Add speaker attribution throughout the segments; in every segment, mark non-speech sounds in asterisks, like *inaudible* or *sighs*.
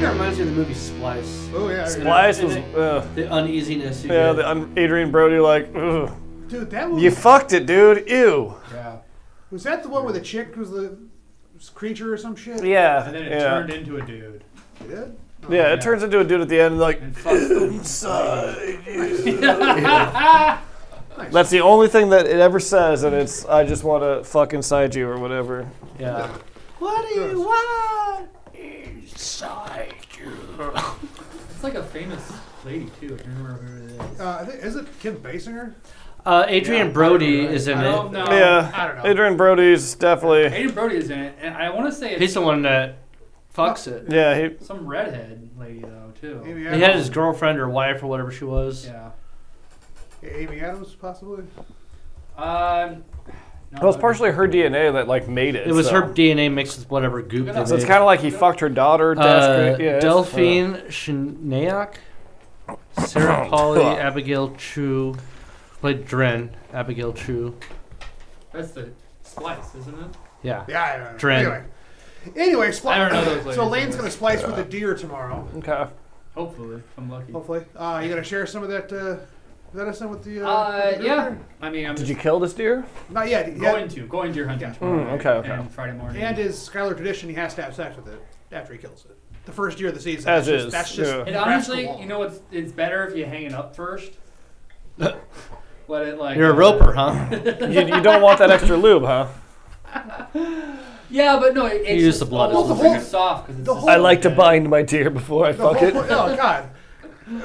Speaker 1: movie Splice.
Speaker 2: Oh yeah. I remember.
Speaker 3: Splice was,
Speaker 1: Didn't
Speaker 3: uh,
Speaker 1: The uneasiness. You
Speaker 3: yeah,
Speaker 1: get.
Speaker 3: the, um, Adrian Brody, like, Ugh.
Speaker 2: Dude, that movie.
Speaker 3: you fucked it, dude. Ew.
Speaker 2: yeah. Was that the one where the chick was the creature or some shit?
Speaker 3: Yeah,
Speaker 4: And then it
Speaker 3: yeah,
Speaker 4: turned into a dude.
Speaker 2: It did?
Speaker 3: yeah. It turns into a dude at the end, like.
Speaker 4: And fucks them.
Speaker 3: *laughs* That's the only thing that it ever says, and it's I just want to fuck inside you or whatever.
Speaker 2: Uh,
Speaker 1: yeah.
Speaker 2: What do you want?
Speaker 4: It's like a famous lady too. I can't remember who it is.
Speaker 2: Uh, I think, is it Kim Basinger?
Speaker 1: *laughs* Uh, Adrian
Speaker 4: Yeah,
Speaker 1: Brody
Speaker 4: right.
Speaker 1: is in
Speaker 4: I don't
Speaker 1: it.
Speaker 4: know.
Speaker 3: yeah,
Speaker 4: I don't know.
Speaker 3: Adrian Brody's definitely.
Speaker 4: Adrian Brody is in it, and I want to say it's
Speaker 1: He's the one that fucks it.
Speaker 3: Yeah, he.
Speaker 4: some redhead lady though too.
Speaker 2: Amy
Speaker 1: He had
Speaker 2: Adams.
Speaker 1: his girlfriend or wife or whatever she was.
Speaker 4: Yeah.
Speaker 2: Amy Adams, possibly.
Speaker 4: Um. No,
Speaker 3: Well, it's partially her DNA that like made it.
Speaker 1: It was
Speaker 3: so.
Speaker 1: her DNA mixed with whatever goop they
Speaker 3: uh, So it's
Speaker 1: made.
Speaker 3: kind of like he fucked her daughter.
Speaker 1: Uh,
Speaker 3: Desk, yeah, it's-
Speaker 1: Delphine Shnayak,
Speaker 3: *coughs*
Speaker 1: Sarah Polly, Abigail Chu, played Dren, Abigail Chu.
Speaker 4: That's the splice, isn't it?
Speaker 1: Yeah.
Speaker 2: Yeah, I don't know.
Speaker 1: Dren.
Speaker 2: Anyway. Anyway, splice.
Speaker 4: I don't know those
Speaker 2: so
Speaker 4: ladies.
Speaker 2: Lane's gonna splice with a deer tomorrow,
Speaker 3: uh, okay.
Speaker 4: Hopefully, if I'm lucky.
Speaker 2: hopefully. Uh, you gonna share some of that uh, venison with the? Uh,
Speaker 4: Uh,
Speaker 2: with the
Speaker 4: yeah.
Speaker 2: deer?
Speaker 4: I mean, I'm
Speaker 3: Did
Speaker 4: just
Speaker 3: you kill this deer?
Speaker 2: Not yet. yet.
Speaker 4: going to going deer hunting
Speaker 2: Yeah.
Speaker 4: tomorrow.
Speaker 3: Mm,
Speaker 4: night
Speaker 3: okay, okay.
Speaker 4: And Friday morning.
Speaker 2: And his Skylar tradition, he has to have sex with it after he kills it. The first year of the season.
Speaker 3: As
Speaker 2: that's
Speaker 3: is,
Speaker 2: Just, that's just.
Speaker 3: yeah.
Speaker 4: And
Speaker 2: grass to
Speaker 4: honestly,
Speaker 2: wall.
Speaker 4: you know what's? It's better if you hang it up first. Let it like.
Speaker 1: You're a
Speaker 4: uh,
Speaker 1: roper, huh?
Speaker 3: you, you don't want that extra lube, huh?
Speaker 4: Yeah, but no, it, it's
Speaker 1: You use
Speaker 4: just
Speaker 1: the blood
Speaker 4: almost
Speaker 2: as well.
Speaker 4: too soft because it's.
Speaker 2: The
Speaker 4: just
Speaker 2: whole- I like
Speaker 4: dead.
Speaker 3: my deer before I
Speaker 2: The whole point- oh God.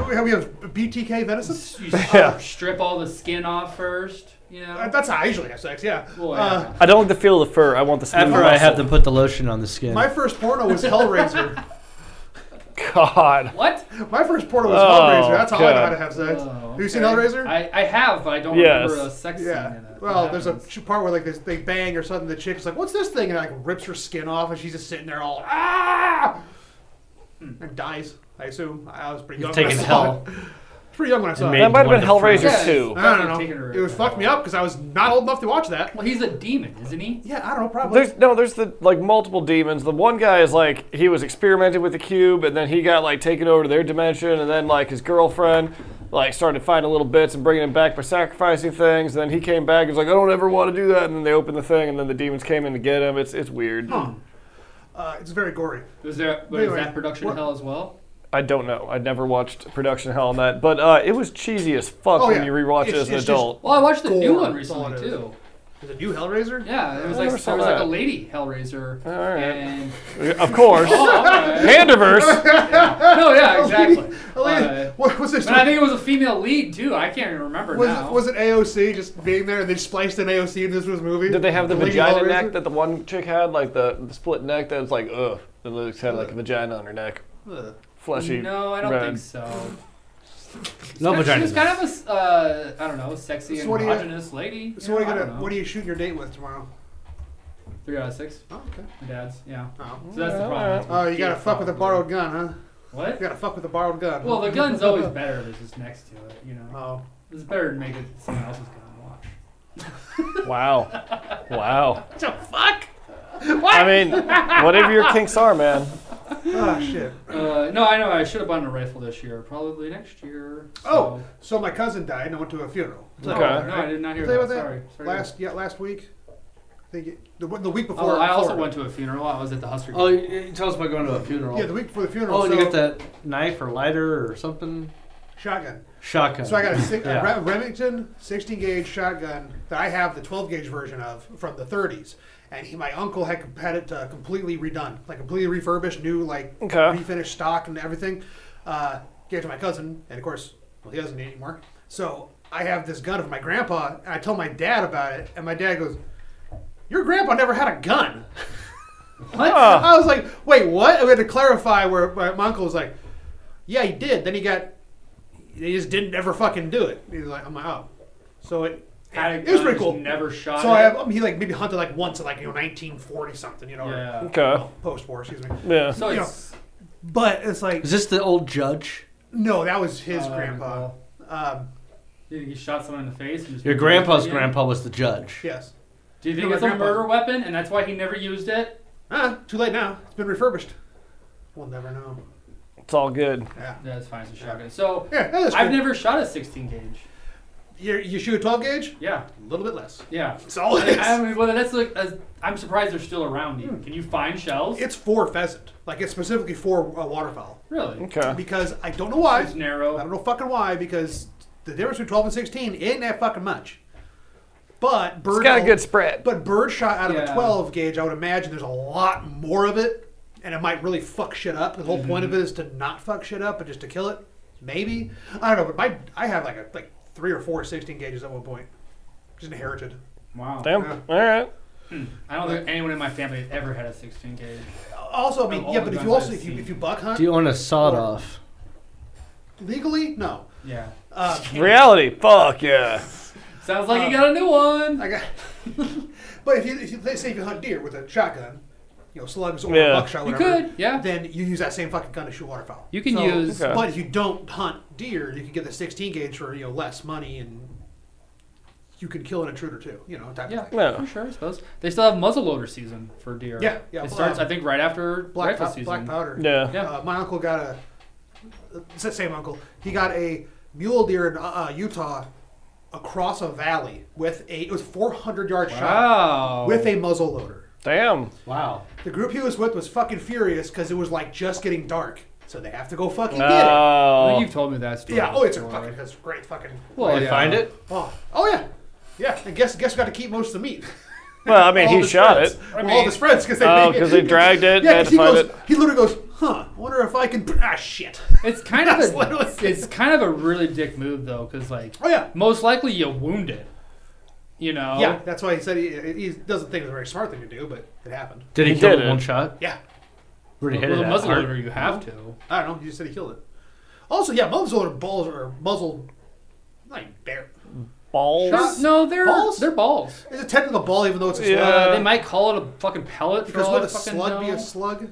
Speaker 2: We have, we have BTK venison.
Speaker 4: You
Speaker 3: Yeah.
Speaker 4: strip all the skin off first. You know.
Speaker 2: Uh, That's how I usually have sex. Yeah.
Speaker 4: Well,
Speaker 2: Uh,
Speaker 3: I don't like the feel of the fur. I want the smooth
Speaker 1: After I have
Speaker 3: muscle.
Speaker 1: them put the lotion on the skin.
Speaker 2: my first porno was
Speaker 3: *laughs*
Speaker 2: Hellraiser.
Speaker 3: God.
Speaker 4: What?
Speaker 2: My first porno was
Speaker 3: Oh,
Speaker 2: Hellraiser. That's how I know
Speaker 3: God.
Speaker 2: how to have sex.
Speaker 4: Oh,
Speaker 2: Have you seen
Speaker 4: okay.
Speaker 2: Hellraiser?
Speaker 4: I, I have, but I don't
Speaker 3: Yes.
Speaker 4: remember a sex scene
Speaker 2: yeah.
Speaker 4: in it.
Speaker 2: Well,
Speaker 4: That
Speaker 2: there's a
Speaker 4: happens.
Speaker 2: ch- part where like this, they bang or something. The chick's like, "What's this thing?" and like rips her skin off, and she's just sitting there all ah,
Speaker 4: Hmm.
Speaker 2: and dies. I assume. I was pretty
Speaker 1: You've
Speaker 2: young. when I
Speaker 1: taken
Speaker 2: saw
Speaker 1: hell.
Speaker 2: it. Pretty young when I saw
Speaker 1: made
Speaker 2: it.
Speaker 3: That might have been
Speaker 1: Wonderful.
Speaker 3: Hellraiser
Speaker 4: Yeah.
Speaker 3: 2.
Speaker 2: I don't
Speaker 4: Fucking taken
Speaker 2: know.
Speaker 4: her
Speaker 2: It was fucked me up because I was not old enough to watch that.
Speaker 4: Well, he's a demon, isn't he?
Speaker 2: Yeah, I don't know. Probably.
Speaker 3: There's no, there's the like multiple demons. The one guy is like he was experimenting with the cube, and then he got like taken over to their dimension, and then like his girlfriend like started finding little bits and bringing him back by sacrificing things. And then he came back and was like, I don't ever want to do that. And then they opened the thing, and then the demons came in to get him. It's it's weird.
Speaker 2: Uh, it's very gory.
Speaker 4: Was there? Was
Speaker 2: Anyway,
Speaker 4: that production
Speaker 2: what-
Speaker 4: hell as well?
Speaker 3: I don't know. I'd never watched production hell on that, but uh, it was cheesy as fuck
Speaker 2: Oh,
Speaker 3: when
Speaker 2: yeah.
Speaker 3: you rewatch
Speaker 2: It's-
Speaker 3: it as an
Speaker 2: it's just-
Speaker 3: adult.
Speaker 4: Well, I watched the new
Speaker 2: Gore,
Speaker 4: one
Speaker 2: that's all
Speaker 4: recently
Speaker 2: it is.
Speaker 4: too.
Speaker 2: Is it new Hellraiser?
Speaker 4: Yeah, it was
Speaker 3: I
Speaker 4: like
Speaker 3: never saw
Speaker 4: there was like a
Speaker 3: that.
Speaker 4: lady Hellraiser.
Speaker 3: All right.
Speaker 4: And,
Speaker 3: of *laughs* course,
Speaker 4: oh,
Speaker 2: *laughs*
Speaker 4: all right.
Speaker 3: Handiverse.
Speaker 4: no, yeah, exactly.
Speaker 2: Oh, wait,
Speaker 4: Uh,
Speaker 2: what was this?
Speaker 4: but I think it was a female lead too. I can't even remember
Speaker 2: was,
Speaker 4: now.
Speaker 2: it, was it AOC just being there and they spliced in AOC into this was movie?
Speaker 3: Did they have the
Speaker 2: Lady
Speaker 3: vagina
Speaker 2: Hellraiser?
Speaker 3: neck that the one chick had, like the, the split neck that was like, ugh, and it had like a vagina on her neck,
Speaker 2: Ugh.
Speaker 3: fleshy.
Speaker 4: no, I don't
Speaker 3: red.
Speaker 4: think so.
Speaker 1: no
Speaker 4: She
Speaker 1: vagina.
Speaker 4: was kind of a, s- uh, I don't know, sexy
Speaker 2: So
Speaker 4: and
Speaker 2: what do you-
Speaker 4: androgynous lady.
Speaker 2: So what are you
Speaker 4: I
Speaker 2: gonna?
Speaker 4: don't know.
Speaker 2: What are you shooting your date with tomorrow?
Speaker 4: Three out of six.
Speaker 2: Oh, okay.
Speaker 4: My dad's. Yeah.
Speaker 2: Oh.
Speaker 4: So that's the
Speaker 3: Yeah,
Speaker 4: problem.
Speaker 2: Oh, you gotta fuck with a borrowed gun, huh? You
Speaker 4: What?
Speaker 2: gotta fuck with a borrowed gun.
Speaker 4: Well, the gun's always better if it's just next to it. You know,
Speaker 2: Oh.
Speaker 4: it's better to make it someone else's gun. to Watch.
Speaker 3: Wow, wow.
Speaker 2: What the fuck?
Speaker 3: I mean, whatever your kinks are, man.
Speaker 2: Oh shit.
Speaker 4: Uh, no, I know. I should have bought a rifle this year. Probably next year. So.
Speaker 2: Oh, so my cousin died and I went to a funeral.
Speaker 4: No,
Speaker 3: Okay.
Speaker 4: no, I did not hear
Speaker 2: Tell you
Speaker 4: that.
Speaker 2: about that.
Speaker 4: Sorry. Sorry.
Speaker 2: Last yeah, last week. I think it, the, the week before.
Speaker 4: Oh, I also
Speaker 2: Florida.
Speaker 4: went to a funeral. I was at the Husker.
Speaker 1: oh,
Speaker 4: game.
Speaker 1: you, you tell us about going to a funeral.
Speaker 2: Yeah, the week before the funeral.
Speaker 1: oh, and
Speaker 2: so
Speaker 1: you got that knife or lighter or something?
Speaker 2: shotgun.
Speaker 1: Shotgun.
Speaker 2: So I got a, six,
Speaker 1: Yeah.
Speaker 2: a Re- Remington 16 gauge shotgun that I have the 12 gauge version of from the 30s, and he, my uncle had comp- had it uh, completely redone, like completely refurbished, new like
Speaker 3: Okay.
Speaker 2: refinished stock and everything. Uh, gave it to my cousin, and of course, well, he doesn't need it anymore. So I have this gun from my grandpa, and I tell my dad about it, and my dad goes, "Your grandpa never had a gun." *laughs*
Speaker 3: Huh.
Speaker 2: I was like, wait, what? And we had to clarify where my, my uncle was like, yeah, he did. Then he got, he just didn't ever fucking do it. He's like, I'm like, oh. So it,
Speaker 4: Had a
Speaker 2: it was
Speaker 4: gun,
Speaker 2: pretty
Speaker 4: just
Speaker 2: cool.
Speaker 4: Never shot.
Speaker 2: so I
Speaker 4: it.
Speaker 2: have, um, he like maybe hunted like once in like, you know, 1940 something, you know,
Speaker 4: Yeah.
Speaker 3: Okay.
Speaker 2: post war, excuse me.
Speaker 3: Yeah.
Speaker 4: So
Speaker 2: you know,
Speaker 4: it's
Speaker 2: But it's like,
Speaker 1: Is this the old judge?
Speaker 2: no, that was his
Speaker 4: Oh,
Speaker 2: grandpa. Um,
Speaker 4: you think he shot someone in the face. And just
Speaker 1: Your grandpa's
Speaker 4: Yeah.
Speaker 1: grandpa was the judge.
Speaker 2: yes.
Speaker 4: Do you think
Speaker 2: No, my
Speaker 4: it's a
Speaker 2: grandpa-
Speaker 4: murder weapon, and that's why he never used it?
Speaker 2: Ah, too late now. It's been refurbished. We'll never know.
Speaker 3: It's all good.
Speaker 2: Yeah.
Speaker 4: That's fine. It's a shotgun. So
Speaker 2: Yeah, that is
Speaker 4: I've
Speaker 2: cool.
Speaker 4: never shot a 16 gauge.
Speaker 2: you you shoot a 12 gauge?
Speaker 4: Yeah,
Speaker 2: A little bit less.
Speaker 4: yeah.
Speaker 2: It's all it is.
Speaker 4: I mean, well, that's like uh, I'm surprised they're still around.
Speaker 2: Hmm.
Speaker 4: Even can you find shells?
Speaker 2: It's for pheasant. Like it's specifically for uh, waterfowl
Speaker 4: really?
Speaker 3: Okay.
Speaker 2: because I don't know why.
Speaker 4: It's
Speaker 2: I
Speaker 4: narrow.
Speaker 2: don't know fucking why because the difference between 12 and 16 ain't that fucking much. But bird
Speaker 3: It's got a
Speaker 2: shot-
Speaker 3: good spread.
Speaker 2: but bird shot out of a
Speaker 4: Yeah.
Speaker 2: 12 gauge, I would imagine there's a lot more of it and it might really fuck shit up. The whole point
Speaker 4: Mm-hmm.
Speaker 2: of it is to not fuck shit up but just to kill it. Maybe. I don't know, but my I have like a like 3 or four 16 gauges at one point. Just inherited.
Speaker 4: Wow.
Speaker 3: Damn. All right.
Speaker 4: I don't think anyone in my family has ever had a 16 gauge.
Speaker 2: Also, I mean,
Speaker 4: Of all
Speaker 2: yeah,
Speaker 4: the
Speaker 2: but if you
Speaker 4: guns
Speaker 2: also
Speaker 4: I've
Speaker 2: if you,
Speaker 4: seen.
Speaker 2: if you buck hunt
Speaker 1: Do you want to sawed off?
Speaker 2: legally, no.
Speaker 4: Yeah.
Speaker 2: Uh,
Speaker 3: Reality. Fuck yeah.
Speaker 4: Sounds like you got a new one.
Speaker 2: I got. *laughs* but if you, if you let's say if you hunt deer with a shotgun, you know slugs or
Speaker 3: Yeah.
Speaker 2: buckshot,
Speaker 4: You
Speaker 2: whatever,
Speaker 4: could, yeah.
Speaker 2: Then you use that same fucking gun to shoot waterfowl.
Speaker 4: You can
Speaker 2: So-
Speaker 4: use.
Speaker 3: Okay.
Speaker 2: But if you don't hunt deer, you can get the 16 gauge for you know less money, and you can kill an intruder too. You know, type
Speaker 4: Yeah,
Speaker 2: of thing.
Speaker 3: Yeah.
Speaker 4: for sure. I suppose they still have muzzleloader season for deer.
Speaker 2: Yeah, yeah,
Speaker 4: It starts, I think, right after
Speaker 2: Black
Speaker 4: rifle
Speaker 2: pow-
Speaker 4: season.
Speaker 2: black powder.
Speaker 3: Yeah.
Speaker 4: Yeah.
Speaker 2: Uh, my uncle got a. It's the same uncle. He got a mule deer in uh, uh, Utah across a valley with a. It was 400 yard shot
Speaker 4: Wow.
Speaker 2: with a muzzle loader.
Speaker 3: Damn.
Speaker 1: Wow.
Speaker 2: The group he was with was fucking furious because it was like just getting dark, so they have to go fucking get
Speaker 4: I think
Speaker 3: Oh.
Speaker 4: you've told me that
Speaker 2: it.
Speaker 4: story.
Speaker 2: Yeah. Oh, it's a
Speaker 4: before.
Speaker 2: fucking. That's great. Fucking.
Speaker 4: Well,
Speaker 1: Did you
Speaker 4: yeah.
Speaker 1: find it?
Speaker 2: Oh. Oh yeah. Yeah. And guess guess we got to keep most of the meat.
Speaker 3: Well, I mean,
Speaker 2: All
Speaker 3: he
Speaker 2: his
Speaker 3: shot
Speaker 2: friends.
Speaker 3: it.
Speaker 2: Well, all of his friends because they.
Speaker 3: Oh, 'cause they dragged it and
Speaker 2: yeah.
Speaker 3: had
Speaker 2: 'cause
Speaker 3: to
Speaker 2: he
Speaker 3: find
Speaker 2: goes.
Speaker 3: it.
Speaker 2: He literally goes, huh? Wonder if I can. Ah shit.
Speaker 4: It's
Speaker 2: *laughs*
Speaker 4: kind of
Speaker 2: That's
Speaker 4: a,
Speaker 2: literally-
Speaker 4: it's, kind of a really dick move though, because like
Speaker 2: Oh yeah.
Speaker 4: most likely you wound it. You know.
Speaker 3: Oh.
Speaker 2: Yeah. That's why he said he, he doesn't think it's a very smart thing to do, but it happened.
Speaker 1: Did he,
Speaker 3: He
Speaker 1: kill
Speaker 3: did
Speaker 1: it
Speaker 3: it.
Speaker 1: one shot?
Speaker 2: Yeah.
Speaker 1: Where'd he
Speaker 4: With
Speaker 1: hit
Speaker 4: a
Speaker 1: it? at? Heart?
Speaker 4: muzzleloader, you have to.
Speaker 2: I don't know. He just said he killed it. Also, yeah, muzzle balls or muzzle, like bear.
Speaker 3: Balls.
Speaker 2: Shot?
Speaker 4: No, they're
Speaker 2: Balls?
Speaker 4: they're balls.
Speaker 2: Is it technically a ball even though it's a slug?
Speaker 3: Yeah.
Speaker 4: Uh, they might call it a fucking pellet. For
Speaker 2: Because
Speaker 4: all
Speaker 2: would
Speaker 4: I
Speaker 2: a
Speaker 4: fucking
Speaker 2: slug be
Speaker 4: know.
Speaker 2: a slug?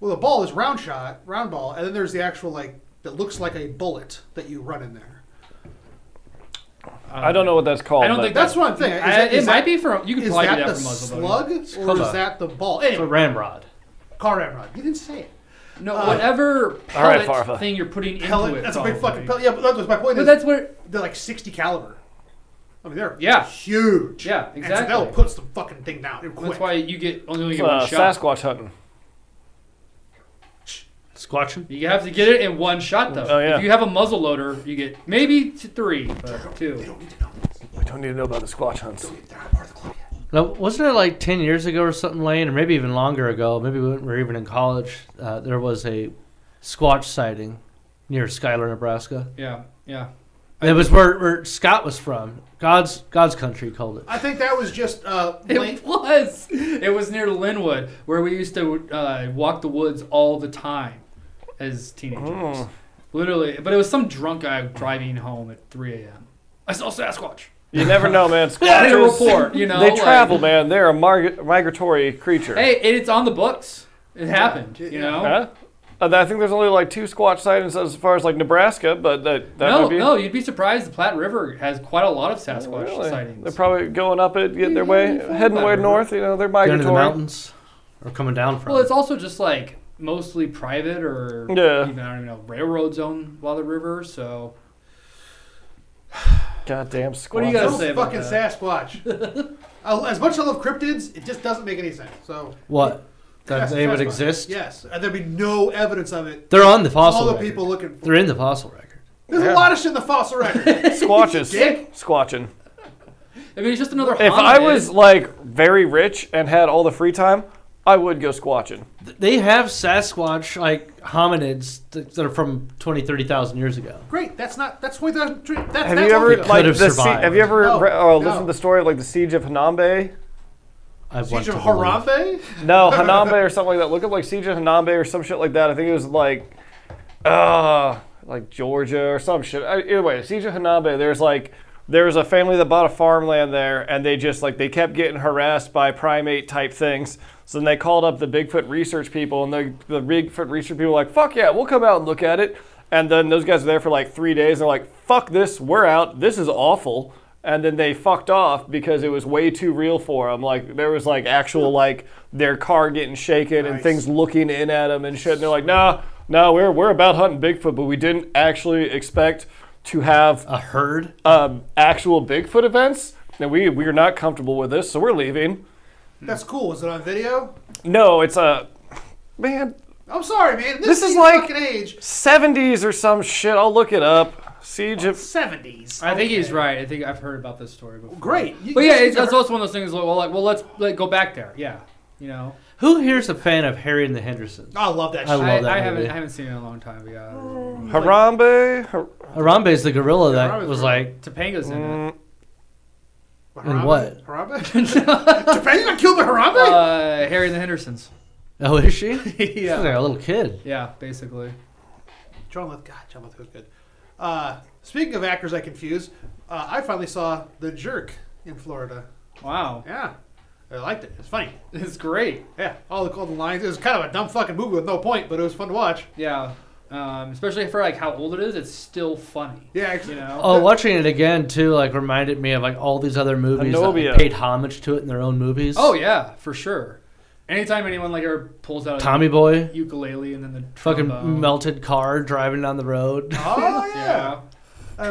Speaker 2: Well, the ball is round shot, round ball, and then there's the actual like that looks like a bullet that you run in there.
Speaker 3: I don't know what that's called.
Speaker 4: I don't
Speaker 3: but-
Speaker 4: think
Speaker 2: That's what I'm thinking. Is
Speaker 4: I-
Speaker 2: that-
Speaker 4: it
Speaker 2: is
Speaker 4: might
Speaker 2: that-
Speaker 4: be for you can
Speaker 2: Is
Speaker 4: probably
Speaker 2: that
Speaker 4: do
Speaker 2: the
Speaker 4: that for muzzleloader.
Speaker 2: slug or
Speaker 1: called
Speaker 2: is
Speaker 1: a-
Speaker 2: that the ball?
Speaker 1: It's a
Speaker 2: Anyway,
Speaker 1: ramrod.
Speaker 2: car ramrod. You didn't say it.
Speaker 4: No, whatever
Speaker 3: right,
Speaker 4: pellet
Speaker 3: Farfa.
Speaker 4: thing you're putting into
Speaker 2: Uh, Pellet.
Speaker 4: it.
Speaker 2: That's a big fucking
Speaker 4: probably.
Speaker 2: pellet. Yeah, but that was my point.
Speaker 4: But
Speaker 2: Is
Speaker 4: that's what.
Speaker 2: they're like 60 caliber. I mean, they're
Speaker 4: Yeah.
Speaker 2: huge.
Speaker 4: Yeah,
Speaker 2: And so
Speaker 4: exactly.
Speaker 2: that'll puts the fucking thing down. real
Speaker 4: That's
Speaker 2: quick.
Speaker 4: why you get only, only get
Speaker 3: uh,
Speaker 4: one shot.
Speaker 3: Sasquatch hunting.
Speaker 1: Squatching.
Speaker 4: You have to get it in one shot though.
Speaker 3: Oh, yeah.
Speaker 4: If you have a muzzle loader, you get maybe t- three, but
Speaker 2: They
Speaker 4: two.
Speaker 2: don't need to know.
Speaker 3: I don't need to know about the Squatch hunts.
Speaker 2: They're not part of the club yet.
Speaker 1: Now, wasn't it like 10 years ago or something, Lane, or maybe even longer ago? Maybe we were even in college. Uh, there was a Squatch sighting near Schuyler, Nebraska.
Speaker 4: Yeah, yeah. *laughs*
Speaker 1: It was where, where Scott was from. God's God's country called it.
Speaker 2: I think that was just uh, Lane-
Speaker 4: It was. It was near Linwood, where we used to uh, walk the woods all the time as teenagers.
Speaker 3: Mm.
Speaker 4: Literally, but it was some drunk guy driving home at 3 a.m. I saw Sasquatch.
Speaker 3: You never know,
Speaker 4: *laughs*
Speaker 3: man.
Speaker 4: Did a
Speaker 3: Squatches.
Speaker 4: report, you know.
Speaker 3: they
Speaker 4: like-
Speaker 3: travel, man. They're a mar- migratory creature.
Speaker 4: Hey, and it's on the books. It happened,
Speaker 2: Yeah,
Speaker 4: you
Speaker 2: yeah.
Speaker 4: know.
Speaker 3: Huh?
Speaker 4: oh.
Speaker 3: Uh, I think there's only like two Squatch sightings as far as like Nebraska, but that that
Speaker 4: No,
Speaker 3: might be.
Speaker 4: no, you'd be surprised. The Platte River has quite a lot of Sasquatch
Speaker 3: Oh, Really?
Speaker 4: sightings.
Speaker 3: They're probably going up it, getting their way,
Speaker 4: Yeah,
Speaker 3: heading way
Speaker 4: whatever.
Speaker 3: north. You know, they're
Speaker 1: Going to the
Speaker 3: migratory.
Speaker 1: mountains or coming down from.
Speaker 4: Well, it's also just like mostly private or
Speaker 3: Yeah.
Speaker 4: even I don't even know railroads own by the river. So
Speaker 3: Goddamn Squatch.
Speaker 4: What do you gotta
Speaker 2: Don't
Speaker 4: say about
Speaker 2: fucking
Speaker 4: that?
Speaker 2: Sasquatch.
Speaker 4: *laughs*
Speaker 2: I, as much as I love cryptids, it just doesn't make any sense. So
Speaker 1: what? That
Speaker 2: yes,
Speaker 1: they would
Speaker 2: Sasquatch.
Speaker 1: exist?
Speaker 2: Yes, and there'd be no evidence of it.
Speaker 1: They're on the fossil
Speaker 2: All the
Speaker 1: record.
Speaker 2: people looking for.
Speaker 1: They're in the fossil record.
Speaker 2: There's
Speaker 3: Yeah.
Speaker 2: a lot of shit in the fossil
Speaker 1: *laughs*
Speaker 2: record.
Speaker 3: *laughs*
Speaker 4: *laughs*
Speaker 3: Squatches.
Speaker 2: Dick.
Speaker 3: Squatching.
Speaker 4: I mean, it's just another.
Speaker 3: If I
Speaker 4: hominid.
Speaker 3: was like very rich and had all the free time, I would go squatching.
Speaker 1: Th- They have Sasquatch like hominids th- that are from 20, 30,000 years ago.
Speaker 2: Great. That's not. That's way that. That's
Speaker 3: Have
Speaker 2: that's
Speaker 3: you ever
Speaker 2: all
Speaker 1: could
Speaker 3: like
Speaker 1: have
Speaker 3: the sea
Speaker 1: survived.
Speaker 3: have you ever
Speaker 2: No,
Speaker 3: re- uh,
Speaker 2: no.
Speaker 3: listened to the story of like the siege of Hanambe?
Speaker 1: I've
Speaker 2: Siege of Harambe. *laughs*
Speaker 3: No, Hanambe or something like that. Look up like siege of Hanambe or some shit like that. I think it was like, uh, like Georgia or some shit. I, either way, siege of Hanambe. There's like. There was a family that bought a farmland there, and they just like they kept getting harassed by primate type things. So then they called up the Bigfoot research people, and the, the Bigfoot research people were like, "Fuck yeah, we'll come out and look at it." And then those guys were there for like three days. They're like, "Fuck this, we're out. This is awful." and then they fucked off because it was way too real for them. Like there was like actual like their car getting shaken and
Speaker 2: Nice.
Speaker 3: things looking in at them and shit. And they're like, nah, no, we're we're about hunting Bigfoot, but we didn't actually expect to have
Speaker 1: A herd?
Speaker 3: um, actual Bigfoot events. And we we are not comfortable with this, so we're leaving.
Speaker 2: That's cool. Is it on video?
Speaker 3: No, it's a man
Speaker 2: I'm sorry, man. This,
Speaker 3: This is
Speaker 2: is
Speaker 3: like-
Speaker 2: fucking age.
Speaker 3: 70s or some shit. I'll look it up. Siege of
Speaker 2: 70s.
Speaker 4: I think he's
Speaker 2: Okay.
Speaker 4: right. I think I've heard about this story before.
Speaker 2: Great. You-
Speaker 4: But
Speaker 2: you
Speaker 4: yeah,
Speaker 2: should
Speaker 4: it's, that's
Speaker 2: never-
Speaker 4: also one of those things. Like, well, like, well, let's like, go back there. Yeah, you know,
Speaker 1: Who here's a fan of Harry and the Hendersons?
Speaker 2: I love that
Speaker 1: I
Speaker 2: shit.
Speaker 1: love-
Speaker 4: I,
Speaker 1: that
Speaker 4: I haven't
Speaker 1: movie.
Speaker 4: I haven't seen it in a long time. Yeah,
Speaker 2: Mm.
Speaker 3: Harambe. Har-
Speaker 1: Harambe's the gorilla
Speaker 2: Harambe's
Speaker 1: that was
Speaker 2: the-
Speaker 1: like,
Speaker 4: Topanga's in it.
Speaker 3: mm,
Speaker 1: And what?
Speaker 2: Harambe? *laughs* Japan got killed by Harambe?
Speaker 4: Uh, Harry and
Speaker 2: *laughs*
Speaker 4: the Hendersons.
Speaker 1: oh, is she? She's
Speaker 4: yeah,
Speaker 1: like a little kid.
Speaker 4: yeah, basically.
Speaker 2: John Lithgow. God, John Lithgow's good. Uh, speaking of actors I confuse, uh, I finally saw The Jerk in Florida.
Speaker 4: Wow,
Speaker 2: Yeah. I liked it. It's funny.
Speaker 4: it's great.
Speaker 2: Yeah. All the golden lines. It was kind of a dumb fucking movie with no point, but it was fun to watch.
Speaker 4: Yeah, um, especially for like how old it is, it's still funny.
Speaker 2: Yeah,
Speaker 4: You
Speaker 2: actually.
Speaker 4: know.
Speaker 1: Oh, watching it again too, like reminded me of like all these other movies that
Speaker 3: Anobia.
Speaker 1: like, paid homage to it in their own movies.
Speaker 4: Oh yeah, for sure. Anytime anyone like ever pulls out a
Speaker 1: Tommy Boy,
Speaker 4: ukulele and then the
Speaker 1: fucking
Speaker 4: trombone.
Speaker 1: melted car driving down the road,
Speaker 2: Oh, yeah.
Speaker 4: *laughs* Yeah.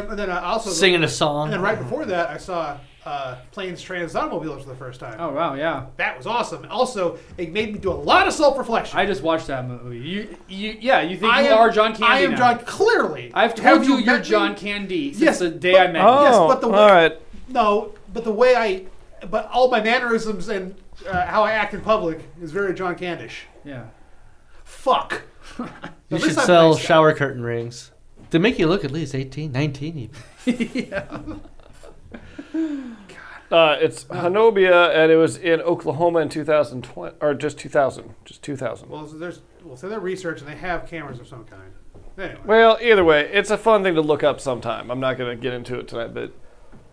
Speaker 2: Um, and then I also.
Speaker 1: *laughs* singing a
Speaker 2: And then
Speaker 1: song.
Speaker 2: right before that, I saw uh, Planes, Trains, and Automobiles for the first time.
Speaker 4: Oh wow, yeah.
Speaker 2: That was awesome. Also, it made me do a lot of self reflection.
Speaker 4: I just watched that movie. You, you, yeah. You think you are John Candy?
Speaker 2: I am
Speaker 4: now.
Speaker 2: John. Clearly.
Speaker 4: I've
Speaker 2: Have
Speaker 4: told you, you
Speaker 2: met
Speaker 4: are
Speaker 2: me?
Speaker 4: John Candy since
Speaker 2: Yes,
Speaker 4: the day
Speaker 2: but-
Speaker 4: I met
Speaker 3: Oh,
Speaker 4: you.
Speaker 2: Yes, but the way-
Speaker 3: all right.
Speaker 2: No, but the way I, but all my mannerisms and uh, how I act in public is very John Candish.
Speaker 4: Yeah.
Speaker 2: Fuck.
Speaker 1: You
Speaker 2: At
Speaker 1: should
Speaker 2: least I'm a
Speaker 1: sell
Speaker 2: nice guy.
Speaker 1: shower curtain rings to make you look at least 18, 19 even.
Speaker 3: Uh, it's Hanobia, and it was in Oklahoma in 2020, or just 2000, just 2000.
Speaker 2: Well, so there's well, so they're research and they have cameras of some kind. Anyway,
Speaker 3: Well, either way, it's a fun thing to look up sometime. I'm not gonna get into it tonight, but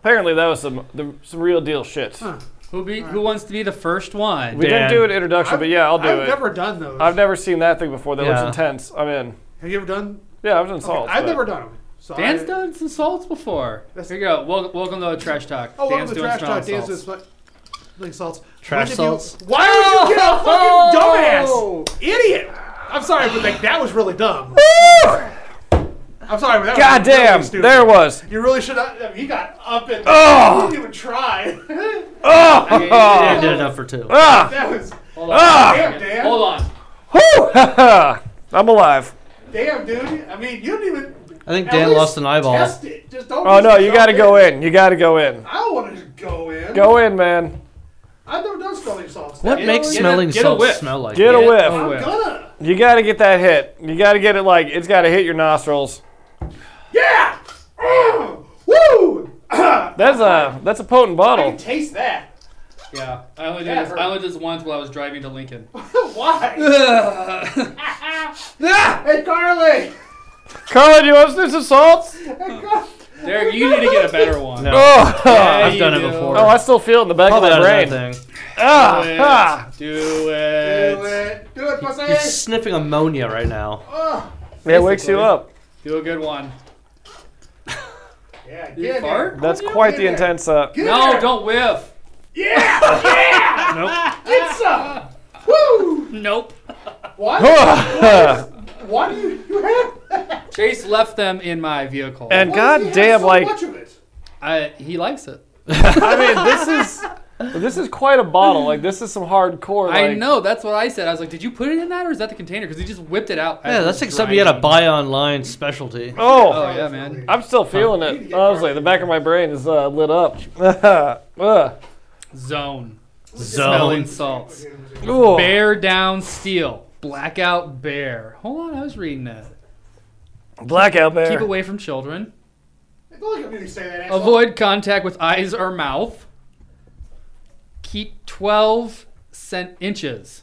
Speaker 3: apparently that was some the, some real deal shit.
Speaker 2: Huh.
Speaker 4: Who be who wants to be the first one?
Speaker 3: We
Speaker 1: Dan.
Speaker 3: didn't do an introduction, but yeah, I'll do
Speaker 2: I've
Speaker 3: it.
Speaker 2: never done those.
Speaker 3: I've never seen that thing before. That
Speaker 1: Yeah.
Speaker 3: looks intense. I'm in.
Speaker 2: have you ever done?
Speaker 3: Yeah, I've done
Speaker 2: Okay,
Speaker 3: salt.
Speaker 2: I've
Speaker 3: but- *laughs*
Speaker 2: never done them. So
Speaker 4: Dan's
Speaker 2: I,
Speaker 4: done some salts before.
Speaker 2: That's-
Speaker 4: Here you go. Wel- welcome to Trash Talk.
Speaker 2: Oh, welcome
Speaker 4: Dan's
Speaker 2: to
Speaker 4: doing
Speaker 2: Trash
Speaker 4: strong
Speaker 2: Talk. Dan's
Speaker 4: salts.
Speaker 2: just like like salts.
Speaker 1: Trash
Speaker 2: When did you-
Speaker 1: salts.
Speaker 2: why would you get a fucking
Speaker 4: Oh! *laughs*
Speaker 2: dumbass idiot? I'm sorry, but like that was really dumb. I'm sorry, but that
Speaker 3: God
Speaker 2: was really
Speaker 3: damn!
Speaker 2: stupid.
Speaker 3: there it was.
Speaker 2: You really should have. I mean, he got up and
Speaker 3: Oh!
Speaker 2: he didn't even try. *laughs*
Speaker 3: Oh!
Speaker 1: Dan did enough for two.
Speaker 3: *laughs* Ah!
Speaker 2: that was
Speaker 4: Hold on.
Speaker 3: Ah!
Speaker 2: damn, Dan.
Speaker 4: Hold on.
Speaker 3: Whew! *laughs* I'm alive.
Speaker 2: Damn, dude. I mean, you didn't even.
Speaker 1: I think
Speaker 2: at
Speaker 1: Dan
Speaker 2: least
Speaker 1: lost an eyeball.
Speaker 2: Test it. Just don't.
Speaker 3: Oh
Speaker 2: just
Speaker 3: no, you
Speaker 2: jump
Speaker 3: gotta
Speaker 2: in.
Speaker 3: go in. You gotta go in.
Speaker 2: I don't want to just go in.
Speaker 3: Go in, man.
Speaker 2: I've never done smelling salts.
Speaker 1: What
Speaker 2: Damn.
Speaker 1: makes
Speaker 4: get a-
Speaker 1: smelling
Speaker 4: get a
Speaker 1: salts
Speaker 4: whiff.
Speaker 1: smell like?
Speaker 3: Get
Speaker 1: that?
Speaker 3: a
Speaker 4: Oh,
Speaker 2: I'm
Speaker 3: whiff.
Speaker 2: gonna.
Speaker 3: You gotta get that hit. You gotta get it like it's gotta hit your nostrils.
Speaker 2: Yeah. Mm. *coughs* Woo. I
Speaker 3: That's a that's a
Speaker 2: can
Speaker 3: potent bottle.
Speaker 2: taste that.
Speaker 4: Yeah. I only did
Speaker 2: That
Speaker 4: this.
Speaker 2: hurt.
Speaker 4: I only did this once while I was driving
Speaker 2: *laughs*
Speaker 4: to Lincoln.
Speaker 2: *laughs* Why? hey, Carly.
Speaker 3: Carla, do you want to sniff some salts?
Speaker 2: Hey, Carly.
Speaker 4: Derek, you need to get a better one.
Speaker 1: No.
Speaker 3: Oh,
Speaker 4: Yeah,
Speaker 1: I've
Speaker 4: you
Speaker 1: done it
Speaker 4: do.
Speaker 1: before.
Speaker 3: *laughs* oh, I still feel it in the back
Speaker 1: Probably
Speaker 3: of
Speaker 1: out
Speaker 3: my
Speaker 1: of that
Speaker 3: brain.
Speaker 1: thing.
Speaker 3: Ah,
Speaker 4: Do it.
Speaker 3: ah.
Speaker 4: Do
Speaker 2: Do
Speaker 4: it.
Speaker 2: it. Do it,
Speaker 1: You're
Speaker 2: pussy.
Speaker 1: sniffing ammonia right now.
Speaker 2: Oh.
Speaker 3: It wakes you
Speaker 4: Basically.
Speaker 3: up.
Speaker 4: Do a good one.
Speaker 2: Yeah. Get
Speaker 4: You
Speaker 2: in
Speaker 4: fart?
Speaker 2: there.
Speaker 3: That's
Speaker 2: Get in
Speaker 3: quite the
Speaker 2: there.
Speaker 3: intense. Uh, *laughs*
Speaker 2: Get in
Speaker 4: No,
Speaker 2: there.
Speaker 4: don't whiff. *laughs*
Speaker 2: Yeah. Yeah. nope. Get some. Woo.
Speaker 4: Nope.
Speaker 2: What?
Speaker 4: *laughs*
Speaker 2: Why do you, you have that?
Speaker 4: Chase left them in my vehicle.
Speaker 3: And-
Speaker 2: Why
Speaker 3: God
Speaker 2: does he have
Speaker 3: damn,
Speaker 2: so
Speaker 3: like-
Speaker 2: much of it?
Speaker 4: I, he likes it.
Speaker 3: I mean, this is this is quite a bottle. Like this is some hardcore.
Speaker 4: I
Speaker 3: like-
Speaker 4: know. That's what I said. I was like, "Did you put it in that, or is that the container?" Because he just whipped it out.
Speaker 1: Yeah, that's like something you gotta buy online specialty.
Speaker 3: Oh,
Speaker 4: Oh yeah, man.
Speaker 3: I'm still feeling it. Honestly, the back of my brain is uh, lit up. *laughs* Ugh.
Speaker 4: Zone smelling
Speaker 1: Zone.
Speaker 4: salts.
Speaker 3: Ooh.
Speaker 4: Bear down steel. Blackout bear. Hold on, I was reading that.
Speaker 3: Blackout bear.
Speaker 4: Keep away from children.
Speaker 2: Don't look at me when you say that. asshole.
Speaker 4: Avoid contact with eyes or mouth. Keep 12 cent inches,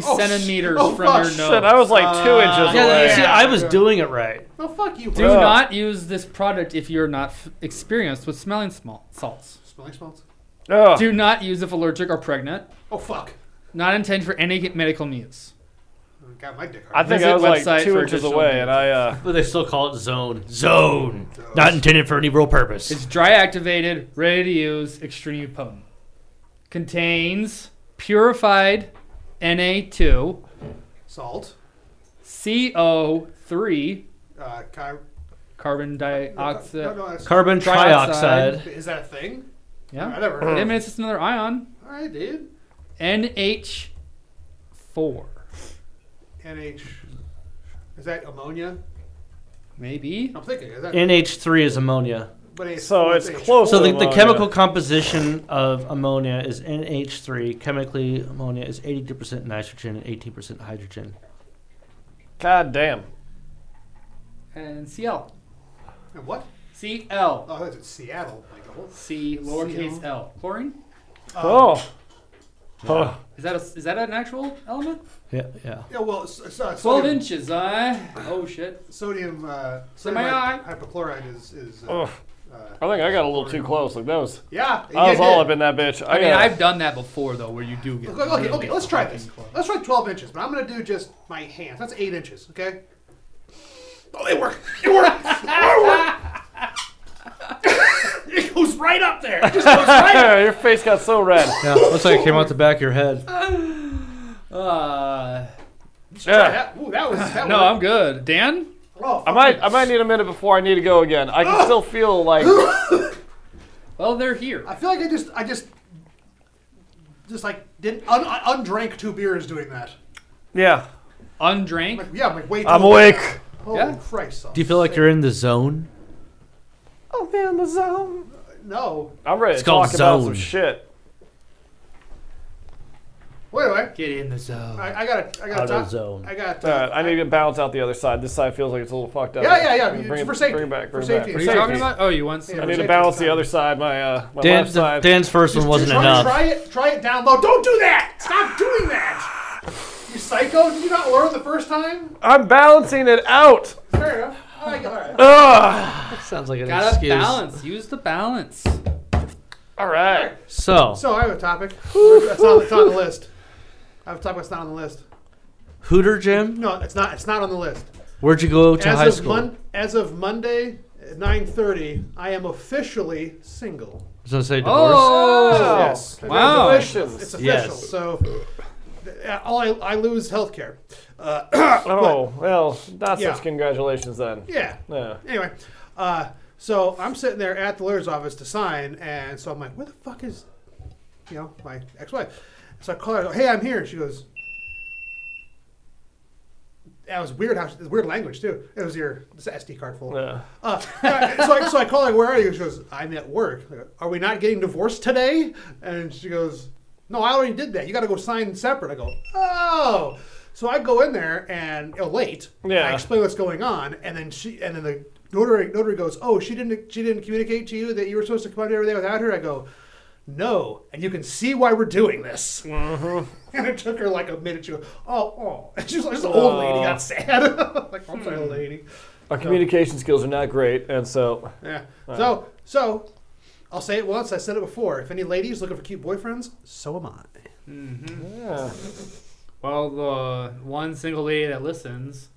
Speaker 2: Oh, sh-
Speaker 4: centimeters
Speaker 2: oh,
Speaker 4: from
Speaker 2: fuck,
Speaker 4: your
Speaker 2: shit,
Speaker 4: nose.
Speaker 3: Shit, I was like two
Speaker 2: Uh,
Speaker 3: inches
Speaker 1: Yeah,
Speaker 3: away.
Speaker 1: you see,
Speaker 2: Yeah.
Speaker 1: I was doing it right.
Speaker 2: No, Oh, fuck you.
Speaker 4: Do
Speaker 2: bro.
Speaker 4: not use this product if you're not f- experienced with smelling small salts.
Speaker 2: Smelling salts.
Speaker 3: Ugh.
Speaker 4: Do not use if allergic or pregnant.
Speaker 2: Oh fuck.
Speaker 4: Not intended for any medical use.
Speaker 2: Got my dick
Speaker 3: I
Speaker 2: hard.
Speaker 3: think
Speaker 4: Visit
Speaker 3: I was
Speaker 4: website
Speaker 3: like two
Speaker 4: for
Speaker 3: inches
Speaker 4: additional
Speaker 3: away, and I. Uh,
Speaker 1: But they still call it zone. Zone. Not intended for any real purpose.
Speaker 4: It's dry activated, ready to use, extremely potent. Contains purified Na2,
Speaker 2: Salt.
Speaker 4: CO3,
Speaker 2: Uh, chi-
Speaker 4: carbon
Speaker 3: uh,
Speaker 4: dioxide.
Speaker 2: no, no, that's-
Speaker 1: Carbon
Speaker 4: Trioxide.
Speaker 1: trioxide.
Speaker 2: Is that a thing? I
Speaker 4: Yeah.
Speaker 2: never
Speaker 4: I
Speaker 2: heard of
Speaker 4: mean,
Speaker 2: it.
Speaker 4: it's just another ion.
Speaker 2: All right, dude.
Speaker 4: NH4.
Speaker 2: NH. Is that ammonia?
Speaker 4: Maybe.
Speaker 2: I'm thinking. Is that,
Speaker 1: NH3 is ammonia.
Speaker 2: but it's,
Speaker 3: So it's close.
Speaker 1: So the, the
Speaker 3: Ammonia.
Speaker 1: chemical composition of ammonia is NH3. Chemically, ammonia is 82% nitrogen and 18% hydrogen.
Speaker 3: God damn.
Speaker 4: And Cl.
Speaker 2: And what?
Speaker 4: Cl.
Speaker 2: Oh, that's in Seattle. Like, oh.
Speaker 4: C lowercase l. Chlorine?
Speaker 3: Oh. Oh.
Speaker 4: Is that a, is that an actual element?
Speaker 1: Yeah, yeah.
Speaker 2: Yeah, well, s s- uh,
Speaker 4: 12
Speaker 2: sodium,
Speaker 4: inches, I. Oh shit.
Speaker 2: sodium, uh, sodium
Speaker 4: my
Speaker 2: hy-
Speaker 4: eye.
Speaker 2: hypochlorite is. is uh,
Speaker 3: Ugh.
Speaker 2: uh,
Speaker 3: I think I got a little too close. Like that was,
Speaker 2: yeah.
Speaker 3: Oh. I was
Speaker 2: yeah,
Speaker 3: all
Speaker 2: yeah.
Speaker 3: up in that bitch. I,
Speaker 4: I mean,
Speaker 3: got-
Speaker 4: I've done that before though, where you do get.
Speaker 2: Okay, okay,
Speaker 4: really
Speaker 2: okay, let's try this.
Speaker 4: fucking close.
Speaker 2: Let's try 12 inches, but I'm going to do just my hands. That's 8 inches, okay? Oh, they work. *laughs* It worked.
Speaker 3: *laughs*
Speaker 2: It worked. it goes right up there. It just goes right up.
Speaker 3: *laughs* Your face got so red.
Speaker 1: Yeah, looks like it came out the back of your head.
Speaker 4: Uh,
Speaker 3: Yeah.
Speaker 2: That, ooh, that was.
Speaker 3: *laughs*
Speaker 2: That
Speaker 4: no, I'm
Speaker 2: worked.
Speaker 4: good. Dan,
Speaker 2: Oh,
Speaker 3: I might, I might need a minute before I need to go again. I can still feel like
Speaker 4: well, they're here.
Speaker 2: I feel like I just, I just, just like did un, un, undrank two beers doing that.
Speaker 3: Yeah.
Speaker 4: Undrank.
Speaker 2: Like, yeah, I'm like way too.
Speaker 3: I'm awake.
Speaker 2: Holy
Speaker 4: Yeah.
Speaker 2: Christ! son.
Speaker 1: Do you feel like you're in the zone?
Speaker 3: Oh man, the zone.
Speaker 2: No.
Speaker 3: I'm ready
Speaker 1: It's
Speaker 3: to
Speaker 1: called
Speaker 3: talk about some
Speaker 1: zone.
Speaker 3: shit.
Speaker 2: Wait, wait.
Speaker 4: Get in the zone.
Speaker 2: I, I got, I
Speaker 1: Out
Speaker 2: got,
Speaker 1: of zone.
Speaker 2: I got.
Speaker 3: All right, Uh, I need to bounce out the other side. This side feels like it's a little fucked up.
Speaker 2: Yeah, yeah, yeah,
Speaker 3: Bring
Speaker 2: it's
Speaker 3: it-
Speaker 2: for safety.
Speaker 3: Bring it back.
Speaker 2: For
Speaker 3: Bring it
Speaker 2: safety.
Speaker 3: back.
Speaker 2: What
Speaker 4: what are
Speaker 2: are
Speaker 4: you talking about? Oh, you want
Speaker 2: Yeah,
Speaker 4: some?
Speaker 3: I need to
Speaker 2: Safety
Speaker 3: balance
Speaker 2: side.
Speaker 3: the other side. My uh, my
Speaker 1: Dan,
Speaker 3: left side.
Speaker 1: Dan's first one wasn't
Speaker 2: try,
Speaker 1: enough.
Speaker 2: Try it, try it down low. Don't do that. Stop doing that. You psycho! Did you not learn the first time?
Speaker 3: I'm balancing it out.
Speaker 2: Fair enough. I like it. All right.
Speaker 3: Ugh.
Speaker 1: Sounds like an
Speaker 4: Gotta
Speaker 1: excuse.
Speaker 4: balance. Use the balance.
Speaker 3: All right.
Speaker 1: So,
Speaker 2: So I have a topic. That's not, it's not on the list. I have a topic that's not on the list.
Speaker 1: Hooter Jim,
Speaker 2: No, it's not. It's not on the list.
Speaker 1: where'd you go to
Speaker 2: as
Speaker 1: high
Speaker 2: of
Speaker 1: school?
Speaker 2: Mon- as of Monday, nine thirty, I am officially single.
Speaker 1: I was gonna say divorce.
Speaker 4: Oh,
Speaker 2: yes.
Speaker 4: Wow.
Speaker 2: It's
Speaker 3: Congratulations.
Speaker 2: official.
Speaker 1: Yes.
Speaker 2: So th- uh, all I, I lose health care. Uh, *coughs*
Speaker 3: Oh well, not
Speaker 2: Yeah.
Speaker 3: such congratulations then.
Speaker 2: yeah.
Speaker 3: Yeah.
Speaker 2: Anyway, uh, so I'm sitting there at the lawyer's office to sign, and so I'm like, where the fuck is, you know, my ex-wife? So I call her. I go, hey, I'm here. She goes. That was weird. How she, weird language too. It was your this SD card full.
Speaker 3: Yeah.
Speaker 2: Uh, so, I, so I call her, where are you? She goes, I'm at work. I go, Are we not getting divorced today? And she goes, No, I already did that. You got to go sign separate. I go, Oh. So I go in there and you know, late.
Speaker 3: Yeah.
Speaker 2: I explain what's going on, and then she and then the notary notary goes, Oh, she didn't she didn't communicate to you that you were supposed to come out here there without her. I go. No, and you can see why we're doing this. *laughs* And it took her like a minute. She go, oh, *laughs* oh. And she was like, this old lady got sad. *laughs* like, I'm sorry, old lady.
Speaker 3: Our communication skills are not great, and so
Speaker 2: Yeah. So, so I'll say it once. I said it before. If any ladies looking for cute boyfriends, so
Speaker 4: *laughs*
Speaker 2: am I.
Speaker 3: yeah.
Speaker 4: Well, the one single lady that listens.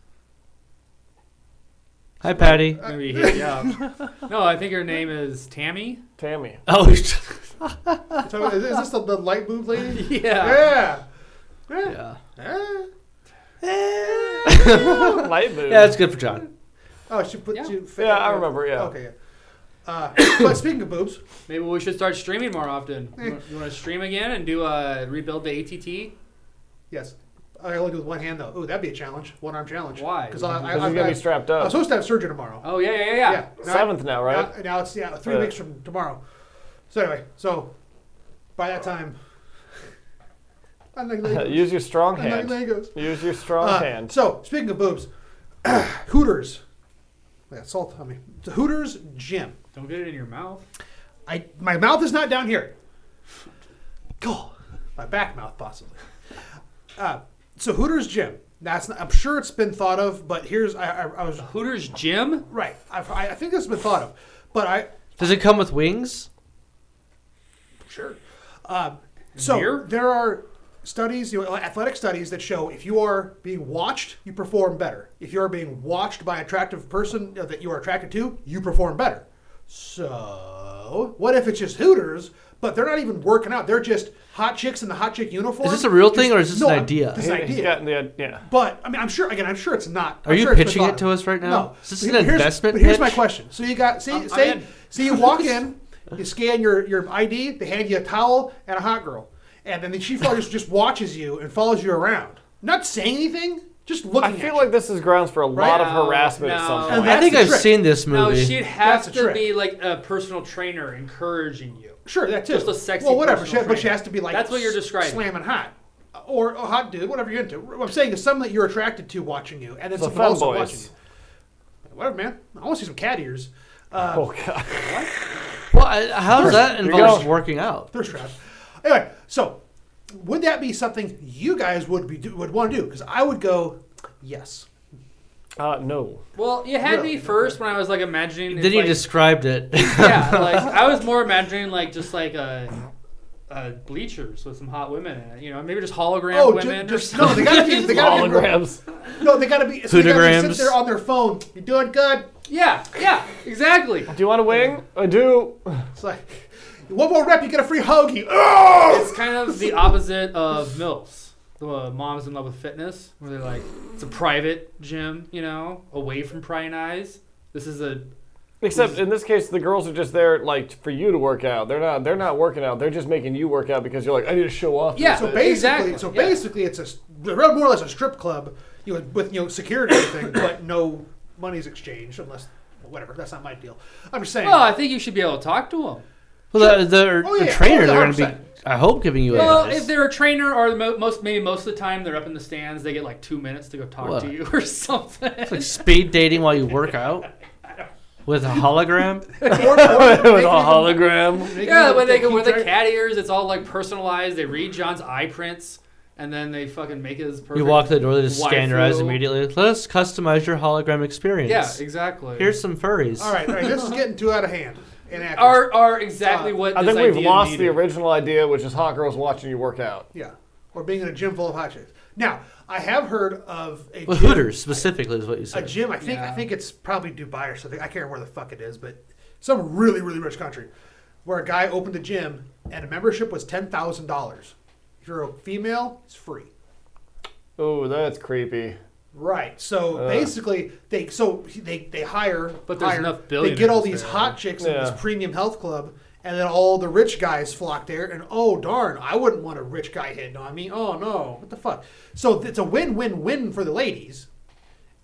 Speaker 1: Hi, Patty.
Speaker 2: Uh,
Speaker 4: Maybe hit
Speaker 2: *laughs*
Speaker 4: you up. No, I think her name is Tammy.
Speaker 3: Tammy.
Speaker 1: *laughs* Oh,
Speaker 2: So is, is this the, the light boob lady?
Speaker 4: *laughs* Yeah.
Speaker 2: Yeah. Yeah.
Speaker 1: yeah.
Speaker 2: Eh.
Speaker 3: *laughs* Light move.
Speaker 1: Yeah, it's good for John.
Speaker 2: Oh, she put
Speaker 4: Yeah.
Speaker 2: you.
Speaker 3: Yeah, I remember, yeah.
Speaker 2: Okay. Yeah. Uh, *coughs* but speaking of boobs,
Speaker 4: Maybe we should start streaming more often. You want, to stream again and do a rebuild the ATT?
Speaker 2: yes, I only do with one hand though. Ooh, that'd be a challenge. One arm challenge.
Speaker 4: Why?
Speaker 2: Because I, I,
Speaker 3: This
Speaker 2: I,
Speaker 3: is gonna
Speaker 2: I,
Speaker 3: be strapped
Speaker 2: I'm
Speaker 3: up.
Speaker 2: supposed to have surgery tomorrow.
Speaker 4: Oh yeah, yeah, yeah.
Speaker 2: yeah. Now I-
Speaker 3: Seventh now, right?
Speaker 2: Now, now it's yeah, three
Speaker 3: Yeah.
Speaker 2: weeks from tomorrow. So anyway, so by that time, *laughs* I like Legos.
Speaker 3: *laughs* Use your strong
Speaker 2: I like
Speaker 3: hand.
Speaker 2: Legos.
Speaker 3: Use your strong
Speaker 2: Uh,
Speaker 3: hand.
Speaker 2: So speaking of boobs, *clears throat* Hooters. Yeah, salt on me. The Hooters gym.
Speaker 4: Don't get it in your mouth.
Speaker 2: I my mouth is not down here. Go. My back mouth possibly. Uh, so Hooters gym. That's not, I'm sure it's been thought of, but here's I, I, I was
Speaker 4: Hooters Gym?
Speaker 2: right. I've, I, I think this has been thought of, but I
Speaker 1: Does it come with wings?
Speaker 2: Sure. Um, so
Speaker 4: Beer?
Speaker 2: there are studies, you know, athletic studies that show if you are being watched, you perform better. If you are being watched by an attractive person uh, that you are attracted to, you perform better. So though? What if it's just Hooters, but they're not even working out? They're just hot chicks in the hot chick uniform.
Speaker 1: Is this a real thing or is this
Speaker 2: No,
Speaker 1: an
Speaker 2: I'm-
Speaker 1: idea?
Speaker 2: this is an
Speaker 3: He's
Speaker 2: idea.
Speaker 3: got the- yeah.
Speaker 2: But I mean, I'm sure. Again, I'm sure it's not.
Speaker 1: Are
Speaker 2: I'm
Speaker 1: you
Speaker 2: sure it's been
Speaker 1: pitching
Speaker 2: thought
Speaker 1: it to
Speaker 2: of.
Speaker 1: us right now?
Speaker 2: No.
Speaker 1: Is this
Speaker 2: But
Speaker 1: an
Speaker 2: here's-
Speaker 1: investment
Speaker 2: But here's my
Speaker 1: pitch?
Speaker 2: question. So you got see
Speaker 4: I'm- I'm
Speaker 2: say
Speaker 4: in.
Speaker 2: see you walk in, you scan your your ID, they hand you a towel and a hot girl, and then she follows just watches you and follows you around, not saying anything, just looking.
Speaker 3: I
Speaker 2: at
Speaker 3: feel
Speaker 2: you.
Speaker 3: like this is grounds for a lot
Speaker 4: No,
Speaker 3: of harassment at some
Speaker 4: no.
Speaker 3: point.
Speaker 2: And
Speaker 1: I think
Speaker 2: That's
Speaker 1: I've
Speaker 2: the trick.
Speaker 1: seen this
Speaker 4: No,
Speaker 1: movie.
Speaker 4: she'd have
Speaker 2: That's a
Speaker 4: to
Speaker 2: trick.
Speaker 4: be like a personal trainer encouraging you.
Speaker 2: Sure, that too.
Speaker 4: Just a sexy
Speaker 2: Well, whatever. She,
Speaker 4: personal
Speaker 2: but she
Speaker 4: trainer.
Speaker 2: has to be like.
Speaker 4: That's what you're
Speaker 2: s-
Speaker 4: describing.
Speaker 2: Slamming hot, or a hot dude, whatever you're into. What I'm saying is something that you're attracted to watching you, and then
Speaker 3: The
Speaker 2: someone else
Speaker 3: femboys.
Speaker 2: watching you. Whatever, man. I want to see some cat ears. Uh,
Speaker 3: Oh god.
Speaker 1: Well, I- how's that
Speaker 3: you
Speaker 1: involves
Speaker 3: go.
Speaker 1: working out?
Speaker 2: thirst trap. Anyway, so would that be something you guys would be do, would want to do? Because I would go yes.
Speaker 3: Uh, no.
Speaker 4: Well, you had
Speaker 2: Really?
Speaker 4: me first when I was like imagining. if,
Speaker 1: Then you
Speaker 4: like-
Speaker 1: described
Speaker 4: *laughs*
Speaker 1: it. *laughs*
Speaker 4: yeah, like I was more imagining like just like a, a bleachers with some hot women in it. You know, maybe just hologram
Speaker 2: Oh, ju-
Speaker 4: women.
Speaker 2: just-
Speaker 4: or
Speaker 2: no,
Speaker 4: something.
Speaker 2: they gotta be- they gotta be-
Speaker 3: Holograms.
Speaker 2: No, they gotta be. So they gotta be
Speaker 1: Hoodograms.
Speaker 2: sit there on their phone. You're doing good.
Speaker 4: yeah, yeah, exactly.
Speaker 3: Do you want a wing? I do.
Speaker 2: It's like one more rep, you get a free hoagie. Oh!
Speaker 4: It's kind of the opposite of milfs. The uh, moms in love with fitness, where they're like, it's a private gym, you know, away from prying eyes. This is a
Speaker 3: Except in this case, the girls are just there like for you to work out. They're not. They're not working out. They're just making you work out because you're like, I need to show off.
Speaker 4: Yeah.
Speaker 2: So basically,
Speaker 4: Exactly,
Speaker 2: so
Speaker 4: yeah.
Speaker 2: basically, it's a s- more or less a strip club, you know, with you know security and everything, but no money's exchanged unless whatever. That's not my deal. I'm just saying.
Speaker 4: Well, I think you should be able to talk to them.
Speaker 1: Well, the, the,
Speaker 2: Oh, yeah,
Speaker 1: the trainer, they're going to be,
Speaker 2: 100%.
Speaker 1: I hope, giving you
Speaker 4: Well,
Speaker 1: advice.
Speaker 4: if they're a trainer, or the mo- most maybe most of the time they're up in the stands, they get like two minutes to go talk
Speaker 1: What?
Speaker 4: to you *laughs* or something.
Speaker 1: It's *laughs* like speed dating while you work out with a hologram.
Speaker 2: Or- or
Speaker 3: *laughs* It was
Speaker 2: make
Speaker 3: a
Speaker 2: it even-
Speaker 3: hologram.
Speaker 2: make it
Speaker 4: *laughs* yeah,
Speaker 2: even
Speaker 4: when they go
Speaker 2: keep
Speaker 4: with the
Speaker 2: track-
Speaker 4: cat ears, it's all like personalized. They read John's eye prints, and then they fucking make it as perfect.
Speaker 1: You walk to the door, they just
Speaker 4: waifu.
Speaker 1: scan your eyes immediately. Let us customize your hologram experience.
Speaker 4: Yeah, exactly.
Speaker 1: Here's some furries.
Speaker 2: All right, all right. This is getting too out of hand. Inaccurate.
Speaker 4: are are exactly
Speaker 2: Uh,
Speaker 4: what
Speaker 3: I
Speaker 4: this
Speaker 3: think we've
Speaker 4: idea
Speaker 3: lost the
Speaker 4: needed.
Speaker 3: original idea, which is hot girls watching you work out.
Speaker 2: Yeah, or being in a gym full of hot chicks. Now, I have heard of a
Speaker 1: Well,
Speaker 2: gym,
Speaker 1: Hooters specifically is what you
Speaker 2: A
Speaker 1: said.
Speaker 2: gym, I think, I
Speaker 4: Yeah.
Speaker 2: think it's probably Dubai or something. I can't remember where the fuck it is, but some really, really rich country, where a guy opened a gym and a membership was ten thousand dollars. If you're a female, it's free.
Speaker 3: Ooh, that's creepy.
Speaker 2: Right. So
Speaker 3: Uh.
Speaker 2: basically, they so they they hire,
Speaker 4: But there's
Speaker 2: hire-
Speaker 4: enough
Speaker 2: They get all
Speaker 4: billionaires
Speaker 2: these
Speaker 4: there.
Speaker 2: hot chicks in
Speaker 3: Yeah.
Speaker 2: this premium health club, and then all the rich guys flock there. And oh darn, I wouldn't want a rich guy hitting on me. Oh no, what the fuck? So it's a win-win-win for the ladies,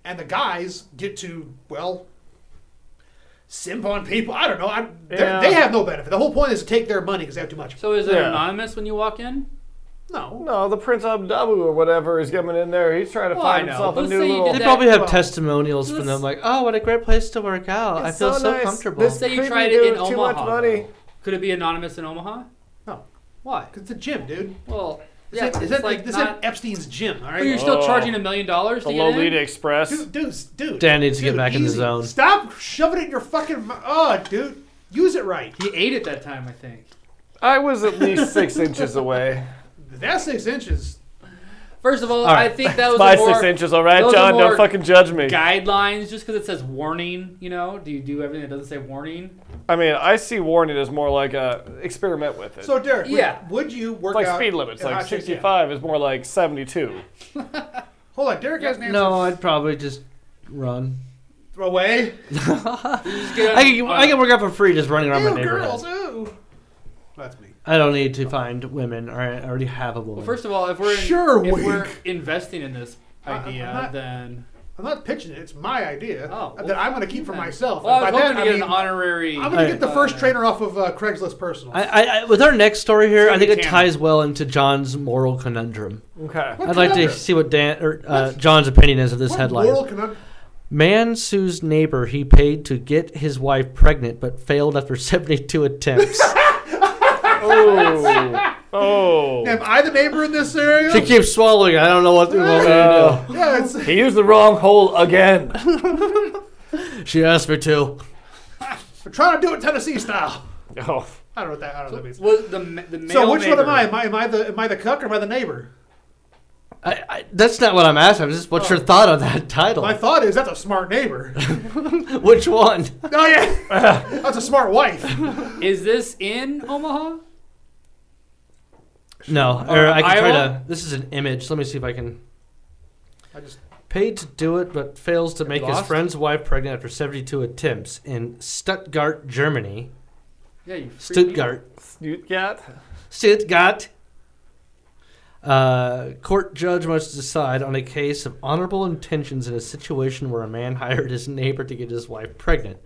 Speaker 2: and the guys get to well. Simp on people. I don't know. I,
Speaker 3: Yeah.
Speaker 2: they're They have no benefit. The whole point is to take their money because they have too much.
Speaker 4: So is it
Speaker 3: Yeah.
Speaker 4: anonymous when you walk in?
Speaker 2: No.
Speaker 3: No, the Prince Abdabu or whatever is coming in there. He's trying to
Speaker 4: Well, I
Speaker 3: find
Speaker 4: know,
Speaker 3: himself a
Speaker 4: but let's
Speaker 3: new
Speaker 4: say you
Speaker 3: little.
Speaker 1: They
Speaker 3: *laughs*
Speaker 4: did that-
Speaker 1: probably have
Speaker 2: well,
Speaker 1: testimonials from
Speaker 4: this-
Speaker 1: them like, oh, what a great place to work out. I
Speaker 3: It's
Speaker 1: feel so,
Speaker 3: so nice.
Speaker 1: comfortable.
Speaker 3: This-
Speaker 4: Say you
Speaker 3: Creepy
Speaker 4: tried
Speaker 3: dude,
Speaker 4: it in
Speaker 3: too
Speaker 4: Omaha.
Speaker 3: much money.
Speaker 4: though. Could it be anonymous in Omaha?
Speaker 2: No.
Speaker 4: Why?
Speaker 2: Because it's a gym, dude.
Speaker 4: Well,
Speaker 2: This
Speaker 4: yeah,
Speaker 2: ain't-
Speaker 4: it's
Speaker 2: this ain't-
Speaker 4: like
Speaker 2: this
Speaker 4: not.
Speaker 2: ain't Epstein's gym, all right?
Speaker 4: But you're still
Speaker 3: Oh.
Speaker 4: charging a million dollars
Speaker 3: The
Speaker 4: to get in.
Speaker 3: Lolita Express.
Speaker 2: Dude, dude, dude.
Speaker 1: Dan needs to get
Speaker 2: dude,
Speaker 1: back in the
Speaker 2: easy.
Speaker 1: zone.
Speaker 2: Stop shoving it in your fucking. mou- Oh, dude, use it right.
Speaker 4: He ate it that time, I think.
Speaker 3: I was at least six inches
Speaker 4: *laughs*
Speaker 3: away.
Speaker 2: That's six inches.
Speaker 4: First of all,
Speaker 1: All right.
Speaker 4: I
Speaker 3: *laughs*
Speaker 4: think that was
Speaker 3: By
Speaker 4: a more
Speaker 3: six inches, all right,
Speaker 4: those are
Speaker 3: John. Don't
Speaker 4: more
Speaker 3: fucking judge me.
Speaker 4: guidelines just because it says warning. You know, do you do everything that doesn't say warning?
Speaker 3: I mean, I see warning as more like a experiment with it.
Speaker 2: So, Derek, would-
Speaker 4: Yeah.
Speaker 2: would, you work
Speaker 3: like
Speaker 2: out?
Speaker 3: speed limits,
Speaker 2: in
Speaker 3: like
Speaker 2: hot chicks? Yeah.
Speaker 3: 65 is more like 72.
Speaker 2: Hold on, Derek has an answer.
Speaker 1: no, I'd probably just run.
Speaker 2: Throw away.
Speaker 4: Just get
Speaker 1: I can,
Speaker 4: on-
Speaker 1: I can work out for free just running around
Speaker 2: Ew,
Speaker 1: my neighborhood.
Speaker 2: girls, ooh. That's me.
Speaker 1: I don't need to find women. All right, I already have a woman.
Speaker 4: Well, first of all, if we're in,
Speaker 2: Sure,
Speaker 4: if
Speaker 2: Wink.
Speaker 4: we're investing in this
Speaker 2: I- I'm
Speaker 4: idea,
Speaker 2: not-
Speaker 4: then
Speaker 2: I'm not pitching it. It's my idea
Speaker 4: Oh, well,
Speaker 2: that I'm going to keep for
Speaker 4: then-
Speaker 2: myself.
Speaker 4: Well, I
Speaker 2: And
Speaker 4: was
Speaker 2: by
Speaker 4: hoping
Speaker 2: that,
Speaker 4: to get
Speaker 2: I mean,
Speaker 4: an honorary.
Speaker 2: I'm going to get the
Speaker 4: uh,
Speaker 2: first trainer off of uh, Craigslist Personal.
Speaker 1: I, I, I, with our next story here, I
Speaker 2: Sorry,
Speaker 1: think it
Speaker 2: Tanner.
Speaker 1: ties well into John's moral conundrum. *laughs*
Speaker 3: Okay.
Speaker 2: What
Speaker 1: I'd like to
Speaker 2: conundrum?
Speaker 1: see what Dan or uh, John's opinion is of this
Speaker 2: What
Speaker 1: headline.
Speaker 2: moral conund-
Speaker 1: Man sues neighbor he paid to get his wife pregnant but failed after *laughs* 72
Speaker 2: *laughs*
Speaker 1: attempts.
Speaker 3: Oh. oh.
Speaker 2: Am I the neighbor in this area?
Speaker 1: she keeps swallowing. I don't know what, what to
Speaker 2: yeah, it's,
Speaker 3: He used the wrong hole *laughs* again.
Speaker 1: do. She asked me to.
Speaker 2: we're trying to do it Tennessee style.
Speaker 3: Oh.
Speaker 2: I don't know what that, I don't know what that means.
Speaker 4: Was the ma- the male
Speaker 2: So which one
Speaker 4: neighbor-
Speaker 2: am I? Am I, am I the am I the cuck or am I the neighbor?
Speaker 1: I, I, that's not what I'm asking. I'm just, what's your thought on that title?
Speaker 2: Oh. My thought is that's a smart neighbor. *laughs*
Speaker 1: Which one?
Speaker 2: oh
Speaker 4: *laughs*
Speaker 2: yeah, that's a smart wife.
Speaker 4: Is this in Omaha?
Speaker 1: No, or I can try
Speaker 4: Iowa?
Speaker 1: to. This is an image. Let me see if I can.
Speaker 2: I just
Speaker 1: Paid to do it, but fails to make his
Speaker 4: lost?
Speaker 1: friend's wife pregnant after 72 attempts in Stuttgart, Germany.
Speaker 4: Yeah, you. freaked
Speaker 1: Stuttgart.
Speaker 3: You got?
Speaker 1: Stuttgart. Uh, court judge must decide on a case of honorable intentions in a situation where a man hired his neighbor to get his wife pregnant.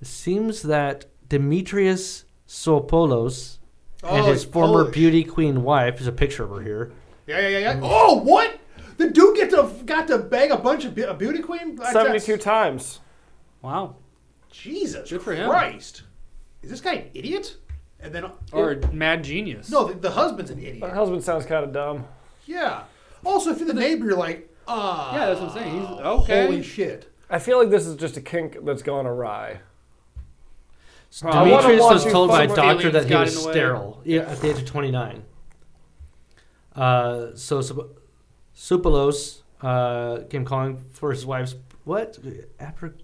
Speaker 1: It seems that Demetrius Sopolos and
Speaker 2: Oh,
Speaker 1: his
Speaker 2: he's
Speaker 1: former
Speaker 2: Polish.
Speaker 1: beauty queen wife, there's a picture of her here,
Speaker 2: Yeah, yeah, yeah, yeah. Oh, what? The dude get to got to bang a bunch of be- a beauty queen. Like, that's-
Speaker 3: 72 times.
Speaker 4: me. Wow.
Speaker 2: Jesus
Speaker 4: Good for him.
Speaker 2: Christ! Is this guy an idiot? And then
Speaker 4: Or mad genius.
Speaker 2: no, the, the husband's an
Speaker 3: Her
Speaker 2: idiot.
Speaker 3: husband sounds kind of dumb.
Speaker 2: Yeah. Also, if you're the neighbor, you're like, ah.
Speaker 4: Yeah, that's what I'm saying. He's- okay.
Speaker 2: Holy shit.
Speaker 3: I feel like this is just a kink that's gone awry.
Speaker 1: So
Speaker 4: I
Speaker 3: wouldn't
Speaker 1: Demetrius
Speaker 3: want
Speaker 1: was
Speaker 3: you
Speaker 1: told by a
Speaker 3: fucking
Speaker 1: doctor
Speaker 4: feelings
Speaker 1: that he
Speaker 4: got in
Speaker 1: was
Speaker 4: the way.
Speaker 1: sterile yeah, at the age of 29. Uh, so Sup- Supalos uh, came calling for his wife's what? After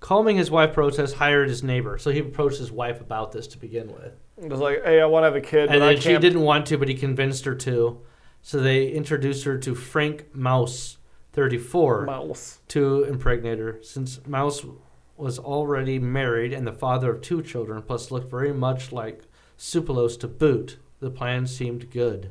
Speaker 1: calming his wife protest, hired his neighbor. So he approached his wife about this to begin with,
Speaker 3: It was like, hey, I want to have a kid,
Speaker 1: and
Speaker 3: but I
Speaker 1: then she
Speaker 3: can't.
Speaker 1: didn't want to, but he convinced her to. So they introduced her to Frank Mouse, 34, *laughs*
Speaker 3: *laughs* Mouse.
Speaker 1: to impregnate her, since Mouse was already married and the father of two children, plus looked very much like Supalos to boot. The plan seemed good.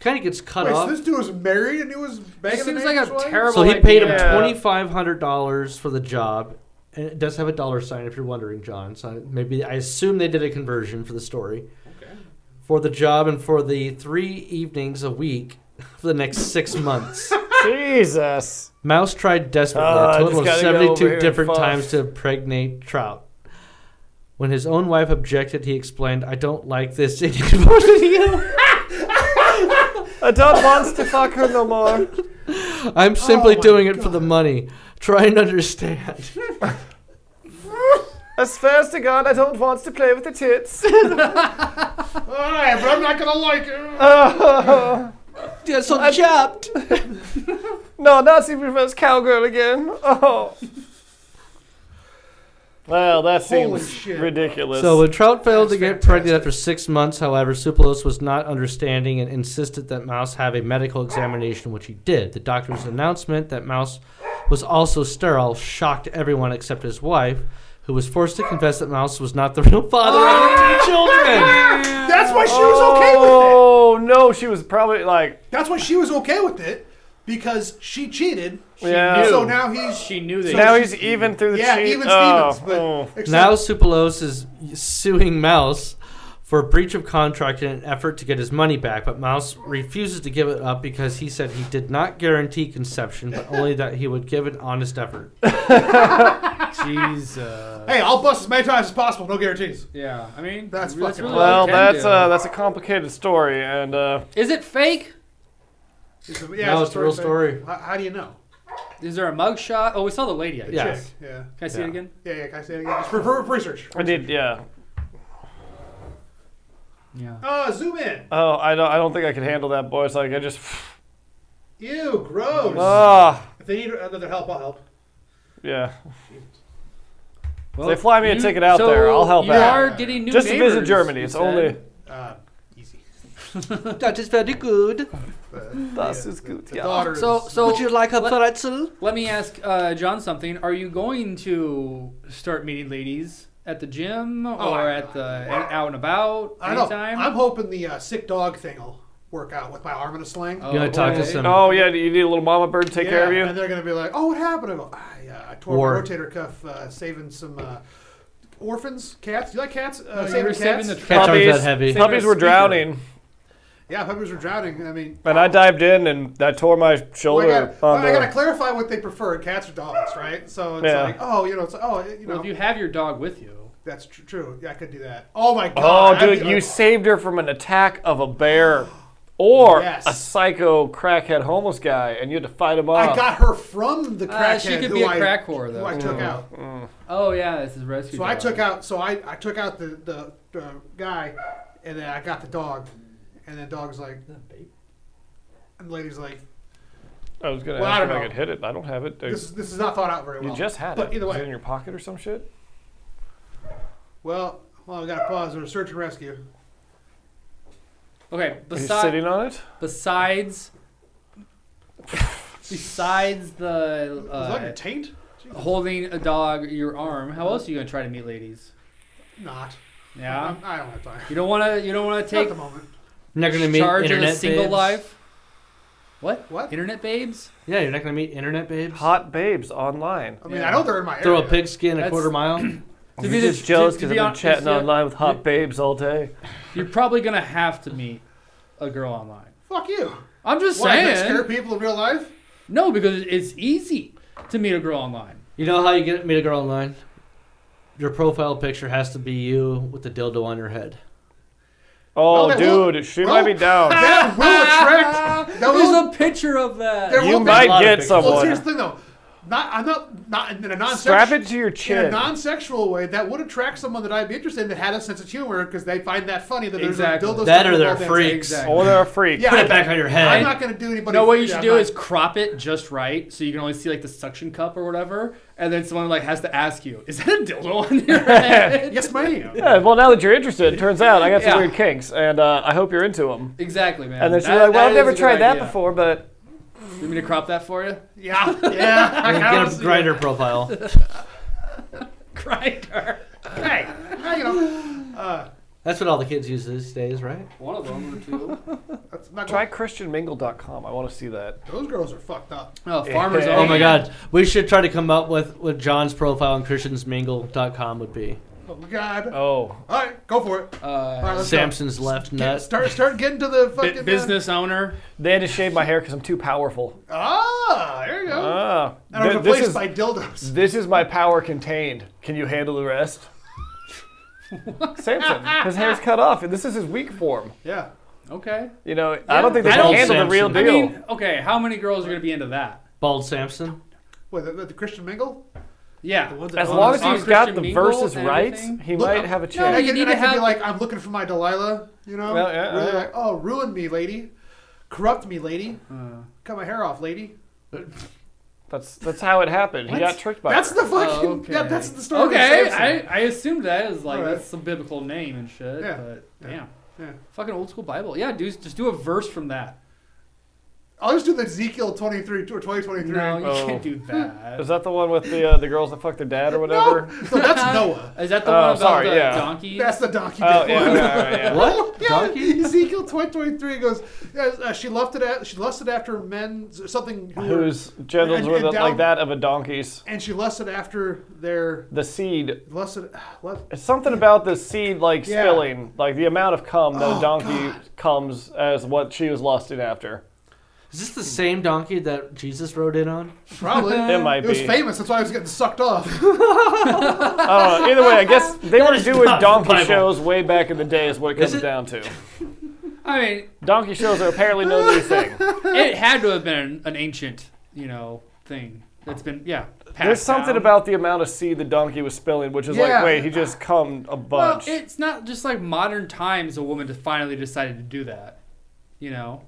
Speaker 1: Kind of gets cut
Speaker 2: Wait, so
Speaker 1: off.
Speaker 2: this dude was married and he was banging
Speaker 4: It
Speaker 2: the
Speaker 4: seems like
Speaker 2: neighbor's
Speaker 4: a
Speaker 2: wife?
Speaker 4: terrible
Speaker 1: so he paid him
Speaker 3: idea.
Speaker 1: twenty five hundred dollars for the job, and it does have a dollar sign if you're wondering, John. So maybe I assume they did a conversion for the story,
Speaker 2: Okay.
Speaker 1: for the job, and for the three evenings a week *laughs* for the next six months. *laughs*
Speaker 3: Jesus.
Speaker 1: Mouse tried desperately
Speaker 3: Ah, I
Speaker 1: a total of
Speaker 3: just gotta go over here
Speaker 1: 72
Speaker 3: and
Speaker 1: different
Speaker 3: fuck.
Speaker 1: times to impregnate Trout. When his own wife objected, he explained, I don't like this anymore. *laughs*
Speaker 3: I don't want to fuck her no more.
Speaker 1: I'm simply
Speaker 3: Oh
Speaker 2: my
Speaker 1: doing it for
Speaker 2: God.
Speaker 1: the money. Try and understand. *laughs*
Speaker 3: As fast to God, I don't want to play with the tits. *laughs*
Speaker 2: Alright, but I'm not gonna like it.
Speaker 3: Oh,
Speaker 1: yeah, so chopped.
Speaker 3: no, Nazi reverse cowgirl again. Oh. Well, that
Speaker 2: Holy
Speaker 3: seems
Speaker 2: shit.
Speaker 3: ridiculous.
Speaker 1: So when Trout failed to
Speaker 2: That's
Speaker 1: get pregnant after six months, however, Supalos was not understanding and insisted that Mouse have a medical examination, which he did. The doctor's announcement that Mouse was also sterile shocked everyone except his wife, who was forced to confess that Mouse was not the real father
Speaker 3: Oh,
Speaker 1: of
Speaker 3: *laughs*
Speaker 1: the two children.
Speaker 2: That's why she was okay with it.
Speaker 3: oh no, she was probably like,
Speaker 2: That's why she was okay with it because she cheated. She
Speaker 3: Yeah.
Speaker 2: So
Speaker 4: knew.
Speaker 2: now he's.
Speaker 4: She knew that.
Speaker 3: now he's even through the
Speaker 2: yeah,
Speaker 3: cheat.
Speaker 2: even
Speaker 3: oh,
Speaker 2: Stevens. But
Speaker 3: oh.
Speaker 2: except-
Speaker 1: Now Supalos is suing Mouse for breach of contract in an effort to get his money back, but Mouse refuses to give it up because he said he did not guarantee conception, but only that he would give an honest
Speaker 4: *laughs*
Speaker 1: effort.
Speaker 4: She's. Uh,
Speaker 2: hey, I'll bust as many times as possible, no guarantees.
Speaker 4: yeah, I mean
Speaker 2: That's fucking
Speaker 4: really
Speaker 3: Well,
Speaker 4: all we can
Speaker 3: that's
Speaker 4: do.
Speaker 3: uh, that's a complicated story, and uh,
Speaker 4: Is it fake?
Speaker 2: It's a,
Speaker 1: No,
Speaker 2: a
Speaker 1: it's a real story.
Speaker 2: How, how do you know?
Speaker 4: Is there a mugshot? Oh, we saw the lady. I guess.
Speaker 1: Yeah. Yes.
Speaker 2: Check, Yeah.
Speaker 4: Can I see
Speaker 3: Yeah.
Speaker 4: it again?
Speaker 2: Yeah, yeah, can I say it again? Just for, for for research.
Speaker 3: I need yeah.
Speaker 4: Yeah.
Speaker 2: Uh, zoom in.
Speaker 3: Oh, I don't I don't think I can handle that, boys. Like I just, *sighs*
Speaker 2: Ew, gross.
Speaker 1: Uh.
Speaker 3: ah,
Speaker 2: if they need another help, I'll help.
Speaker 3: yeah.
Speaker 4: Well,
Speaker 3: they fly me a
Speaker 4: you-
Speaker 3: ticket out
Speaker 4: so
Speaker 3: there, I'll help
Speaker 4: you
Speaker 2: out.
Speaker 4: are getting new
Speaker 3: Just to visit
Speaker 4: neighbors,
Speaker 3: Germany,
Speaker 4: you
Speaker 3: it's
Speaker 4: said.
Speaker 3: only
Speaker 2: Uh, easy.
Speaker 1: That is very good.
Speaker 2: But,
Speaker 3: Das
Speaker 2: yeah,
Speaker 3: ist
Speaker 2: the-
Speaker 3: gut,
Speaker 2: the
Speaker 3: ja.
Speaker 2: daughter is-
Speaker 4: So, so
Speaker 1: like a
Speaker 4: let-
Speaker 1: pretzel?
Speaker 4: let me ask uh, John something. Are you going to start meeting ladies at the gym or
Speaker 2: Oh, I-
Speaker 4: at the out and about
Speaker 2: I don't know.
Speaker 4: anytime?
Speaker 2: I'm hoping the uh, sick dog thing will work out with my arm in a sling.
Speaker 4: Oh,
Speaker 1: You gotta talk to
Speaker 4: okay.
Speaker 1: some-
Speaker 3: Oh yeah, you need a little mama bird to take
Speaker 2: Yeah,
Speaker 3: care of you.
Speaker 2: And they're going to be like, oh, what happened? I go, I, uh, I tore
Speaker 1: War.
Speaker 2: my rotator cuff uh, saving some uh, orphans, cats. Do you like cats? Uh,
Speaker 4: you
Speaker 2: saving
Speaker 4: were
Speaker 2: cats?
Speaker 4: saving the
Speaker 1: Cats aren't
Speaker 3: Puppies-
Speaker 1: that heavy.
Speaker 4: Same
Speaker 3: Puppies
Speaker 4: as
Speaker 3: were
Speaker 4: speaker.
Speaker 3: drowning,
Speaker 2: yeah, puppies were drowning. I mean,
Speaker 3: and I dived in and I tore my
Speaker 2: Well, I,
Speaker 3: shoulder.
Speaker 2: gotta, well,
Speaker 3: on
Speaker 2: I
Speaker 3: the-
Speaker 2: gotta clarify what they prefer, cats or dogs, right? So it's
Speaker 3: Yeah.
Speaker 2: like, oh, you know, it's oh, you know,
Speaker 4: Well, if you have your dog with you,
Speaker 2: that's tr- true. Yeah, I could do that. Oh my
Speaker 3: Oh,
Speaker 2: god. I'd
Speaker 3: dude,
Speaker 2: be-
Speaker 3: you
Speaker 2: oh,
Speaker 3: saved her from an attack of a bear or
Speaker 2: Yes.
Speaker 3: a psycho crackhead homeless guy, and you had to fight him off.
Speaker 2: I got her from the crackhead.
Speaker 4: Uh, she could
Speaker 2: who
Speaker 4: be a
Speaker 2: I-
Speaker 4: crack whore,
Speaker 2: Who
Speaker 4: though.
Speaker 2: I
Speaker 3: Mm-hmm.
Speaker 2: took out.
Speaker 4: Oh yeah, this is rescue.
Speaker 2: So I
Speaker 4: dog.
Speaker 2: took out. So I, I took out the, the the guy, and then I got the dog, and the dog's like, and the lady's like,
Speaker 3: I was gonna
Speaker 2: Well, I
Speaker 3: ask
Speaker 2: don't
Speaker 3: if I
Speaker 2: know.
Speaker 3: could hit it. I don't have it.
Speaker 2: This, this is not thought out very well.
Speaker 3: you just had
Speaker 2: but
Speaker 3: it.
Speaker 2: either
Speaker 3: Is
Speaker 2: way.
Speaker 3: it in your pocket or some shit?
Speaker 2: Well, well, we got to pause. There's search and rescue.
Speaker 4: Okay,
Speaker 3: Are you
Speaker 4: besides
Speaker 3: sitting on it?
Speaker 1: *laughs*
Speaker 4: besides besides the
Speaker 2: Is that your
Speaker 4: uh,
Speaker 2: taint? Jesus.
Speaker 4: holding a dog your arm, how else are you gonna try to meet ladies?
Speaker 2: Not.
Speaker 4: Yeah,
Speaker 2: I'm- I don't have time.
Speaker 4: you don't wanna you don't wanna
Speaker 2: Not at
Speaker 4: take
Speaker 2: the moment.
Speaker 1: You're not going to meet
Speaker 4: charge of
Speaker 1: internet
Speaker 4: a single
Speaker 1: babes.
Speaker 4: life. What?
Speaker 2: What?
Speaker 4: Internet babes?
Speaker 1: Yeah, you're not going to meet internet babes.
Speaker 3: Hot babes online.
Speaker 2: I mean,
Speaker 4: Yeah.
Speaker 2: I know they're in my
Speaker 1: Throw
Speaker 2: area.
Speaker 1: a pigskin a
Speaker 4: That's-
Speaker 1: quarter
Speaker 4: *clears throat*
Speaker 1: mile.
Speaker 4: To
Speaker 3: You're
Speaker 4: be the-
Speaker 3: just jealous
Speaker 4: to-
Speaker 3: because
Speaker 4: to
Speaker 3: I've
Speaker 4: be
Speaker 3: been
Speaker 4: honest,
Speaker 3: chatting
Speaker 4: yeah.
Speaker 3: online with hot babes all
Speaker 2: Oh,
Speaker 3: day.
Speaker 4: You're probably gonna have to meet a girl online.
Speaker 2: Fuck you.
Speaker 4: I'm just
Speaker 2: Why? Does that scare
Speaker 4: saying.
Speaker 2: people in real life?
Speaker 4: No, because it's easy to meet a girl online.
Speaker 1: You know how you get meet a girl online? Your profile picture has to be you with the dildo on your head.
Speaker 3: Oh,
Speaker 2: that will-
Speaker 3: dude, she might be down.
Speaker 2: That
Speaker 4: *laughs*
Speaker 2: will attract. That
Speaker 4: There's
Speaker 2: will,
Speaker 4: a picture of
Speaker 2: *laughs*
Speaker 4: that.
Speaker 2: There
Speaker 3: you
Speaker 2: will be-
Speaker 1: a lot
Speaker 3: might
Speaker 1: of
Speaker 3: get
Speaker 1: pictures.
Speaker 2: well, here's
Speaker 3: someone.
Speaker 2: the thing though. Not, I'm not, not in a
Speaker 3: Strap
Speaker 2: non-sexual,
Speaker 3: it to your
Speaker 2: in a
Speaker 3: chin.
Speaker 2: non-sexual way. That would attract someone that I'd be interested in that had a sense of humor because they find that funny. That
Speaker 4: Exactly.
Speaker 2: there's a dildo
Speaker 1: That
Speaker 2: stuck
Speaker 1: or
Speaker 2: in a
Speaker 1: they're
Speaker 2: ball
Speaker 1: freaks.
Speaker 4: Exactly.
Speaker 3: Or they're a freak.
Speaker 2: Yeah.
Speaker 1: Put it back on your
Speaker 2: I'm
Speaker 1: head.
Speaker 2: not gonna do anybody.
Speaker 4: No, what you should
Speaker 2: yeah,
Speaker 4: do
Speaker 2: I'm
Speaker 4: is crop it just right so you can only see like the suction cup or whatever, and then someone like has to ask you, "Is that a dildo on your
Speaker 2: not- *laughs*
Speaker 4: head?"
Speaker 2: yes, ma'am.
Speaker 4: *laughs*
Speaker 3: Yeah, well, now that you're interested, *laughs* it turns out I got some
Speaker 4: Yeah.
Speaker 3: weird kinks, and uh, I hope you're into them.
Speaker 4: exactly, man.
Speaker 3: And then she's
Speaker 4: That-
Speaker 3: like,
Speaker 4: that
Speaker 3: well, I've
Speaker 4: is a
Speaker 3: never
Speaker 4: good
Speaker 3: tried that
Speaker 4: idea.
Speaker 3: before, but
Speaker 4: You want me to crop that for you?
Speaker 2: Yeah, yeah. I kinda
Speaker 1: Get
Speaker 2: see
Speaker 1: a
Speaker 2: it.
Speaker 1: grinder profile.
Speaker 4: *laughs* Grinder.
Speaker 2: Hey, hey, you know, uh,
Speaker 1: That's what all the kids use these days, right?
Speaker 4: One of them or two.
Speaker 2: that's not
Speaker 3: try ChristianMingle.com. I want to see that.
Speaker 2: Those girls are fucked up.
Speaker 4: Oh, farmers.
Speaker 3: Yeah.
Speaker 1: Oh
Speaker 4: only.
Speaker 1: my god. We should try to come up with what John's profile on ChristiansMingle.com would be.
Speaker 2: Oh my god.
Speaker 3: Oh,
Speaker 2: All right, go for it. All right,
Speaker 4: Uh,
Speaker 2: let's
Speaker 1: Samson's left
Speaker 2: go. Get,
Speaker 1: nut.
Speaker 2: start, start getting to the
Speaker 4: bu-
Speaker 2: fucking uh,
Speaker 4: business owner.
Speaker 3: they had to shave my hair because I'm too powerful.
Speaker 2: ah, there you go.
Speaker 4: Uh,
Speaker 3: Ah,
Speaker 2: *gasps* and I was
Speaker 3: th-
Speaker 2: replaced
Speaker 3: this is
Speaker 2: by dildos.
Speaker 3: this is my power contained. Can you handle the rest?
Speaker 2: *laughs*
Speaker 3: Samson, his hair's cut off, and this is his weak form.
Speaker 2: Yeah.
Speaker 4: Okay.
Speaker 3: You know, I don't think they
Speaker 1: I
Speaker 3: can
Speaker 1: don't-
Speaker 3: handle the real
Speaker 1: Samson.
Speaker 3: deal.
Speaker 4: I mean, okay. How many girls are gonna be into that?
Speaker 1: Bald Samson.
Speaker 2: What, the, the Christian Mingle?
Speaker 4: Yeah.
Speaker 2: ones that
Speaker 3: as
Speaker 2: own
Speaker 3: long
Speaker 2: the
Speaker 3: as
Speaker 2: song
Speaker 3: he's got
Speaker 4: Christian
Speaker 3: the
Speaker 4: Mingle
Speaker 3: verses
Speaker 4: and
Speaker 3: right,
Speaker 4: everything?
Speaker 3: he
Speaker 2: Look,
Speaker 3: might have a
Speaker 2: And I
Speaker 4: you
Speaker 3: chance.
Speaker 2: could,
Speaker 4: need
Speaker 2: and
Speaker 4: to
Speaker 2: I could be
Speaker 4: have-
Speaker 2: like, I'm looking for my Delilah, you know?
Speaker 3: Well, yeah,
Speaker 2: Really
Speaker 3: yeah.
Speaker 2: like, oh, ruin me, lady. Corrupt me, lady.
Speaker 4: Uh,
Speaker 2: Cut my hair off, lady.
Speaker 3: That's that's how it happened. He
Speaker 4: What?
Speaker 3: got tricked by
Speaker 2: That's
Speaker 3: her.
Speaker 2: the *laughs* fucking.
Speaker 4: Oh, okay.
Speaker 2: Yeah, that's the story.
Speaker 4: okay,
Speaker 2: Of
Speaker 4: I,
Speaker 2: Samson.
Speaker 4: I assumed that is like
Speaker 2: Alright.
Speaker 4: that's some biblical name and shit.
Speaker 2: Yeah,
Speaker 4: But
Speaker 2: yeah,
Speaker 4: damn,
Speaker 2: yeah.
Speaker 4: fucking old school Bible. Yeah, dude, just do a verse from that.
Speaker 2: I'll just do the Ezekiel 23 or 2023.
Speaker 4: No, you
Speaker 3: Oh.
Speaker 4: can't do that.
Speaker 2: *laughs*
Speaker 3: Is that the one with the uh, the girls that fuck their dad or whatever?
Speaker 2: No, that's
Speaker 4: *laughs*
Speaker 2: Noah.
Speaker 4: Is that the
Speaker 3: Oh,
Speaker 4: one about
Speaker 3: sorry,
Speaker 4: the
Speaker 3: yeah.
Speaker 4: donkey?
Speaker 2: That's the donkey.
Speaker 3: Oh
Speaker 2: bit
Speaker 3: yeah,
Speaker 2: one.
Speaker 3: all right, all right,
Speaker 1: *laughs*
Speaker 3: yeah.
Speaker 1: What?
Speaker 2: *laughs* Yeah,
Speaker 1: Donkey?
Speaker 2: Ezekiel twenty twenty three goes. Uh, uh, she lusted at she lusted after men something who were-
Speaker 3: Whose genitals
Speaker 2: And-
Speaker 3: were
Speaker 2: and
Speaker 3: the,
Speaker 2: down-
Speaker 3: like that of a donkey's?
Speaker 2: and she lusted after their
Speaker 3: The seed.
Speaker 2: lusted. *sighs* Lust,
Speaker 3: It's something about the seed like
Speaker 2: Yeah.
Speaker 3: spilling, like the amount of cum that
Speaker 2: Oh,
Speaker 3: a donkey comes as what she was lusting after.
Speaker 1: Is this the same donkey that Jesus rode in on?
Speaker 2: probably
Speaker 3: It might
Speaker 2: it was
Speaker 3: be.
Speaker 2: famous. That's why I was getting sucked
Speaker 3: *laughs*
Speaker 2: off.
Speaker 3: Uh, either way,
Speaker 2: *laughs*
Speaker 3: I guess they were
Speaker 1: is
Speaker 3: doing
Speaker 1: not the
Speaker 3: donkey
Speaker 1: Bible.
Speaker 3: shows way back in the day, is what it
Speaker 1: Is
Speaker 3: comes
Speaker 1: it?
Speaker 3: down to.
Speaker 4: I mean,
Speaker 3: Donkey shows are apparently no
Speaker 2: *laughs*
Speaker 3: new thing.
Speaker 4: it had to have been an ancient, you know, thing that's been yeah. Passed
Speaker 3: There's something
Speaker 4: down.
Speaker 3: about the amount of seed the donkey was spilling, which is
Speaker 2: Yeah.
Speaker 3: like, wait, he just cummed a
Speaker 4: well,
Speaker 3: bunch.
Speaker 4: it's not just like modern times. A woman just finally decided to do that, you *laughs* know.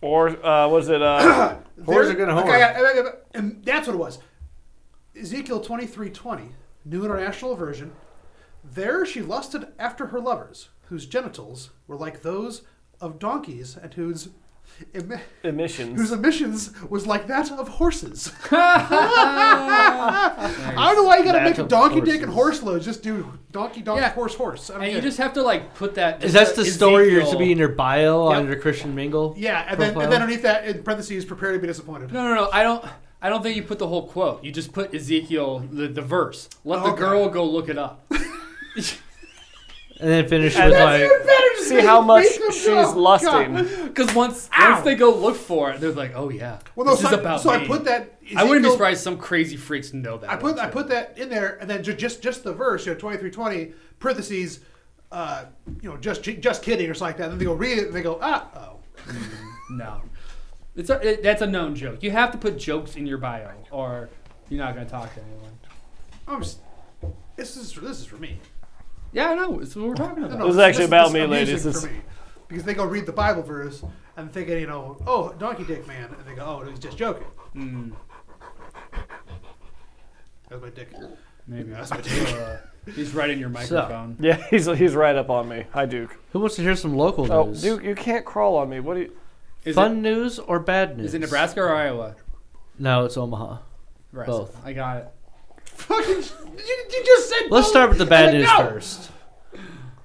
Speaker 3: or uh, was it? Uh, *coughs*
Speaker 1: Whores
Speaker 2: There-
Speaker 1: are gonna
Speaker 2: okay,
Speaker 1: whore.
Speaker 2: I- I- I- and that's what it was. Ezekiel twenty three twenty, New International Version. There she lusted after her lovers, whose genitals were like those of donkeys and whose. em- whose
Speaker 3: emissions.
Speaker 2: emissions was like that of horses. I
Speaker 4: Nice.
Speaker 2: don't know why you gotta
Speaker 1: That
Speaker 2: make a
Speaker 1: of
Speaker 2: donkey, dick, and
Speaker 1: horses.
Speaker 2: horse load. Just do donkey, donkey,
Speaker 4: Yeah.
Speaker 2: horse, horse. I don't
Speaker 4: And you
Speaker 2: get it.
Speaker 4: just have to like put that.
Speaker 1: Is that the story you're to
Speaker 4: Ezekiel-
Speaker 1: be in your bio
Speaker 2: Yep.
Speaker 1: under Christian Mingle?
Speaker 2: yeah, and then,
Speaker 1: Profile.
Speaker 2: and then underneath that, in parentheses, prepare to be disappointed.
Speaker 4: No, no, no. I don't. I don't think you put the whole quote. You just put Ezekiel the, the verse. Let the
Speaker 2: Okay.
Speaker 4: girl go look it *laughs* up.
Speaker 1: And then finish
Speaker 3: And
Speaker 1: with
Speaker 3: that's
Speaker 1: like,
Speaker 3: See how much
Speaker 2: Make them
Speaker 3: she's
Speaker 2: go.
Speaker 3: lusting.
Speaker 2: God.
Speaker 4: Because once once they go look for it, they're like, oh yeah,
Speaker 2: Well, no,
Speaker 4: this
Speaker 2: so,
Speaker 4: is
Speaker 2: I,
Speaker 4: about
Speaker 2: so
Speaker 4: me.
Speaker 2: I put that.
Speaker 4: I wouldn't be
Speaker 2: Ezekiel-
Speaker 4: surprised some crazy freaks know that.
Speaker 2: I
Speaker 4: one,
Speaker 2: put I
Speaker 4: too.
Speaker 2: put that in there, and then ju- just just the verse, you know, twenty three twenty parentheses, uh, you know, just just kidding or something like that. And then they go read it, and they go, ah, oh,
Speaker 4: no. It's a, it, that's a known joke. You have to put jokes in your bio, or you're not gonna talk to anyone.
Speaker 2: I'm just, this is this is for me.
Speaker 4: Yeah, I know. It's what we're talking
Speaker 2: No,
Speaker 4: about.
Speaker 2: no,
Speaker 3: This is
Speaker 2: this-
Speaker 3: actually
Speaker 2: this-
Speaker 3: about
Speaker 2: this
Speaker 3: me,
Speaker 2: amusing
Speaker 3: ladies.
Speaker 2: for
Speaker 3: It's-
Speaker 2: me. because they go read the Bible verse and thinking, you know, oh, donkey dick man, and they go, oh, he's just joking.
Speaker 4: Mm,
Speaker 2: That's my dick.
Speaker 4: maybe.
Speaker 2: That's my dick.
Speaker 4: Uh, *laughs* he's right in your microphone.
Speaker 3: Yeah, *laughs* he's he's right up on me. Hi, Duke.
Speaker 1: Who wants to hear some local
Speaker 3: Oh,
Speaker 1: news?
Speaker 3: Duke, you can't crawl on me. What do you?
Speaker 4: Is
Speaker 1: Fun news or bad
Speaker 4: It,
Speaker 1: news?
Speaker 4: is it Nebraska or Iowa?
Speaker 1: No, it's Omaha.
Speaker 4: Nebraska.
Speaker 1: Both.
Speaker 4: I got it.
Speaker 2: Fucking, you, you just said.
Speaker 1: Let's
Speaker 2: both.
Speaker 1: start with the bad
Speaker 2: And
Speaker 1: news
Speaker 2: I go.
Speaker 1: first.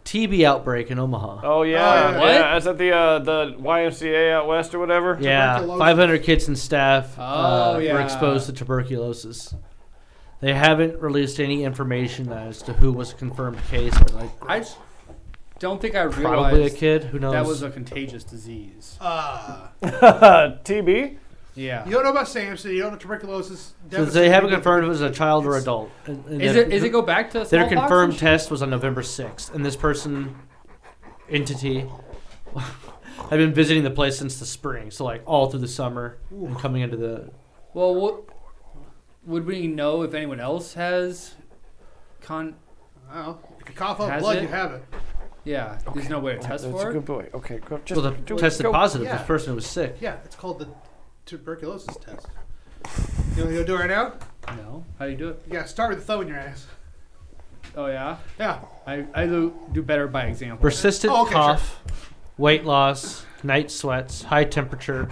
Speaker 1: TB outbreak in Omaha.
Speaker 3: Oh yeah,
Speaker 4: what?
Speaker 3: yeah. That's at the uh, the YMCA out west or whatever. *laughs*
Speaker 1: yeah,
Speaker 2: tuberculosis.
Speaker 1: 500 kids and staff uh,
Speaker 4: Oh, yeah.
Speaker 1: were exposed to tuberculosis. They haven't released any information as to who was a confirmed case, but like
Speaker 4: I don't think I
Speaker 1: probably a
Speaker 4: realized
Speaker 1: kid. Who knows?
Speaker 4: that was a contagious disease.
Speaker 2: Uh,
Speaker 3: TB.
Speaker 4: Yeah.
Speaker 2: you don't know about Samson. You don't know tuberculosis.
Speaker 1: Since they haven't
Speaker 2: devastating-
Speaker 1: confirmed if it was a child or adult. And, and
Speaker 4: Is
Speaker 1: their-
Speaker 4: it? Is it go back to
Speaker 1: Their
Speaker 4: smallpox and
Speaker 1: confirmed
Speaker 4: shit?
Speaker 1: test was on November 6th, and this person, entity, *laughs* had been visiting the place since the spring, so like all through the summer and coming into the.
Speaker 4: Well, what, would we know if anyone else has con?
Speaker 2: I don't know. If you cough up
Speaker 4: Has
Speaker 2: blood,
Speaker 4: it?
Speaker 2: you have it.
Speaker 4: Yeah, there's no way to test
Speaker 3: That's
Speaker 4: for
Speaker 3: a
Speaker 4: it.
Speaker 3: good boy. Okay, go, just
Speaker 1: Well, the
Speaker 3: do it.
Speaker 1: tested
Speaker 3: Go.
Speaker 1: positive.
Speaker 2: yeah.
Speaker 1: This person was sick.
Speaker 2: Yeah, it's called the tuberculosis test. You want to go do it right now?
Speaker 4: No, how do you do it?
Speaker 2: You gotta start with the thumb in your ass.
Speaker 4: Oh yeah,
Speaker 2: Yeah.
Speaker 4: I, I do, do better by example.
Speaker 1: Persistent
Speaker 2: Oh, okay, sure.
Speaker 1: cough, weight loss, night sweats, high temperature,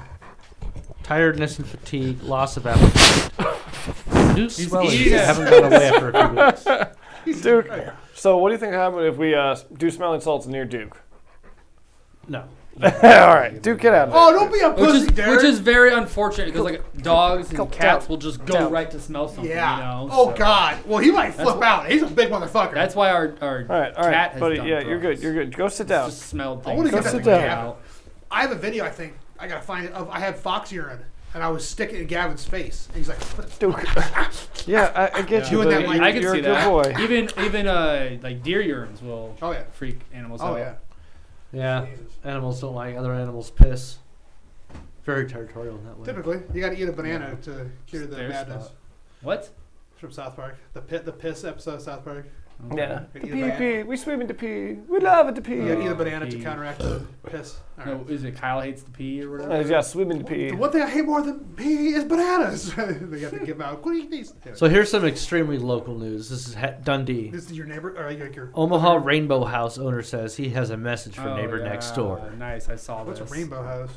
Speaker 1: tiredness and fatigue, loss of appetite. New swelling.
Speaker 4: eating it.
Speaker 1: Haven't gone away after a few *laughs* weeks.
Speaker 3: Duke. So, what do you think happened if we uh, do smelling salts near Duke? *laughs*
Speaker 1: No.
Speaker 3: All right, Duke, get out of there.
Speaker 2: Oh, don't be a
Speaker 4: Which
Speaker 2: pussy,
Speaker 4: is,
Speaker 2: Derek.
Speaker 4: which is very unfortunate because like dogs and
Speaker 3: Go
Speaker 4: cats
Speaker 3: down.
Speaker 4: will just go
Speaker 3: Down.
Speaker 4: right to smell something.
Speaker 2: yeah.
Speaker 4: You know.
Speaker 2: oh
Speaker 4: so-
Speaker 2: God. Well, he might flip
Speaker 4: what-
Speaker 2: out. He's a big motherfucker.
Speaker 4: That's why our our
Speaker 3: All right, all
Speaker 4: Oh! cat
Speaker 3: right,
Speaker 4: has
Speaker 3: buddy.
Speaker 4: done
Speaker 3: Yeah, you're good.
Speaker 4: drugs.
Speaker 3: You're good. Go sit
Speaker 4: It's
Speaker 3: down.
Speaker 4: Just smelled
Speaker 2: I
Speaker 4: things.
Speaker 2: wanna
Speaker 3: get
Speaker 4: Just
Speaker 3: that
Speaker 4: sit
Speaker 3: thing
Speaker 4: down.
Speaker 2: out. I have a video. I think I gotta find it. Of I had fox urine, and I was sticking it in Gavin's face, and he's like, "What the
Speaker 3: *laughs* Duke. *laughs* yeah, I, I get
Speaker 4: Yeah.
Speaker 3: you,
Speaker 2: Doing that
Speaker 3: buddy.
Speaker 2: like-
Speaker 4: I can
Speaker 3: you're
Speaker 4: see
Speaker 3: a good
Speaker 4: that.
Speaker 3: boy.
Speaker 4: Even even uh like deer urines will
Speaker 2: Oh yeah.
Speaker 4: freak animals out.
Speaker 2: Oh yeah.
Speaker 1: Yeah.
Speaker 2: Jesus.
Speaker 1: Animals don't like other animals' piss. Very territorial in that way.
Speaker 2: Typically, you gotta eat a banana to cure the
Speaker 4: Their
Speaker 2: madness.
Speaker 4: smell. What?
Speaker 2: From South Park, the pit, the piss episode of South Park.
Speaker 3: Yeah.
Speaker 2: You gotta
Speaker 3: The
Speaker 2: eat
Speaker 3: pee
Speaker 2: a banana,
Speaker 3: pee. We swim in the pee. We love it to
Speaker 2: you
Speaker 3: pee.
Speaker 2: gotta eat a
Speaker 4: Yeah.
Speaker 2: banana to
Speaker 4: Pee.
Speaker 2: counteract the piss. All right.
Speaker 4: Oh, No, is it Kyle hates the pee or whatever?
Speaker 3: Uh, yeah, swim in the pee.
Speaker 2: The one thing I hate more than pee is bananas. *laughs* they got to give out. What do you need?
Speaker 1: So here's some extremely local news. This is he- Dundee.
Speaker 2: this is your neighbor, or your, your
Speaker 1: Omaha Rainbow House owner says he has a message for
Speaker 4: Oh,
Speaker 1: neighbor
Speaker 4: yeah,
Speaker 1: next door.
Speaker 4: Nice, I saw
Speaker 2: what's
Speaker 4: this.
Speaker 2: Oh, a rainbow house?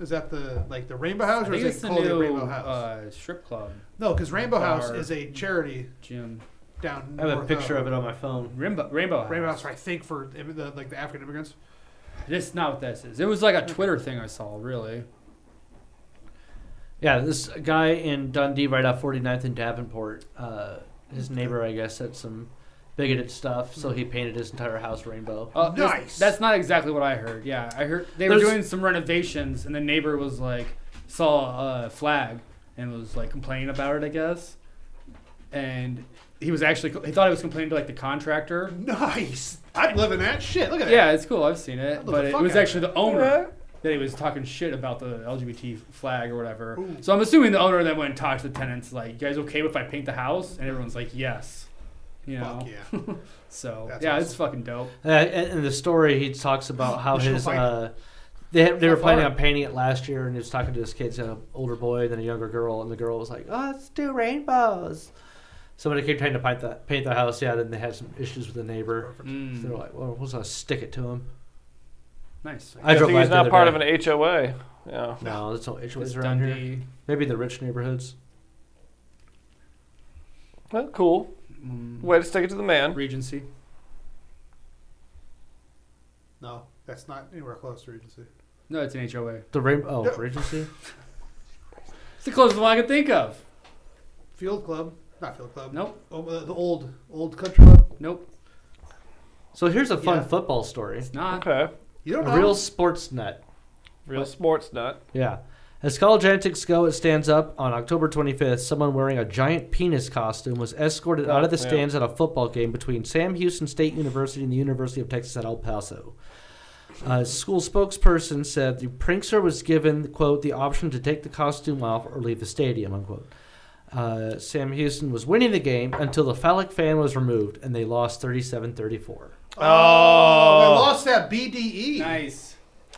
Speaker 2: Is that the like the rainbow house,
Speaker 4: I
Speaker 2: or
Speaker 4: think
Speaker 2: is
Speaker 4: it's
Speaker 2: it
Speaker 4: the
Speaker 2: called a
Speaker 4: new
Speaker 2: rainbow house?
Speaker 4: uh, strip club
Speaker 2: no, because rainbow house
Speaker 4: bar.
Speaker 2: is a charity
Speaker 4: gym.
Speaker 2: down.
Speaker 1: I have a
Speaker 2: north
Speaker 1: picture of it on my phone.
Speaker 4: Rainbow, Rainbow House.
Speaker 2: Rainbow house, I think, for im- the, like the African immigrants.
Speaker 4: This is not what this is. It was like a Twitter thing I saw, really.
Speaker 1: Yeah, this guy in Dundee, right off 49th and Davenport, uh,
Speaker 4: Mm-hmm.
Speaker 1: his neighbor, I guess, said some bigoted stuff, so he painted his entire house rainbow.
Speaker 4: Uh, this-
Speaker 2: Nice.
Speaker 4: that's not exactly what I heard. Yeah, I heard they were
Speaker 1: There's-
Speaker 4: doing some renovations, and the neighbor was like, saw a flag and was like complaining about it, I guess. And he was actually, he thought he was complaining to like the contractor.
Speaker 2: Nice. I'd live in that shit. Look at that.
Speaker 4: Yeah, it's cool. I've seen it,
Speaker 2: the
Speaker 4: but it
Speaker 2: fuck
Speaker 4: was
Speaker 2: out of
Speaker 4: actually the owner that he was talking shit about the LGBT flag or whatever.
Speaker 2: Ooh.
Speaker 4: So I'm assuming the owner then went and talked to the tenants, like, "You guys okay if I paint the house?" And everyone's like, "Yes." You know.
Speaker 2: Fuck yeah.
Speaker 4: So
Speaker 2: That's
Speaker 4: yeah,
Speaker 2: awesome.
Speaker 4: it's fucking dope.
Speaker 1: Uh, and in the story, he talks
Speaker 4: *laughs*
Speaker 1: about how
Speaker 2: She'll
Speaker 1: his
Speaker 2: find it.
Speaker 1: uh, they had- they were
Speaker 4: How
Speaker 1: planning
Speaker 4: far?
Speaker 1: on painting it last year, and he was talking to his kids, an older boy and then a younger girl, and the girl was like, "Oh, let's do rainbows." Somebody kept trying to paint the paint the house, yeah. Then they had some issues with the neighbor.
Speaker 4: Mm.
Speaker 1: So they're like, "Well, we'll just stick it to him."
Speaker 4: nice.
Speaker 1: I
Speaker 3: Good
Speaker 1: drove
Speaker 3: thing
Speaker 1: by
Speaker 3: he's
Speaker 1: the
Speaker 3: not
Speaker 1: other
Speaker 3: part
Speaker 1: day.
Speaker 3: of an HOA. Yeah.
Speaker 1: No, there's no HOAs
Speaker 4: It's
Speaker 1: around here.
Speaker 4: Dundee.
Speaker 1: Maybe the rich neighborhoods.
Speaker 3: Well, cool.
Speaker 4: Mm,
Speaker 3: Way to stick it to the man.
Speaker 4: Regency.
Speaker 2: No, that's not anywhere close to Regency.
Speaker 4: No, it's an HOA.
Speaker 1: The rainbow
Speaker 2: Yeah.
Speaker 1: oh,
Speaker 4: *laughs*
Speaker 1: Regency.
Speaker 4: It's the closest one I could think of.
Speaker 2: Field Club. Not Field Club.
Speaker 4: Nope.
Speaker 2: Oh, uh, the old old country club.
Speaker 4: Nope.
Speaker 1: So here's a fun
Speaker 2: Yeah.
Speaker 1: football story.
Speaker 4: It's not.
Speaker 3: Okay.
Speaker 2: You don't know.
Speaker 1: A real sports nut.
Speaker 3: Real sports nut.
Speaker 1: Yeah. As college antics go, it stands up on October 25th. Someone wearing a giant penis costume was escorted out of the
Speaker 3: Yeah.
Speaker 1: stands at a football game between Sam Houston State University and the University of Texas at El Paso. A school spokesperson said the prankster was given, quote, the option to take the costume off or leave the stadium, unquote. Uh, Sam Houston was winning the game until the phallic fan was removed, and they lost 37 34.
Speaker 2: Oh,
Speaker 3: Oh.
Speaker 2: they lost that E. BDE.
Speaker 4: Nice.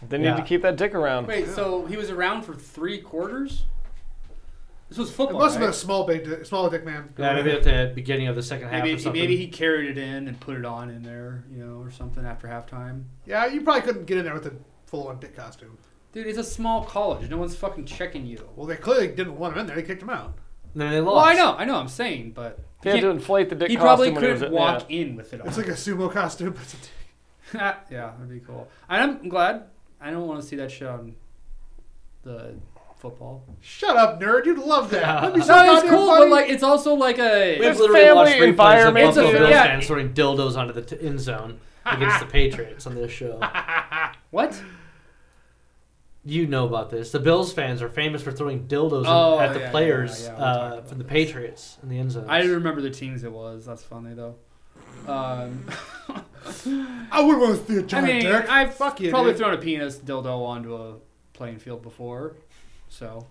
Speaker 3: They need
Speaker 1: Yeah.
Speaker 3: to keep that dick around.
Speaker 4: Wait, so he was around for three quarters? This was
Speaker 2: It
Speaker 4: football.
Speaker 2: must have been a
Speaker 4: right?
Speaker 2: small big, di- small dick man.
Speaker 1: Yeah, maybe at the beginning of the second half or
Speaker 4: Maybe,
Speaker 1: something.
Speaker 4: maybe he carried it in and put it on in there, you know, or something after halftime.
Speaker 2: Yeah, you probably couldn't get in there with a full-on dick costume.
Speaker 4: Dude, it's a small college. No one's fucking checking you.
Speaker 2: Well, they clearly didn't want him in there. They kicked him out.
Speaker 1: And then they lost.
Speaker 4: Well, I know, I know, I'm saying, but
Speaker 3: He
Speaker 4: you
Speaker 3: had to
Speaker 4: can't-
Speaker 3: inflate the dick
Speaker 4: he probably
Speaker 3: costume when he was
Speaker 4: couldn't
Speaker 3: in-
Speaker 4: walk in with it on. Ah,
Speaker 2: It's
Speaker 4: *laughs*
Speaker 2: like a sumo costume. But it's a dick.
Speaker 4: yeah, that'd be cool. And I'm glad. I don't want to see that shit on the football.
Speaker 2: Shut up, nerd. You'd love that.
Speaker 1: Yeah.
Speaker 2: Wouldn't be so
Speaker 4: No, it's
Speaker 2: goddamn
Speaker 4: cool,
Speaker 2: funny?
Speaker 4: but like it's also like a.
Speaker 1: We have
Speaker 3: It's
Speaker 1: literally
Speaker 3: family
Speaker 1: watched replays
Speaker 3: environment.
Speaker 1: of Buffalo
Speaker 4: It's a-
Speaker 1: Bills
Speaker 4: yeah.
Speaker 1: fans throwing dildos onto the t- end zone against the Patriots on this
Speaker 4: *laughs*
Speaker 1: show.
Speaker 4: What?
Speaker 1: You know about this. The Bills fans are famous for throwing dildos in-
Speaker 4: Oh,
Speaker 1: at the
Speaker 4: yeah, yeah,
Speaker 1: players
Speaker 4: yeah, yeah, we
Speaker 1: uh,
Speaker 4: talked
Speaker 1: from the
Speaker 4: about
Speaker 1: Patriots in the end zone.
Speaker 4: I didn't remember the teams it was. That's funny though.
Speaker 2: *laughs*
Speaker 4: Um,
Speaker 2: I wouldn't want to see a
Speaker 4: I
Speaker 2: giant
Speaker 4: mean,
Speaker 2: dick.
Speaker 4: I've
Speaker 2: Fuck you,
Speaker 4: probably
Speaker 2: dude.
Speaker 4: thrown a penis dildo onto a playing field before, so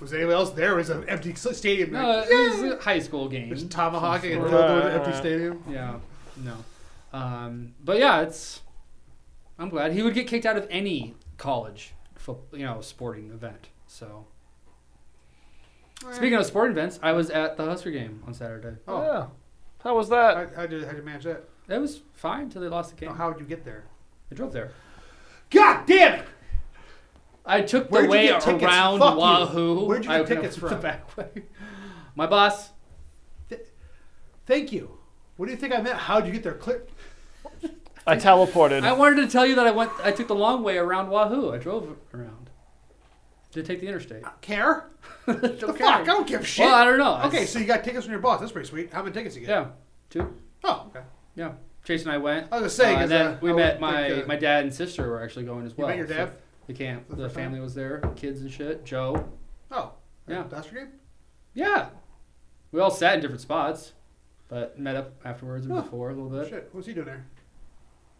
Speaker 2: Was anybody else there? It was an empty s- stadium.
Speaker 4: no, uh,
Speaker 2: Like,
Speaker 4: it was a high school game.
Speaker 2: There's tomahawking and
Speaker 4: Right,
Speaker 2: dildo in an
Speaker 3: right,
Speaker 2: empty
Speaker 3: right.
Speaker 2: stadium.
Speaker 4: Yeah, no, um, but yeah, it's. I'm glad he would get kicked out of any college, fo- you know, sporting event. So speaking of sporting events, I was at the Husker game on Saturday.
Speaker 2: Oh.
Speaker 3: Yeah. How was that?
Speaker 2: How, how'd, you, how'd you manage that?
Speaker 4: It was fine until they lost the game.
Speaker 2: No, how'd you get there?
Speaker 4: I drove there.
Speaker 2: God damn it!
Speaker 4: I took the
Speaker 2: Where'd you
Speaker 4: way
Speaker 2: get tickets?
Speaker 4: around
Speaker 2: Fuck you.
Speaker 4: Wahoo.
Speaker 2: Where'd you get
Speaker 4: I went
Speaker 2: tickets
Speaker 4: up
Speaker 2: from?
Speaker 4: *laughs* The back way. My boss.
Speaker 2: Thank you. What do you think I meant? How'd you get there? Click.
Speaker 3: I teleported.
Speaker 4: I wanted to tell you that I went. I took the long way around Wahoo. I drove around. Did take
Speaker 2: *laughs*
Speaker 4: the interstate.
Speaker 2: Care?
Speaker 4: Don't
Speaker 2: The
Speaker 4: care.
Speaker 2: fuck? I don't give a shit.
Speaker 4: Well, I don't know. I
Speaker 2: okay,
Speaker 4: s-
Speaker 2: so you got tickets from your boss. That's pretty sweet. How many tickets you get?
Speaker 4: *laughs* yeah, two.
Speaker 2: Oh, okay.
Speaker 4: Yeah, Chase and I went.
Speaker 2: I was gonna say,
Speaker 4: Uh,
Speaker 2: 'cause,
Speaker 4: and then
Speaker 2: uh,
Speaker 4: we
Speaker 2: I
Speaker 4: met
Speaker 2: would
Speaker 4: my
Speaker 2: think, uh,
Speaker 4: my dad and sister were actually going as
Speaker 2: You
Speaker 4: well.
Speaker 2: met your
Speaker 4: so
Speaker 2: dad?
Speaker 4: the camp.
Speaker 2: the
Speaker 4: The,
Speaker 2: first time?
Speaker 4: family was there. Kids and shit. Joe.
Speaker 2: Oh.
Speaker 4: Yeah.
Speaker 2: That's your game?
Speaker 4: Yeah. We all sat in different spots, but met up afterwards and
Speaker 2: Huh.
Speaker 4: before a little bit,
Speaker 2: Shit. What's he doing there?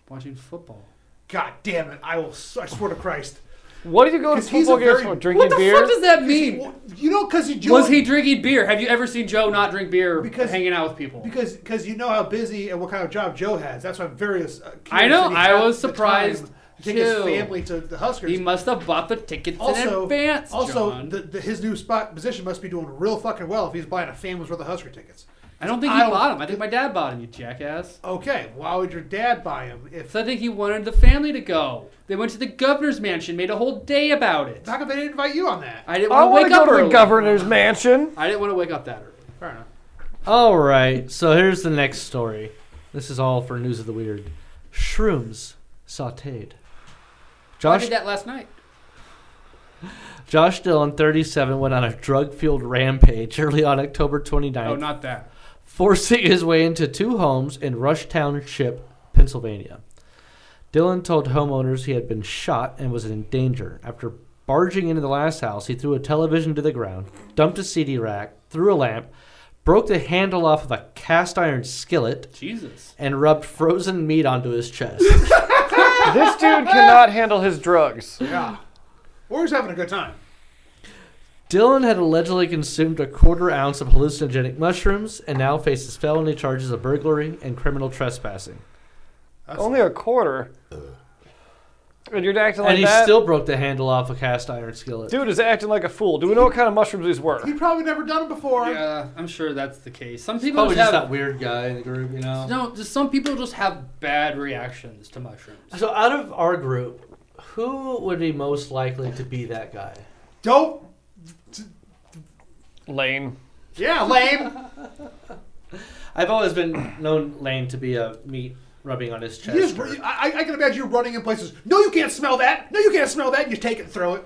Speaker 4: watching football.
Speaker 2: God damn it. I will. s- I swear to
Speaker 4: *laughs*
Speaker 2: Christ.
Speaker 3: what did you
Speaker 4: Oh,
Speaker 3: go to
Speaker 2: 'Cause he's
Speaker 3: football
Speaker 2: a
Speaker 3: games
Speaker 2: very-
Speaker 3: for?
Speaker 2: What
Speaker 3: Drinking
Speaker 4: what the
Speaker 3: beer?
Speaker 4: fuck does that mean?
Speaker 2: Well, You know, because you
Speaker 4: Was he drinking beer? Have you ever seen Joe not drink beer
Speaker 2: Because-
Speaker 4: hanging out with people?
Speaker 2: Because because you know how busy and what kind of job Joe has. That's why I'm very. Uh, curious
Speaker 4: I know,
Speaker 2: that he
Speaker 4: I
Speaker 2: had
Speaker 4: was
Speaker 2: the
Speaker 4: surprised,
Speaker 2: time to Take his
Speaker 4: too.
Speaker 2: family to the Huskers.
Speaker 4: he must have bought the tickets
Speaker 2: also,
Speaker 4: in advance.
Speaker 2: also
Speaker 4: John.
Speaker 2: the, the, his new spot position must be doing real fucking well if he's buying a family's worth of Husker tickets.
Speaker 4: I don't think he
Speaker 2: I don't-
Speaker 4: bought them. I think my dad bought them. You jackass.
Speaker 2: Okay, why would your dad buy him if?
Speaker 4: So I think he wanted the family to go. They went to the governor's mansion, made a whole day about it.
Speaker 2: How come they didn't invite you on that?
Speaker 4: I didn't
Speaker 3: I
Speaker 4: want
Speaker 3: want
Speaker 4: to
Speaker 3: to
Speaker 4: wake up
Speaker 3: go to
Speaker 4: early.
Speaker 3: the governor's mansion.
Speaker 4: I didn't want to wake up that early.
Speaker 2: Fair enough.
Speaker 1: All right, so here's the next story. This is all for news of the weird. Shrooms sautéed.
Speaker 4: I
Speaker 1: Josh
Speaker 4: did that last night.
Speaker 1: Josh Dillon, 37, went on a drug-fueled rampage early on October 29th,
Speaker 4: Oh, not that.
Speaker 1: forcing his way into two homes in Rush Township, Pennsylvania. Dillon told homeowners he had been shot and was in danger. After barging into the last house, he threw a television to the ground, dumped a CD rack, threw a lamp, broke the handle off of a cast iron skillet,
Speaker 4: Jesus.
Speaker 1: and rubbed frozen meat onto his chest.
Speaker 3: *laughs* this dude cannot handle his drugs.
Speaker 2: Yeah. Or he's having a good time.
Speaker 1: Dylan had allegedly consumed a quarter ounce of hallucinogenic mushrooms and now faces felony charges of burglary and criminal trespassing.
Speaker 2: That's
Speaker 3: Only a quarter. And you're acting like
Speaker 1: and he
Speaker 3: that.
Speaker 1: still broke the handle off a cast iron skillet.
Speaker 3: Dude is acting like a fool. Do we know what kind of mushrooms these were?
Speaker 2: he probably never done it before.
Speaker 4: Yeah, I'm sure that's the case. Some people
Speaker 1: Probably
Speaker 4: just
Speaker 1: just
Speaker 4: have
Speaker 1: that weird guy in the group, you know.
Speaker 4: No, just some people just have bad reactions to mushrooms.
Speaker 1: So out of our group, who would be most likely to be that guy?
Speaker 2: Don't.
Speaker 3: Lane.
Speaker 2: Yeah, lame.
Speaker 1: I've always been known Lane to be a meat rubbing on his chest.
Speaker 2: You just,
Speaker 1: or-
Speaker 2: I, I- I can imagine you running in places. No, you can't smell that. No, you can't smell that. You just take it and throw it.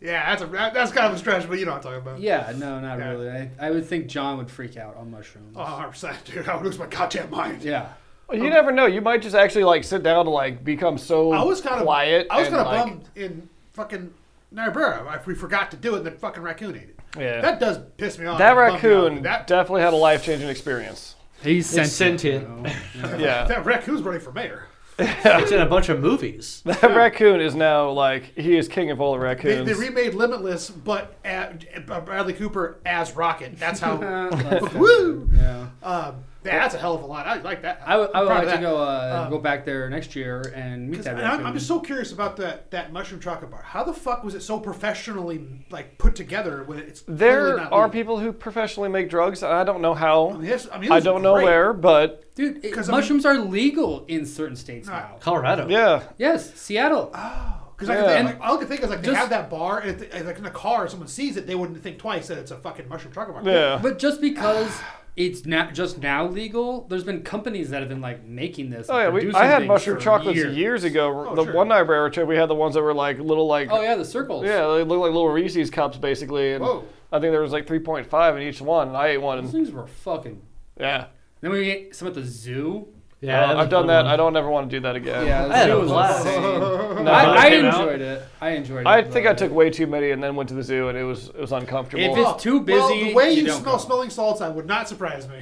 Speaker 2: Yeah, that's a that- that's kind of a stretch, but you know what I'm talking about.
Speaker 4: Yeah, no, not
Speaker 2: Yeah.
Speaker 4: really. I, I would think John would freak out on mushrooms.
Speaker 2: Oh, 100%, dude. I would lose my goddamn mind.
Speaker 4: Yeah.
Speaker 3: You never know. You might just actually like sit down and like become so
Speaker 2: I was kind of
Speaker 3: quiet.
Speaker 2: I was
Speaker 3: and,
Speaker 2: kind of
Speaker 3: like-
Speaker 2: bummed in fucking Narbera. We forgot to do it, and then fucking raccoon ate it.
Speaker 3: Yeah.
Speaker 2: That does piss me off.
Speaker 3: That
Speaker 2: It bummed me out.
Speaker 3: raccoon
Speaker 2: That,
Speaker 3: definitely had a life changing experience.
Speaker 4: He's
Speaker 1: It's sentient.
Speaker 3: *laughs*
Speaker 2: *laughs*
Speaker 3: Yeah.
Speaker 2: that raccoon's running for mayor.
Speaker 1: It's in a bunch of *laughs* movies.
Speaker 3: that raccoon is now like, he is king of all the
Speaker 2: They,
Speaker 3: raccoons.
Speaker 2: they remade Limitless, but
Speaker 3: *laughs*
Speaker 2: at, Bradley Cooper as Rocket. That's how.
Speaker 4: yeah.
Speaker 2: Woo!
Speaker 4: yeah.
Speaker 2: Um, Yeah, that's a hell of a lot. I like that.
Speaker 4: I would, I would
Speaker 2: Proud
Speaker 4: like
Speaker 2: of that.
Speaker 4: to go uh,
Speaker 2: Um,
Speaker 4: go back there next year and meet
Speaker 2: 'Cause-
Speaker 4: that.
Speaker 2: and I'm, I'm
Speaker 4: raccoon.
Speaker 2: just so curious about that that mushroom chocolate bar. How the fuck was it so professionally like put together when it's clearly
Speaker 3: There
Speaker 2: not
Speaker 3: are
Speaker 2: legal?
Speaker 3: people who professionally make drugs. and I don't know
Speaker 2: I
Speaker 3: how.
Speaker 2: mean, this- I, mean,
Speaker 3: I
Speaker 2: this
Speaker 3: don't
Speaker 2: is
Speaker 3: know
Speaker 2: great.
Speaker 3: where, but
Speaker 4: dude. It,
Speaker 2: 'Cause, I mean-
Speaker 4: mushrooms are legal in certain states
Speaker 2: Right. Uh,
Speaker 4: now.
Speaker 1: Colorado.
Speaker 3: yeah.
Speaker 4: Yes, Seattle.
Speaker 2: Because I
Speaker 3: Yeah.
Speaker 2: can think, like, all I can think is like they
Speaker 4: Just-
Speaker 2: have that bar, and if they- like in the car, if someone sees it, they wouldn't think twice that it's a fucking mushroom chocolate bar. *laughs*
Speaker 3: Yeah.
Speaker 4: But just
Speaker 2: uh.
Speaker 4: because it's not just now legal, there's been companies that have been like making this.
Speaker 3: Oh
Speaker 4: and
Speaker 3: yeah, we,
Speaker 4: producing
Speaker 3: I had
Speaker 4: things
Speaker 3: mushroom
Speaker 4: for
Speaker 3: chocolates years,
Speaker 4: years.
Speaker 3: ago.
Speaker 2: Oh,
Speaker 3: the
Speaker 2: sure.
Speaker 3: one night rare trip, we had the ones that were like little like
Speaker 4: Oh yeah, the circles.
Speaker 3: yeah, they look like little Reese's cups basically. And
Speaker 2: Whoa.
Speaker 3: I think there was like 3.5 in each one, and I ate one.
Speaker 4: Those
Speaker 3: And,
Speaker 4: things were fucking.
Speaker 3: yeah,
Speaker 4: Then we ate some at the zoo.
Speaker 1: Yeah,
Speaker 3: Uh,
Speaker 1: that was
Speaker 3: I've
Speaker 1: a
Speaker 3: done
Speaker 1: fun
Speaker 3: that.
Speaker 1: one.
Speaker 3: I don't ever want to do that again.
Speaker 4: Yeah, the
Speaker 1: I had
Speaker 4: zoo
Speaker 1: a
Speaker 4: was
Speaker 1: blast.
Speaker 4: insane.
Speaker 3: No,
Speaker 4: I,
Speaker 1: when it
Speaker 4: I
Speaker 1: came out-
Speaker 4: enjoyed it. I enjoyed it.
Speaker 3: I think I
Speaker 4: but-
Speaker 3: took way too many and then went to the zoo, and it was it was uncomfortable.
Speaker 4: If it's too
Speaker 2: Well,
Speaker 4: busy,
Speaker 2: the way
Speaker 4: you
Speaker 2: you,
Speaker 4: don't
Speaker 2: smell
Speaker 4: go.
Speaker 2: smelling salts, I would not surprise me.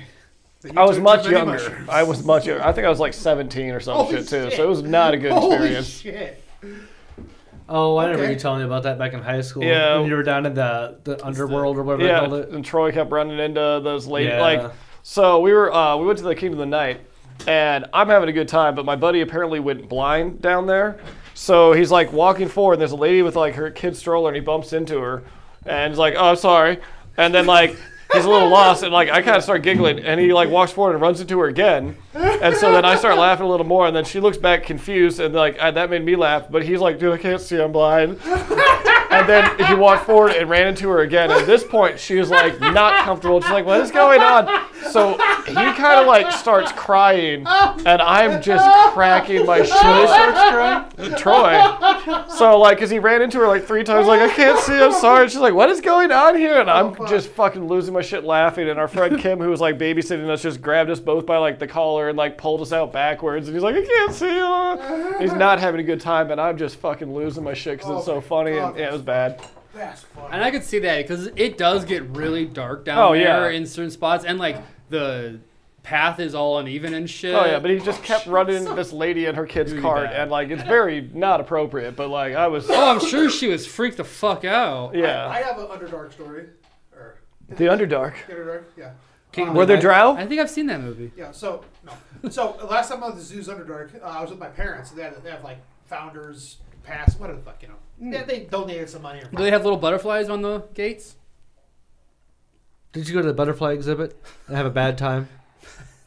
Speaker 2: That you
Speaker 3: I was
Speaker 2: took too
Speaker 3: much
Speaker 2: many
Speaker 3: younger.
Speaker 2: mushrooms.
Speaker 3: I was much younger. I think I was like 17 or some
Speaker 2: Holy
Speaker 3: shit too.
Speaker 2: shit.
Speaker 3: So it was not a
Speaker 2: *laughs*
Speaker 3: good
Speaker 2: Holy
Speaker 3: experience.
Speaker 2: shit!
Speaker 1: Oh, I remember
Speaker 2: Okay.
Speaker 1: you telling me about that back in high school.
Speaker 3: Yeah.
Speaker 1: When you were down in the, the underworld or whatever they
Speaker 3: Yeah,
Speaker 1: called it.
Speaker 3: and Troy kept running into those late
Speaker 1: Yeah.
Speaker 3: like. So we were uh, we went to the Kingdom of the Night, and I'm having a good time, but my buddy apparently went blind down there. So he's like walking forward, and there's a lady with like her kid stroller, and he bumps into her, and he's like, "Oh, I'm sorry," and then like. He's a little lost, and like I kind of start giggling, and he like walks forward and runs into her again, and so then I start laughing a little more, and then she looks back confused, and like I, that made me laugh, but he's like, "Dude, I can't see, I'm blind," And then he walked forward and ran into her again. At this point, she was like not comfortable. She's like, "What is going on?" So he kind of like starts crying, and I'm just cracking my shit. Troy. So like, cause he ran into her like three times. Like, I can't see. I'm sorry. And she's like, "What is going on here?" And I'm just fucking losing my shit laughing. And our friend Kim, who was like babysitting us, just grabbed us both by like the collar and like pulled us out backwards. And he's like, "I can't see." uh." He's not having a good time, and I'm just fucking losing my shit because
Speaker 2: Oh
Speaker 3: it's so
Speaker 2: my
Speaker 3: funny.
Speaker 2: God.
Speaker 3: And yeah, it was bad.
Speaker 2: That's funny.
Speaker 4: And I could see that because it does get really dark down
Speaker 3: Oh, yeah.
Speaker 4: there in certain spots, and like the path is all uneven and shit.
Speaker 3: Oh yeah, but he just kept running into this lady and her kid's
Speaker 4: Really
Speaker 3: cart,
Speaker 4: bad.
Speaker 3: and like it's very not appropriate. But like I was,
Speaker 4: oh, I'm sure she was freaked the fuck out.
Speaker 2: I
Speaker 3: yeah,
Speaker 2: have an underdark story. Or
Speaker 3: the Underdark.
Speaker 2: underdark, yeah. Um,
Speaker 1: Kingdom
Speaker 3: Were there
Speaker 1: Night.
Speaker 3: drow?
Speaker 4: I think I've seen that movie.
Speaker 2: Yeah, so no. So last time I was at the zoo's Underdark, uh, I was with my parents. They have, they have like founders pass, whatever the fuck, you know. Yeah, they donated some money.
Speaker 4: Do they have little butterflies on the gates?
Speaker 1: Did you go to the butterfly exhibit and have a bad time?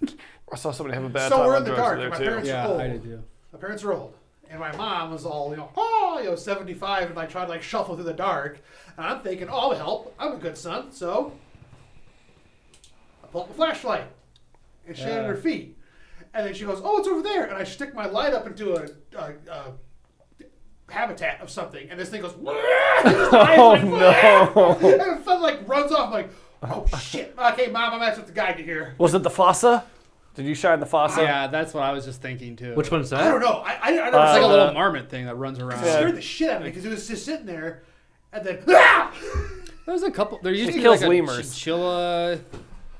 Speaker 3: I saw somebody have a bad
Speaker 2: So
Speaker 3: time
Speaker 2: we're
Speaker 3: on
Speaker 2: in the
Speaker 3: drugs
Speaker 2: dark,
Speaker 3: there
Speaker 2: my
Speaker 3: too.
Speaker 2: parents- It's
Speaker 4: yeah,
Speaker 2: cold.
Speaker 4: I did too.
Speaker 2: my parents are old, and my mom was all you know, oh, you know, seventy five, and like trying to like shuffle through the dark. And I'm thinking, oh, I'll help. I'm a good son, so I pull up a flashlight and shine it on
Speaker 4: Yeah.
Speaker 2: her feet. And then she goes, oh, it's over there. And I stick my light up into a, a, a habitat of something, and this thing goes. *laughs*
Speaker 3: *laughs* Oh
Speaker 2: oh
Speaker 3: no! *laughs*
Speaker 2: And it felt like runs off like, oh shit. Okay, mom, I'm gonna have to guide you here.
Speaker 3: Was it the fossa? Did you shine the fossa?
Speaker 4: yeah, that's what I was just thinking too.
Speaker 1: Which one's that?
Speaker 2: I don't know. I, I, I never
Speaker 3: Uh,
Speaker 4: It's
Speaker 2: saw
Speaker 4: like a
Speaker 2: it.
Speaker 4: little marmot thing that runs around.
Speaker 2: It scared the shit out of me because it was just sitting there, and then *laughs* ah!
Speaker 4: There's a couple. There used
Speaker 3: It
Speaker 4: to be
Speaker 3: kills
Speaker 4: like a
Speaker 3: lemurs.
Speaker 4: chinchilla.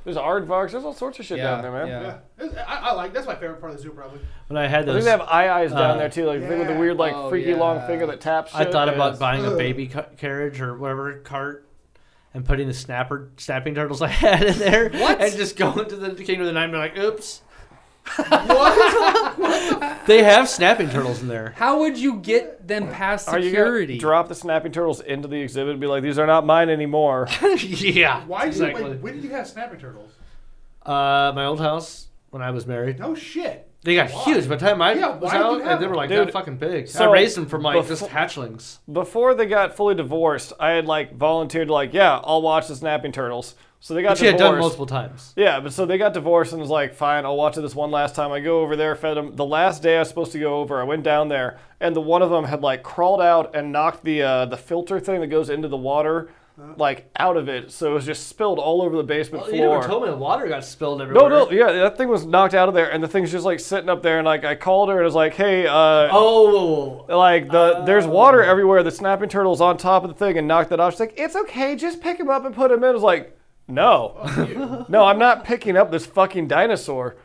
Speaker 3: There's aardvarks. There's all sorts of shit down there, man.
Speaker 4: yeah.
Speaker 2: Yeah, It's- I, I like that's my favorite part of the zoo probably.
Speaker 1: When I had
Speaker 3: I think
Speaker 1: those,
Speaker 3: they have eye eyes down
Speaker 1: Uh,
Speaker 3: there too, like the thing with the
Speaker 2: yeah.
Speaker 3: weird, like
Speaker 4: Oh,
Speaker 3: freaky long
Speaker 4: yeah.
Speaker 3: finger that taps.
Speaker 1: I
Speaker 3: shit.
Speaker 1: thought about
Speaker 3: Yes.
Speaker 1: buying a
Speaker 2: Ugh.
Speaker 1: baby ca- carriage or whatever cart and putting the snapper snapping turtles *laughs* I had in there
Speaker 4: What?
Speaker 1: and just going to the Kingdom of the Night and be like, oops.
Speaker 2: What?
Speaker 1: They have snapping turtles in
Speaker 4: *laughs*
Speaker 1: there.
Speaker 4: How would you get them past
Speaker 3: Are you gonna
Speaker 4: security?
Speaker 3: drop the snapping turtles into the exhibit and be like, "These are not mine anymore"?
Speaker 1: *laughs* yeah.
Speaker 2: Why did
Speaker 1: exactly.
Speaker 2: you? Wait, when did you have snapping turtles?
Speaker 1: Uh, my old house when I was married,
Speaker 2: No shit.
Speaker 1: they got
Speaker 2: Why?
Speaker 1: huge. By the time I
Speaker 2: Yeah,
Speaker 1: was
Speaker 2: why did you
Speaker 1: out,
Speaker 2: have
Speaker 1: and they were
Speaker 2: them?
Speaker 1: like
Speaker 3: Dude,
Speaker 1: that fucking big.
Speaker 3: so
Speaker 1: I raised them from like just
Speaker 3: befo-
Speaker 1: hatchlings.
Speaker 3: before they got fully divorced, I had like volunteered to like, yeah, I'll watch the Snapping Turtles. So they got
Speaker 1: Which he had
Speaker 3: divorced.
Speaker 1: done multiple times.
Speaker 3: yeah, but so they got divorced and was like, fine, I'll watch it this one last time. I go over there, fed them. The last day I was supposed to go over, I went down there, and the one of them had like crawled out and knocked the uh, the filter thing that goes into the water, like out of it. So it was just spilled all over the basement
Speaker 1: Well, you
Speaker 3: floor.
Speaker 1: never told me the water got spilled
Speaker 3: no,
Speaker 1: everywhere.
Speaker 3: *laughs* no, yeah, that thing was knocked out of there, and the thing's just like sitting up there, and like I called her and was like, hey, uh,
Speaker 1: Oh, *laughs*
Speaker 3: like the there's water everywhere. The snapping turtle's on top of the thing and knocked that off. She's like, "It's okay, just pick him up and put him in." I was like, "No,
Speaker 2: You.
Speaker 3: no, I'm not picking up this fucking dinosaur."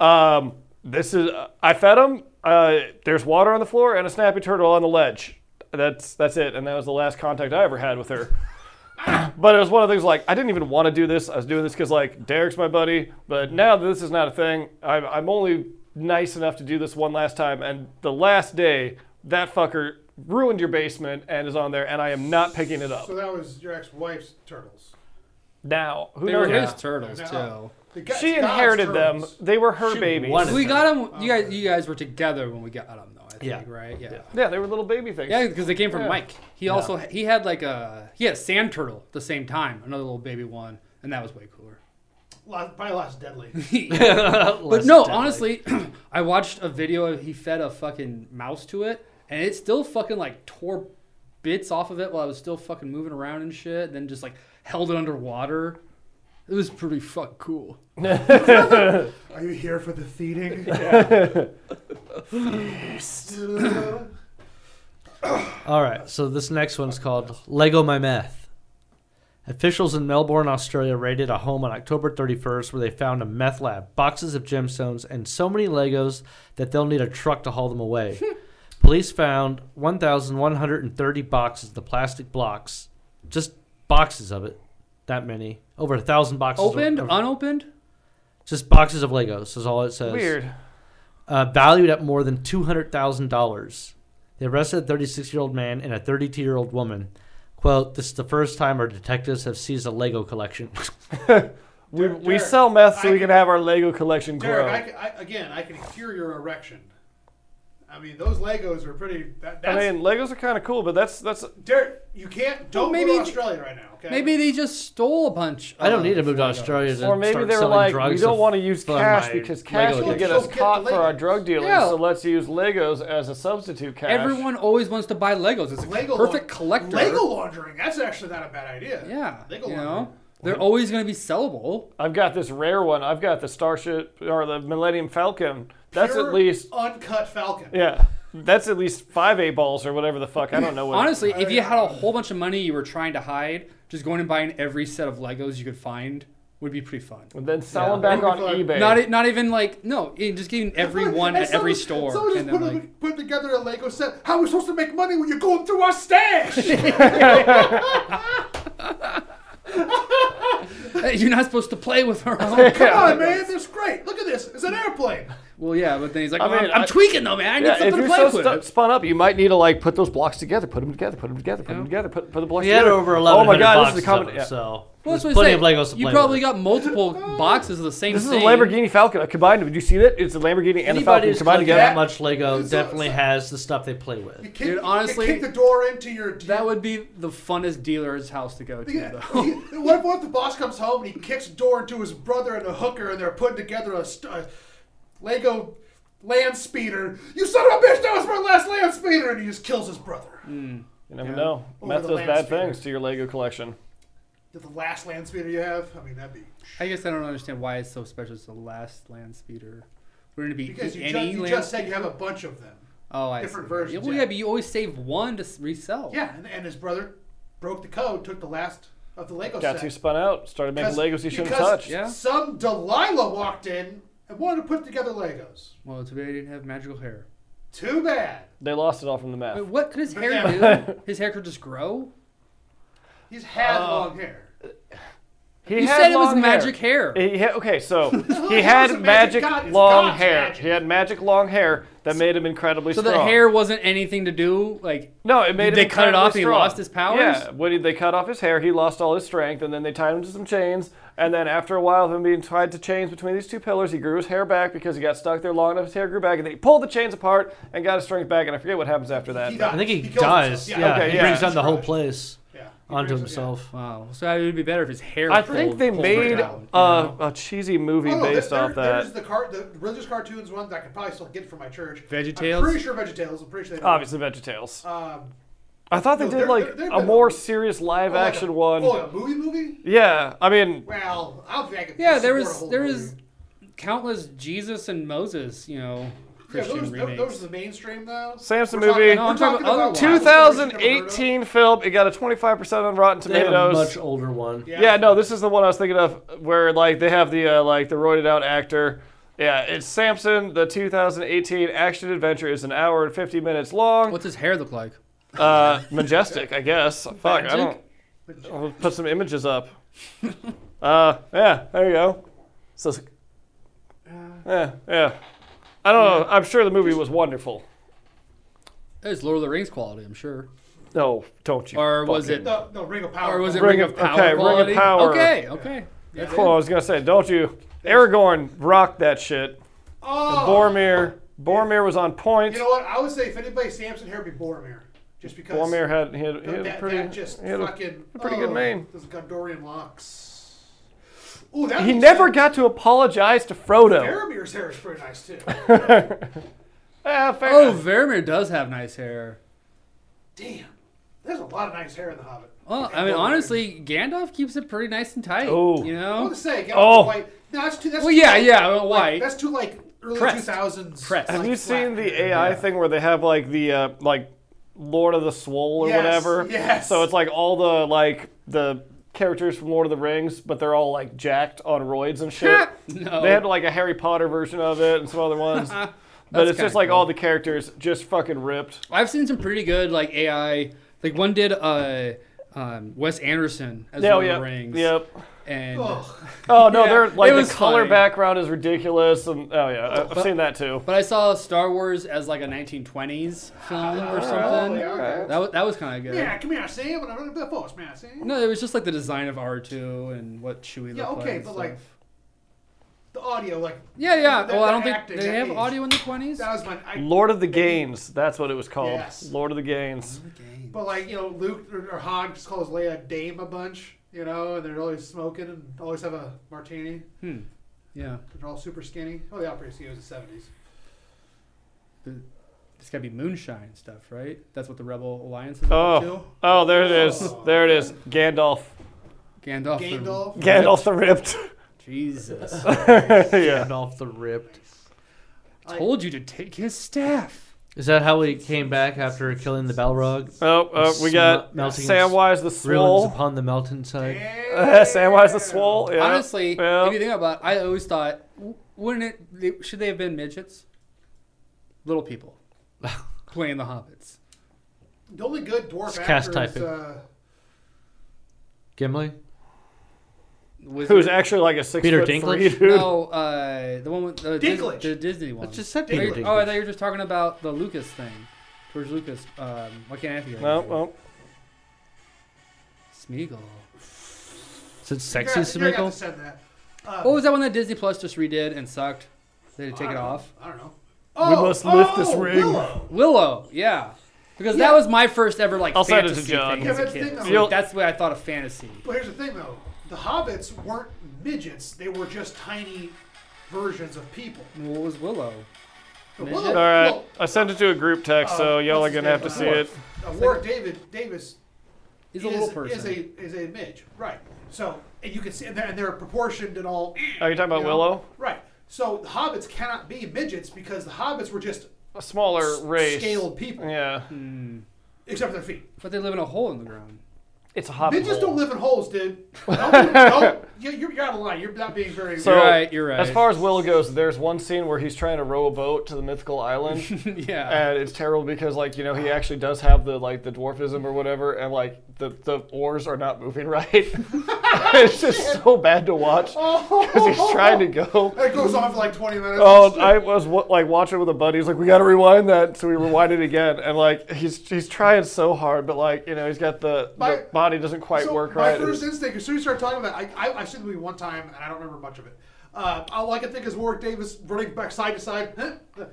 Speaker 3: Um, this is I fed him. Uh, there's water on the floor and a snapping turtle on the ledge. That's that's it. And that was the last contact I ever had with her. *coughs* But it was one of the things like I didn't even want to do this. I was doing this because like Derek's my buddy. But now that this is not a thing, I'm, I'm only nice enough to do this one last time. And the last day, that fucker ruined your basement and is on there, and I am not picking it up
Speaker 2: So that was your ex-wife's turtles.
Speaker 3: now. Who
Speaker 4: They
Speaker 3: knows?
Speaker 4: were his turtles
Speaker 2: No.
Speaker 4: too.
Speaker 2: The guy-
Speaker 3: She
Speaker 2: God's
Speaker 3: inherited them.
Speaker 2: turtles.
Speaker 3: They were her
Speaker 1: She
Speaker 3: babies.
Speaker 1: wanted-
Speaker 4: We got them. You guys, you guys were together when we got them, though. I think,
Speaker 1: Yeah.
Speaker 4: right? Yeah.
Speaker 3: Yeah, they were little baby things.
Speaker 4: Yeah, because they came from
Speaker 3: Yeah.
Speaker 4: Mike. He also he had like a he had a sand turtle at the same time, another little baby one, and that was way cooler. *laughs*
Speaker 2: Lots- Probably less deadly.
Speaker 4: But no, honestly, *clears throat* I watched a video of he fed a fucking mouse to it, and it still fucking like tore bits off of it while I was still fucking moving around and shit. then just like held it underwater. It was pretty fuck cool.
Speaker 2: Are you here for the feeding?
Speaker 1: All right, so this next one's called Lego My Meth. Officials in Melbourne, Australia raided a home on October 31st where they found a meth lab, boxes of gemstones, and so many Legos that they'll need a truck to haul them away. Police found 1,130 boxes of the plastic blocks, just boxes of it, that many. Over a thousand boxes. of-
Speaker 4: Opened,
Speaker 1: of-
Speaker 4: unopened.
Speaker 1: just boxes of Legos is all it says
Speaker 3: Weird.
Speaker 1: uh, valued at more than two hundred thousand dollars. They arrested a thirty-six-year-old man and a thirty-two-year-old woman. "Quote: This is the first time our detectives have seized a Lego collection." *laughs*
Speaker 3: We,
Speaker 2: Derek,
Speaker 3: we sell meth so
Speaker 2: I
Speaker 3: we
Speaker 2: can-
Speaker 3: can have our Lego collection grow.
Speaker 2: Derek, I, can- I, again, I can hear your erection. I mean, those Legos are pretty. That, that's,
Speaker 3: I mean, Legos are kind of cool, but that's that's
Speaker 2: Derek, you can't. Don't
Speaker 4: maybe
Speaker 2: go to
Speaker 4: the-
Speaker 2: Australia right now. Okay.
Speaker 4: Maybe they just stole a bunch.
Speaker 1: I don't
Speaker 4: of
Speaker 1: need to move to
Speaker 4: Legos.
Speaker 1: Australia to
Speaker 3: or maybe
Speaker 1: start
Speaker 3: they were
Speaker 1: selling
Speaker 3: like we
Speaker 1: drugs
Speaker 3: don't
Speaker 1: to
Speaker 3: want to use
Speaker 1: fund
Speaker 3: cash
Speaker 1: my
Speaker 3: because
Speaker 1: *laughs*
Speaker 3: cash
Speaker 1: Lego
Speaker 3: will get
Speaker 1: addiction.
Speaker 3: us
Speaker 2: Just get
Speaker 3: caught
Speaker 2: the
Speaker 3: for our
Speaker 2: Legos.
Speaker 3: drug dealing.
Speaker 4: Yeah.
Speaker 3: So let's use Legos as a substitute cash.
Speaker 4: Everyone always wants to buy Legos. It's a
Speaker 2: Lego laun-
Speaker 4: perfect collector.
Speaker 2: Lego laundering. That's actually not a bad idea.
Speaker 4: Yeah.
Speaker 2: Lego
Speaker 4: you
Speaker 2: laundering.
Speaker 4: know, they're always going to be sellable.
Speaker 3: I've got this rare one. I've got the Starship or the Millennium Falcon. That's
Speaker 2: Pure
Speaker 3: at least
Speaker 2: uncut Falcon.
Speaker 3: yeah. That's at least five eight balls or whatever the fuck. I don't know what.
Speaker 4: Honestly, if you had a whole bunch of money you were trying to hide, just going and buying every set of Legos you could find would be pretty fun.
Speaker 3: And then sell them
Speaker 1: Yeah.
Speaker 3: back on
Speaker 2: Like-
Speaker 3: eBay.
Speaker 4: Not e- not even like no, eh, just getting every one
Speaker 2: And
Speaker 4: at every
Speaker 2: someone-
Speaker 4: store.
Speaker 2: Someone just
Speaker 4: and then
Speaker 2: put, a-
Speaker 4: like,
Speaker 2: put together a Lego set. How are we supposed to make money when you're going through our
Speaker 4: *laughs*
Speaker 2: stash?
Speaker 4: "Hey, *laughs* you're not supposed to play with our own.
Speaker 2: Come
Speaker 4: *laughs*
Speaker 2: on, man. That's great. Look at this. It's an airplane.
Speaker 4: well, yeah, but then he's like,
Speaker 3: I
Speaker 4: well, I'm-
Speaker 3: mean,
Speaker 4: I'm,
Speaker 3: I-
Speaker 4: tweaking though, man. I need
Speaker 3: Yeah, if
Speaker 4: something
Speaker 3: you're
Speaker 4: to play
Speaker 3: so
Speaker 4: with.
Speaker 3: stu- spun up, you might need to like put those blocks together, put them together, put them together, put them together, put, put the blocks
Speaker 1: He had
Speaker 3: together.
Speaker 1: over
Speaker 3: *laughs* oh
Speaker 1: eleven
Speaker 3: my
Speaker 1: hundred
Speaker 3: god,
Speaker 1: boxes
Speaker 3: this is a common.
Speaker 1: of it,
Speaker 3: yeah.
Speaker 1: so
Speaker 4: Well, that's
Speaker 1: there's
Speaker 4: what
Speaker 1: plenty
Speaker 4: I'm
Speaker 1: of
Speaker 4: saying.
Speaker 1: Legos to
Speaker 4: You
Speaker 1: play
Speaker 4: probably
Speaker 1: with.
Speaker 2: *laughs*
Speaker 4: got multiple boxes of the same
Speaker 3: This is a
Speaker 4: thing.
Speaker 3: Lamborghini Falcon uh, combined. Did you see that? It's a Lamborghini and a
Speaker 1: Anybody
Speaker 3: Falcon
Speaker 1: who's
Speaker 3: combined
Speaker 1: collected
Speaker 3: together.
Speaker 1: that much Lego
Speaker 2: So-
Speaker 1: definitely
Speaker 2: so-
Speaker 1: has the stuff they play with.
Speaker 2: You kick,
Speaker 4: Dude,
Speaker 2: you
Speaker 4: honestly,
Speaker 2: kick the door into your.
Speaker 4: That would be the funnest dealer's house to go to,
Speaker 2: Yeah. *laughs*
Speaker 4: though. *laughs*
Speaker 2: what, if, what if the boss comes home and he kicks the door into his brother and a hooker and they're putting together a, st- a Lego land speeder? You son of a bitch! That was my last land speeder, and he just kills his brother.
Speaker 4: Mm.
Speaker 3: You never
Speaker 4: Yeah.
Speaker 3: know.
Speaker 2: Over
Speaker 3: Meth
Speaker 2: the
Speaker 3: does
Speaker 2: land
Speaker 3: bad
Speaker 2: speeder.
Speaker 3: things to your Lego collection.
Speaker 2: The last land speeder you have? I mean, that'd be
Speaker 4: I guess I don't understand why it's so special. It's the last land speeder. We're gonna be
Speaker 2: because you,
Speaker 4: any
Speaker 2: just, you
Speaker 4: land.
Speaker 2: just said you have a bunch of them.
Speaker 4: oh, I
Speaker 2: different
Speaker 4: see.
Speaker 2: versions,
Speaker 4: Well,
Speaker 2: yeah.
Speaker 4: yeah, but you always save one to s- resell.
Speaker 2: Yeah, and, and his brother broke the code, took the last of the Lego
Speaker 3: Got
Speaker 2: set.
Speaker 3: too spun out. Started making
Speaker 2: Because-
Speaker 3: Legos he shouldn't
Speaker 2: because
Speaker 3: touch.
Speaker 4: Yeah.
Speaker 2: Some Delilah walked in and wanted to put together Legos.
Speaker 4: Well, today I didn't have magical hair.
Speaker 2: Too bad.
Speaker 3: They lost it all from the meth.
Speaker 4: Wait, what could his hair
Speaker 2: *laughs*
Speaker 4: do? His hair could just grow.
Speaker 2: He's had
Speaker 1: Oh.
Speaker 3: Uh,
Speaker 2: long hair.
Speaker 3: He
Speaker 4: You
Speaker 3: had
Speaker 4: said it was
Speaker 3: long hair.
Speaker 4: magic hair.
Speaker 3: He had, okay, so he
Speaker 2: it
Speaker 3: had
Speaker 2: wasn't
Speaker 3: magic
Speaker 2: magic. God- it's
Speaker 3: long
Speaker 2: God's
Speaker 3: hair.
Speaker 2: magic.
Speaker 3: He had magic long hair that made him incredibly
Speaker 4: so
Speaker 3: strong.
Speaker 4: the hair wasn't anything to do. Like
Speaker 3: No, it made
Speaker 4: They
Speaker 3: him
Speaker 4: cut it off
Speaker 3: incredibly
Speaker 4: and he
Speaker 3: strong.
Speaker 4: lost his powers?
Speaker 3: Yeah, when he, they cut off his hair, he lost all his strength, and then they tied him to some chains. And then after a while of him being tied to chains between these two pillars, he grew his hair back because he got stuck there long enough. His hair grew back, and then he pulled the chains apart and got his strength back. And I forget what happens after that.
Speaker 2: He
Speaker 3: but-
Speaker 1: I think he,
Speaker 2: He kills
Speaker 1: dies.
Speaker 2: himself.
Speaker 1: Yeah,
Speaker 2: Yeah,
Speaker 3: okay,
Speaker 1: he
Speaker 3: yeah.
Speaker 1: brings down the whole
Speaker 2: Christ.
Speaker 1: place
Speaker 2: Yeah. He
Speaker 1: onto
Speaker 2: brings- yeah.
Speaker 1: himself.
Speaker 4: wow. So it would be better if his hair.
Speaker 3: I think
Speaker 4: pulled-
Speaker 3: they
Speaker 4: pulled
Speaker 3: made
Speaker 4: down, you
Speaker 3: a,
Speaker 4: know?
Speaker 3: a cheesy movie
Speaker 2: Oh, no,
Speaker 3: based
Speaker 2: there,
Speaker 3: off
Speaker 2: there,
Speaker 3: that.
Speaker 2: There's the, car, the religious cartoons one that I could probably still get from my church.
Speaker 4: VeggieTales?
Speaker 2: I'm pretty sure VeggieTales. I'm pretty sure they
Speaker 3: Obviously, VeggieTales.
Speaker 2: Um,
Speaker 3: I thought they
Speaker 2: no,
Speaker 3: did
Speaker 2: there-
Speaker 3: like
Speaker 2: there- there've
Speaker 3: a
Speaker 2: been-
Speaker 3: more serious live
Speaker 2: oh, like
Speaker 3: action
Speaker 2: a-
Speaker 3: one.
Speaker 2: Oh, a movie movie?
Speaker 3: Yeah, I mean,
Speaker 2: Well, I don't think I could.
Speaker 4: Yeah,
Speaker 2: support
Speaker 4: there
Speaker 2: a
Speaker 4: was
Speaker 2: whole
Speaker 4: there
Speaker 2: movie.
Speaker 4: was countless Jesus and Moses. You know,
Speaker 2: Yeah,
Speaker 4: Christian
Speaker 2: those, those,
Speaker 4: remakes.
Speaker 2: those are the mainstream though.
Speaker 3: Samson
Speaker 2: We're Talking,
Speaker 3: movie.
Speaker 4: No,
Speaker 2: we're
Speaker 4: I'm talking about
Speaker 2: about
Speaker 4: other-
Speaker 2: wild stories you've never heard of.
Speaker 3: 2018 film. It got a 25% on Rotten
Speaker 1: They have a
Speaker 3: Tomatoes.
Speaker 1: much older one.
Speaker 2: Yeah.
Speaker 3: Yeah, no, this is the one I was thinking of, where like they have the uh, like the roided out actor. Yeah, it's Samson. The 2018 action adventure is an hour and 50 minutes long.
Speaker 4: What's his hair look like?
Speaker 3: Uh, majestic, I guess. Fuck, I don't. I'll put some images up. *laughs* uh, yeah, there you go. So, yeah, yeah. I don't know. I'm sure the movie was wonderful.
Speaker 4: It's Lord of the Rings quality, I'm sure.
Speaker 3: No, don't you?
Speaker 4: Or was
Speaker 3: fucking-
Speaker 4: it?
Speaker 2: No, no, Ring of Power.
Speaker 4: Or was it
Speaker 3: Ring
Speaker 4: Ring,
Speaker 3: of-
Speaker 4: of, Power?
Speaker 3: okay, Ring of
Speaker 4: quality?
Speaker 3: Power.
Speaker 4: Okay, okay.
Speaker 3: That's what Oh, I was gonna say. Don't you? Aragorn rocked that shit.
Speaker 2: Oh,
Speaker 3: Boromir. Boromir was on point.
Speaker 2: you know what? I would say if anybody Samson here, it'd be Boromir, just because
Speaker 3: Boromir had he had, he
Speaker 2: that,
Speaker 3: had a
Speaker 2: that
Speaker 3: pretty
Speaker 2: just
Speaker 3: he, had a-
Speaker 2: fucking
Speaker 3: pretty
Speaker 2: oh,
Speaker 3: good mane.
Speaker 2: Those Gondorian locks. Ooh, that
Speaker 3: he
Speaker 2: looks
Speaker 3: never
Speaker 2: good.
Speaker 3: got to apologize to Frodo.
Speaker 2: Faramir's hair is pretty nice
Speaker 3: *laughs*
Speaker 2: too.
Speaker 3: Ah, fair
Speaker 4: Oh,
Speaker 3: enough.
Speaker 4: Vermeer does have nice hair.
Speaker 2: Damn, there's a lot of nice hair in the Hobbit.
Speaker 4: Well, Oh, I
Speaker 2: And
Speaker 4: mean,
Speaker 2: Boromir.
Speaker 4: honestly, Gandalf keeps it pretty nice and tight.
Speaker 3: Oh.
Speaker 4: you
Speaker 2: I
Speaker 4: know,
Speaker 2: want to say, Gandalf
Speaker 3: Oh.
Speaker 2: the White. No, that's too. That's
Speaker 4: Well,
Speaker 2: too
Speaker 4: yeah,
Speaker 2: like-
Speaker 4: yeah, well,
Speaker 2: like,
Speaker 4: white.
Speaker 2: That's too like early
Speaker 4: Pressed.
Speaker 2: two thousands.
Speaker 4: Pressed.
Speaker 3: Have
Speaker 4: like
Speaker 3: you seen the AI thing where they have like the uh, like Lord of the Swole or
Speaker 2: Yes,
Speaker 3: whatever?
Speaker 2: yes.
Speaker 3: So it's like all the like the characters from Lord of the Rings, but they're all like jacked on roids and
Speaker 4: *laughs*
Speaker 3: shit.
Speaker 4: No.
Speaker 3: They had like a Harry Potter version of it and some
Speaker 4: *laughs*
Speaker 3: other ones. But
Speaker 4: That's
Speaker 3: it's just
Speaker 4: kinda
Speaker 3: like
Speaker 4: cool.
Speaker 3: all the characters just fucking ripped.
Speaker 4: I've seen some pretty good like AI. Like one did uh, um, Wes Anderson as
Speaker 3: Yeah, oh,
Speaker 4: Lord
Speaker 3: yeah.
Speaker 4: of the Rings.
Speaker 3: Yep.
Speaker 4: And
Speaker 2: Ugh.
Speaker 3: Oh no,
Speaker 4: Yeah,
Speaker 3: they're like
Speaker 4: it
Speaker 3: the
Speaker 4: was
Speaker 3: color
Speaker 4: funny.
Speaker 3: background is ridiculous, and oh yeah, I- I've seen that too.
Speaker 4: but I saw Star Wars as like a 1920s film
Speaker 3: Oh,
Speaker 4: or something.
Speaker 2: Oh, yeah, okay.
Speaker 4: That was that was kind of good.
Speaker 2: Yeah, come here, Sam. And I'm gonna be a boss, man, Sam.
Speaker 4: No, it was just like the design of R two and what Chewie
Speaker 2: Yeah,
Speaker 4: looked like.
Speaker 2: okay,
Speaker 4: and
Speaker 2: but,
Speaker 4: stuff.
Speaker 2: like, The audio, like.
Speaker 4: yeah, yeah.
Speaker 2: the-
Speaker 4: well, I
Speaker 2: the
Speaker 4: don't think
Speaker 2: acting,
Speaker 4: did they
Speaker 2: that
Speaker 4: have
Speaker 2: age.
Speaker 4: audio in the 20s.
Speaker 2: That was my. I,
Speaker 3: Lord of the Gains, that's what it was called.
Speaker 2: Yes.
Speaker 3: Lord of the Gains.
Speaker 4: Okay.
Speaker 2: but like you know, Luke or, or Han just calls Leia Dame a bunch. You know, and they're always smoking and always have a martini.
Speaker 4: Hmm. Yeah,
Speaker 2: They're all super skinny. Oh, yeah, pretty skinny. It was the seventies.
Speaker 4: it's gotta be moonshine stuff, right? That's what the Rebel Alliance is up
Speaker 3: Oh, oh, there it is. There it is.
Speaker 1: *laughs*
Speaker 3: Gandalf.
Speaker 4: to. Gandalf. the-
Speaker 2: Gandalf.
Speaker 3: Gandalf the Ripped.
Speaker 2: *laughs*
Speaker 4: Jesus.
Speaker 3: *laughs* yeah.
Speaker 1: Gandalf the Ripped.
Speaker 4: Told you to take his staff.
Speaker 1: Is that how he came back after killing the Balrog?
Speaker 3: Oh, uh, we got
Speaker 1: Sm- melting
Speaker 3: Samwise the
Speaker 1: Ruins
Speaker 3: Swole.
Speaker 1: upon the mountain side.
Speaker 4: *laughs*
Speaker 3: Uh, *laughs* Samwise the Swole. Yeah.
Speaker 4: Honestly,
Speaker 3: Yeah.
Speaker 4: if you think about it, I always thought, w- wouldn't it, they- should they have been midgets?
Speaker 3: *laughs*
Speaker 4: Little people playing the hobbits.
Speaker 2: The only good dwarf
Speaker 1: It's
Speaker 2: actor
Speaker 1: cast
Speaker 2: is
Speaker 1: typing.
Speaker 2: uh,
Speaker 1: Gimli?
Speaker 4: Wizard-
Speaker 3: Who's actually like a six
Speaker 1: Peter
Speaker 3: foot three
Speaker 1: Dinklage?
Speaker 3: dude. *laughs*
Speaker 4: No, uh, the one with the, Dis-
Speaker 2: Dinklage.
Speaker 4: the Disney one.
Speaker 1: I just said
Speaker 4: Are you-
Speaker 1: Peter
Speaker 4: oh, I
Speaker 1: Dinklage.
Speaker 4: thought you were just talking about the Lucas thing. George Lucas. Um, why can't I think of
Speaker 3: No,
Speaker 4: it?
Speaker 3: well,
Speaker 4: Smeagol.
Speaker 2: Uh,
Speaker 1: Is it
Speaker 2: you're
Speaker 1: sexy
Speaker 2: gonna- you're *laughs* gonna have to
Speaker 1: Smeagol?
Speaker 2: send that. Uh,
Speaker 4: What was that one that Disney Plus just redid and sucked? They had to take
Speaker 2: I
Speaker 4: it
Speaker 2: don't know.
Speaker 4: off.
Speaker 2: I don't know. Oh,
Speaker 3: We must lift this ring.
Speaker 2: Willow.
Speaker 4: Willow, yeah. Because
Speaker 2: Yeah.
Speaker 4: that was my first ever like
Speaker 3: I'll send it to
Speaker 4: fantasy
Speaker 3: John.
Speaker 4: thing
Speaker 2: Yeah,
Speaker 4: as a
Speaker 2: but the
Speaker 4: kid.
Speaker 2: thing
Speaker 4: So,
Speaker 2: is-
Speaker 4: like,
Speaker 3: You'll-
Speaker 4: that's what I thought of fantasy.
Speaker 2: But here's the thing, though: the hobbits weren't midgets; they were just tiny versions of people.
Speaker 4: What was Willow?
Speaker 2: The
Speaker 4: Midget?
Speaker 2: Willow-
Speaker 3: all right.
Speaker 2: Willow-
Speaker 3: I sent it to a group text, so
Speaker 2: uh,
Speaker 3: y'all are
Speaker 2: what's his
Speaker 3: gonna have to
Speaker 2: name?
Speaker 3: see
Speaker 2: Uh,
Speaker 3: it.
Speaker 2: Uh, Warwick David Davis
Speaker 4: He's a
Speaker 2: is,
Speaker 4: little person.
Speaker 2: is a is a midge, right? So and you can see, and they're, and they're proportioned and all.
Speaker 3: Are Oh, you talking about
Speaker 2: you know?
Speaker 3: Willow?
Speaker 2: Right. So the hobbits cannot be midgets because the hobbits were just
Speaker 3: A smaller
Speaker 2: s-
Speaker 3: race.
Speaker 2: scaled people,
Speaker 3: Yeah.
Speaker 2: except for their feet.
Speaker 4: but they live in a hole in the ground. *laughs*
Speaker 3: It's a hobbit.
Speaker 2: Midgets
Speaker 3: hole.
Speaker 2: don't live in holes, dude.
Speaker 3: *laughs*
Speaker 2: Don't, don't, you- you're, you're out of line. You're not being very.
Speaker 3: So-
Speaker 4: you're right. You're right.
Speaker 3: As far as Willow goes, there's one scene where he's trying to row a boat to the mythical island,
Speaker 4: *laughs* yeah.
Speaker 3: and it's terrible because like you know he actually does have the like the dwarfism or whatever, and like the the oars are not moving *laughs* right. it's just so bad to watch because he's trying to
Speaker 4: *laughs*
Speaker 3: go.
Speaker 2: It goes on for like 20 minutes.
Speaker 3: Oh, I was wa- like watching with a buddy. He's like, "We got to rewind that," so we rewind it again, and like he's he's trying so hard, but like you know he's got the,
Speaker 2: My-
Speaker 3: the body doesn't quite
Speaker 2: so
Speaker 3: work
Speaker 2: my
Speaker 3: right.
Speaker 2: first instinct, as soon as you start talking about that, I, I, I've seen the movie one time and I don't remember much of it. Uh, all I can think is Warwick Davis running back side to side. *laughs*
Speaker 1: Do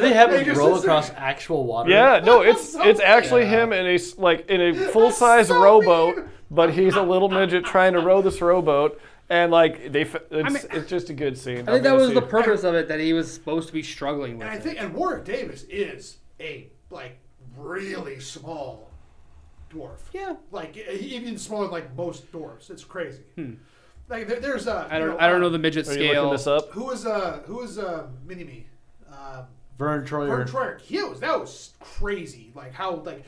Speaker 1: they have
Speaker 2: a
Speaker 1: him roll across actual water?
Speaker 3: Yeah,
Speaker 4: *laughs*
Speaker 3: no, it's
Speaker 2: So-
Speaker 3: it's actually
Speaker 4: Yeah.
Speaker 3: him in a s- like in a full size
Speaker 2: so
Speaker 3: rowboat,
Speaker 2: mean.
Speaker 3: but he's a little midget trying to row this rowboat, and like they, f- it's, it's just a good scene.
Speaker 4: I think that was the purpose of it that he was supposed to be struggling with.
Speaker 2: And I
Speaker 4: it.
Speaker 2: think, and Warwick Davis is a like really small dwarf.
Speaker 4: Yeah.
Speaker 2: like e- even smaller than like most dwarfs. It's crazy. Like there, there's a.
Speaker 4: Hmm. I don't. I
Speaker 2: uh,
Speaker 4: don't know the midget
Speaker 3: Are you
Speaker 4: scale.
Speaker 3: looking this up?
Speaker 2: Who was uh who was uh mini me, um,
Speaker 1: Vern
Speaker 2: Vern
Speaker 1: Troyer.
Speaker 2: Troyer. He was that was crazy. Like how like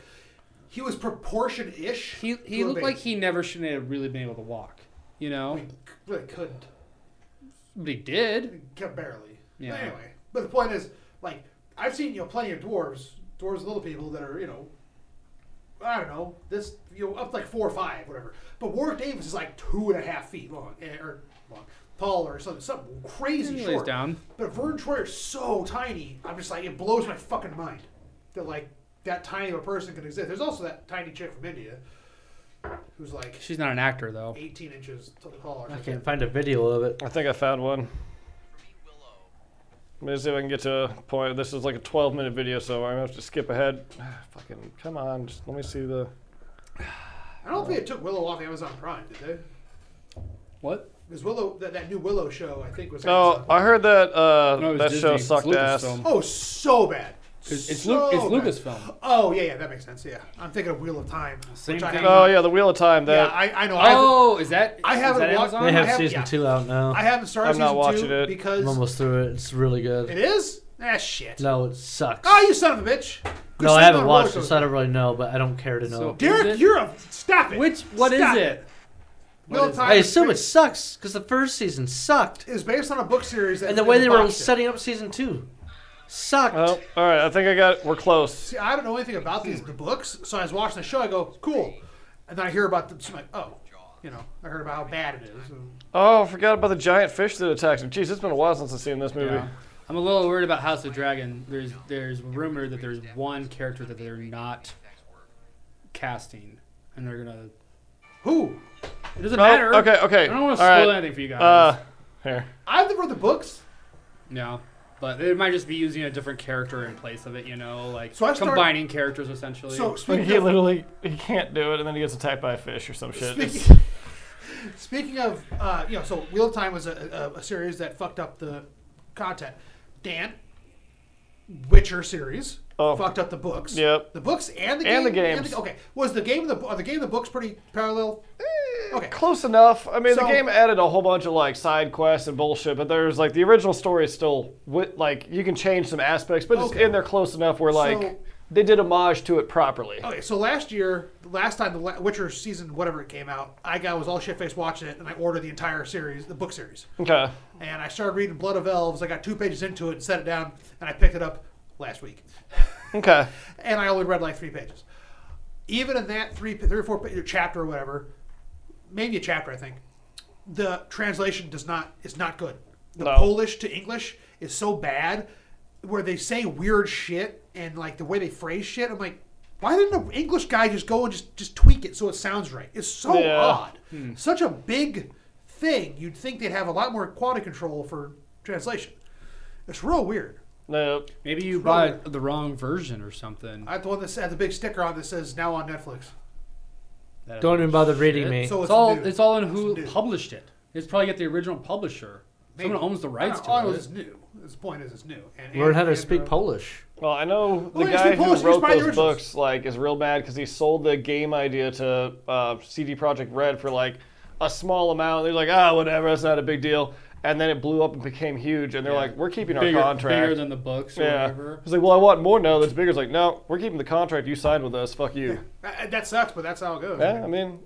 Speaker 2: he was proportion ish.
Speaker 4: He he looked like he never should have really been able to walk. You know,
Speaker 2: really couldn't,
Speaker 4: but he did.
Speaker 2: kept barely.
Speaker 4: Yeah.
Speaker 2: But anyway, but the point is like I've seen you know plenty of dwarves, dwarves, little people that are you know I don't know, this, you know, up like four or five, whatever. But Warwick Davis is like two and a half feet long, eh, or long, tall or something, something crazy
Speaker 4: He lays
Speaker 2: short.
Speaker 4: down.
Speaker 2: But Vern Troyer's so tiny, I'm just like, it blows my fucking mind that like that tiny of a person can exist. There's also that tiny chick from India who's like
Speaker 4: She's not an actor though.
Speaker 2: 18 inches t- tall. Or
Speaker 1: I
Speaker 2: something.
Speaker 1: can't find a video of it.
Speaker 3: I think I found one. Let me see if I can get to a point. This is like a 12 minute video, so I'm gonna have to skip ahead. *sighs* Fucking, come on, just let me see the.
Speaker 2: I don't think it took Willow off Amazon Prime, did they?
Speaker 4: What?
Speaker 2: Because Willow, that, that new Willow show, I think was.
Speaker 3: Oh, I heard that uh,
Speaker 4: No, it was
Speaker 3: that
Speaker 4: Disney.
Speaker 3: show
Speaker 4: It's
Speaker 3: sucked ass.
Speaker 4: Lucasfilm.
Speaker 2: oh, so bad.
Speaker 4: It's, it's,
Speaker 2: so
Speaker 4: Lu- it's
Speaker 2: bad.
Speaker 4: Lucasfilm.
Speaker 2: Oh yeah, yeah, that makes sense. Yeah, I'm thinking of Wheel of Time.
Speaker 4: Same
Speaker 2: which I
Speaker 4: thing.
Speaker 2: haven't-
Speaker 3: Oh yeah, the Wheel of Time.
Speaker 2: yeah,
Speaker 3: That
Speaker 2: I, I know. I haven't,
Speaker 4: Oh, is that?
Speaker 2: I
Speaker 4: is
Speaker 2: haven't
Speaker 4: that
Speaker 2: watched-
Speaker 1: They
Speaker 4: Amazon?
Speaker 2: I
Speaker 1: have
Speaker 2: have-
Speaker 1: season
Speaker 2: Oh, yeah.
Speaker 1: two out now.
Speaker 2: I haven't started
Speaker 3: I'm not
Speaker 2: season
Speaker 3: watching
Speaker 2: two
Speaker 3: it.
Speaker 2: because
Speaker 1: I'm almost through it. It's really good.
Speaker 2: it is. Ah shit.
Speaker 1: No, it sucks.
Speaker 2: Oh, you son of a bitch.
Speaker 1: no,
Speaker 2: You're
Speaker 1: I
Speaker 2: still on
Speaker 1: haven't
Speaker 2: a
Speaker 1: watched it,
Speaker 2: roller
Speaker 1: so I don't really know, but I don't care to know.
Speaker 4: So-
Speaker 2: coaster.
Speaker 4: Is
Speaker 2: Derek,
Speaker 4: it?
Speaker 2: you're a stop *laughs* it.
Speaker 4: Which? What is
Speaker 2: Stop
Speaker 4: it?
Speaker 2: Wheel of
Speaker 4: is it?
Speaker 2: Time
Speaker 1: I
Speaker 2: is
Speaker 1: assume
Speaker 2: ba-
Speaker 1: it sucks because the first season sucked,
Speaker 2: is based on a book series. that-
Speaker 1: and the way they were
Speaker 2: boxed it.
Speaker 1: setting up season two sucked.
Speaker 3: oh, all right. I think I got. We're close.
Speaker 2: See, I don't know anything about these the books, so I was watching the show. I go, cool, and then I hear about them. So I'm like, oh, you know, I heard about how bad it is. and-
Speaker 3: Oh, I forgot about the giant fish that attacks him. Jeez, it's been a while since I've seen this movie.
Speaker 4: Yeah. I'm a little worried about House of Dragon. There's there's rumor that there's one character that they're not casting, and they're gonna.
Speaker 2: Who?
Speaker 4: It doesn't
Speaker 3: Oh,
Speaker 4: matter.
Speaker 3: okay, okay.
Speaker 4: I don't want to
Speaker 3: All
Speaker 4: spoil
Speaker 3: right.
Speaker 4: anything for you guys.
Speaker 3: Uh,
Speaker 4: *laughs*
Speaker 3: here.
Speaker 2: I've never read the books.
Speaker 4: no, but it might just be using a different character in place of it. You know, like
Speaker 2: So I start-
Speaker 4: combining characters essentially.
Speaker 2: So speaking
Speaker 3: *laughs* He
Speaker 2: of,
Speaker 3: literally he can't do it, and then he gets attacked by a fish or some shit. It's-
Speaker 2: speaking, *laughs* speaking of, uh, you know, so Wheel of Time was a, a, a series that fucked up the content. Dan, Witcher series
Speaker 3: Oh.
Speaker 2: fucked up the books.
Speaker 3: Yep.
Speaker 2: The books and the
Speaker 3: And the
Speaker 2: game,
Speaker 3: games.
Speaker 2: okay, was the game and the are the game and the books pretty parallel? Okay.
Speaker 3: Close enough. I mean,
Speaker 2: So-
Speaker 3: the game added a whole bunch of like side quests and bullshit, but there's like the original story is still wi- like you can change some aspects, but it's
Speaker 2: Okay.
Speaker 3: in there close enough where like
Speaker 2: So-
Speaker 3: they did homage to it properly.
Speaker 2: Okay, so last year, the last time the La- Witcher season, whatever it came out, I got was all shit faced watching it, and I ordered the entire series, the book series,
Speaker 3: Okay.
Speaker 2: and I started reading Blood of Elves. I got two pages into it and set it down, and I picked it up last week,
Speaker 3: Okay.
Speaker 2: and I only read like three pages. Even in that three, three or four page, chapter or whatever, maybe a chapter, I think, the translation does not is not good. The
Speaker 3: No.
Speaker 2: Polish to English is so bad, where they say weird shit and like the way they phrase shit. I'm like, why didn't an English guy just go and just just tweak it so it sounds right? It's so
Speaker 3: Yeah.
Speaker 2: odd. Such a big thing. You'd think they'd have a lot more quality control for translation. It's real weird.
Speaker 3: Nope.
Speaker 4: Maybe you bought the wrong version or something.
Speaker 2: I had the one that had the big sticker on that says now on Netflix.
Speaker 4: That-
Speaker 1: Don't even bother reading me.
Speaker 2: So
Speaker 4: It's
Speaker 2: it's,
Speaker 4: all
Speaker 2: new.
Speaker 4: it's all in who
Speaker 2: new.
Speaker 4: published it. It's probably got the original publisher. Someone owns the rights
Speaker 2: I
Speaker 4: to
Speaker 2: don't know,
Speaker 4: it.
Speaker 2: It's new. The point is, it's new. And
Speaker 1: Learn how to
Speaker 2: and- uh,
Speaker 1: speak Polish.
Speaker 3: Well, I know the
Speaker 2: Well, it's
Speaker 3: guy
Speaker 2: been
Speaker 3: who
Speaker 2: posted,
Speaker 3: wrote
Speaker 2: it's by the
Speaker 3: those
Speaker 2: originals.
Speaker 3: books like is real mad because he sold the game idea to uh, CD Projekt Red for like a small amount. They're like, ah, whatever, that's not a big deal. And then it blew up and became huge, and they're like, we're keeping
Speaker 4: bigger,
Speaker 3: our contract.
Speaker 4: bigger than the books or
Speaker 3: yeah.
Speaker 4: whatever.
Speaker 3: He's like, well, I want more now. That's bigger. It's like, no, we're keeping the contract you signed with us. Fuck you.
Speaker 2: Uh, That sucks, but that's how it goes.
Speaker 3: Yeah, I mean,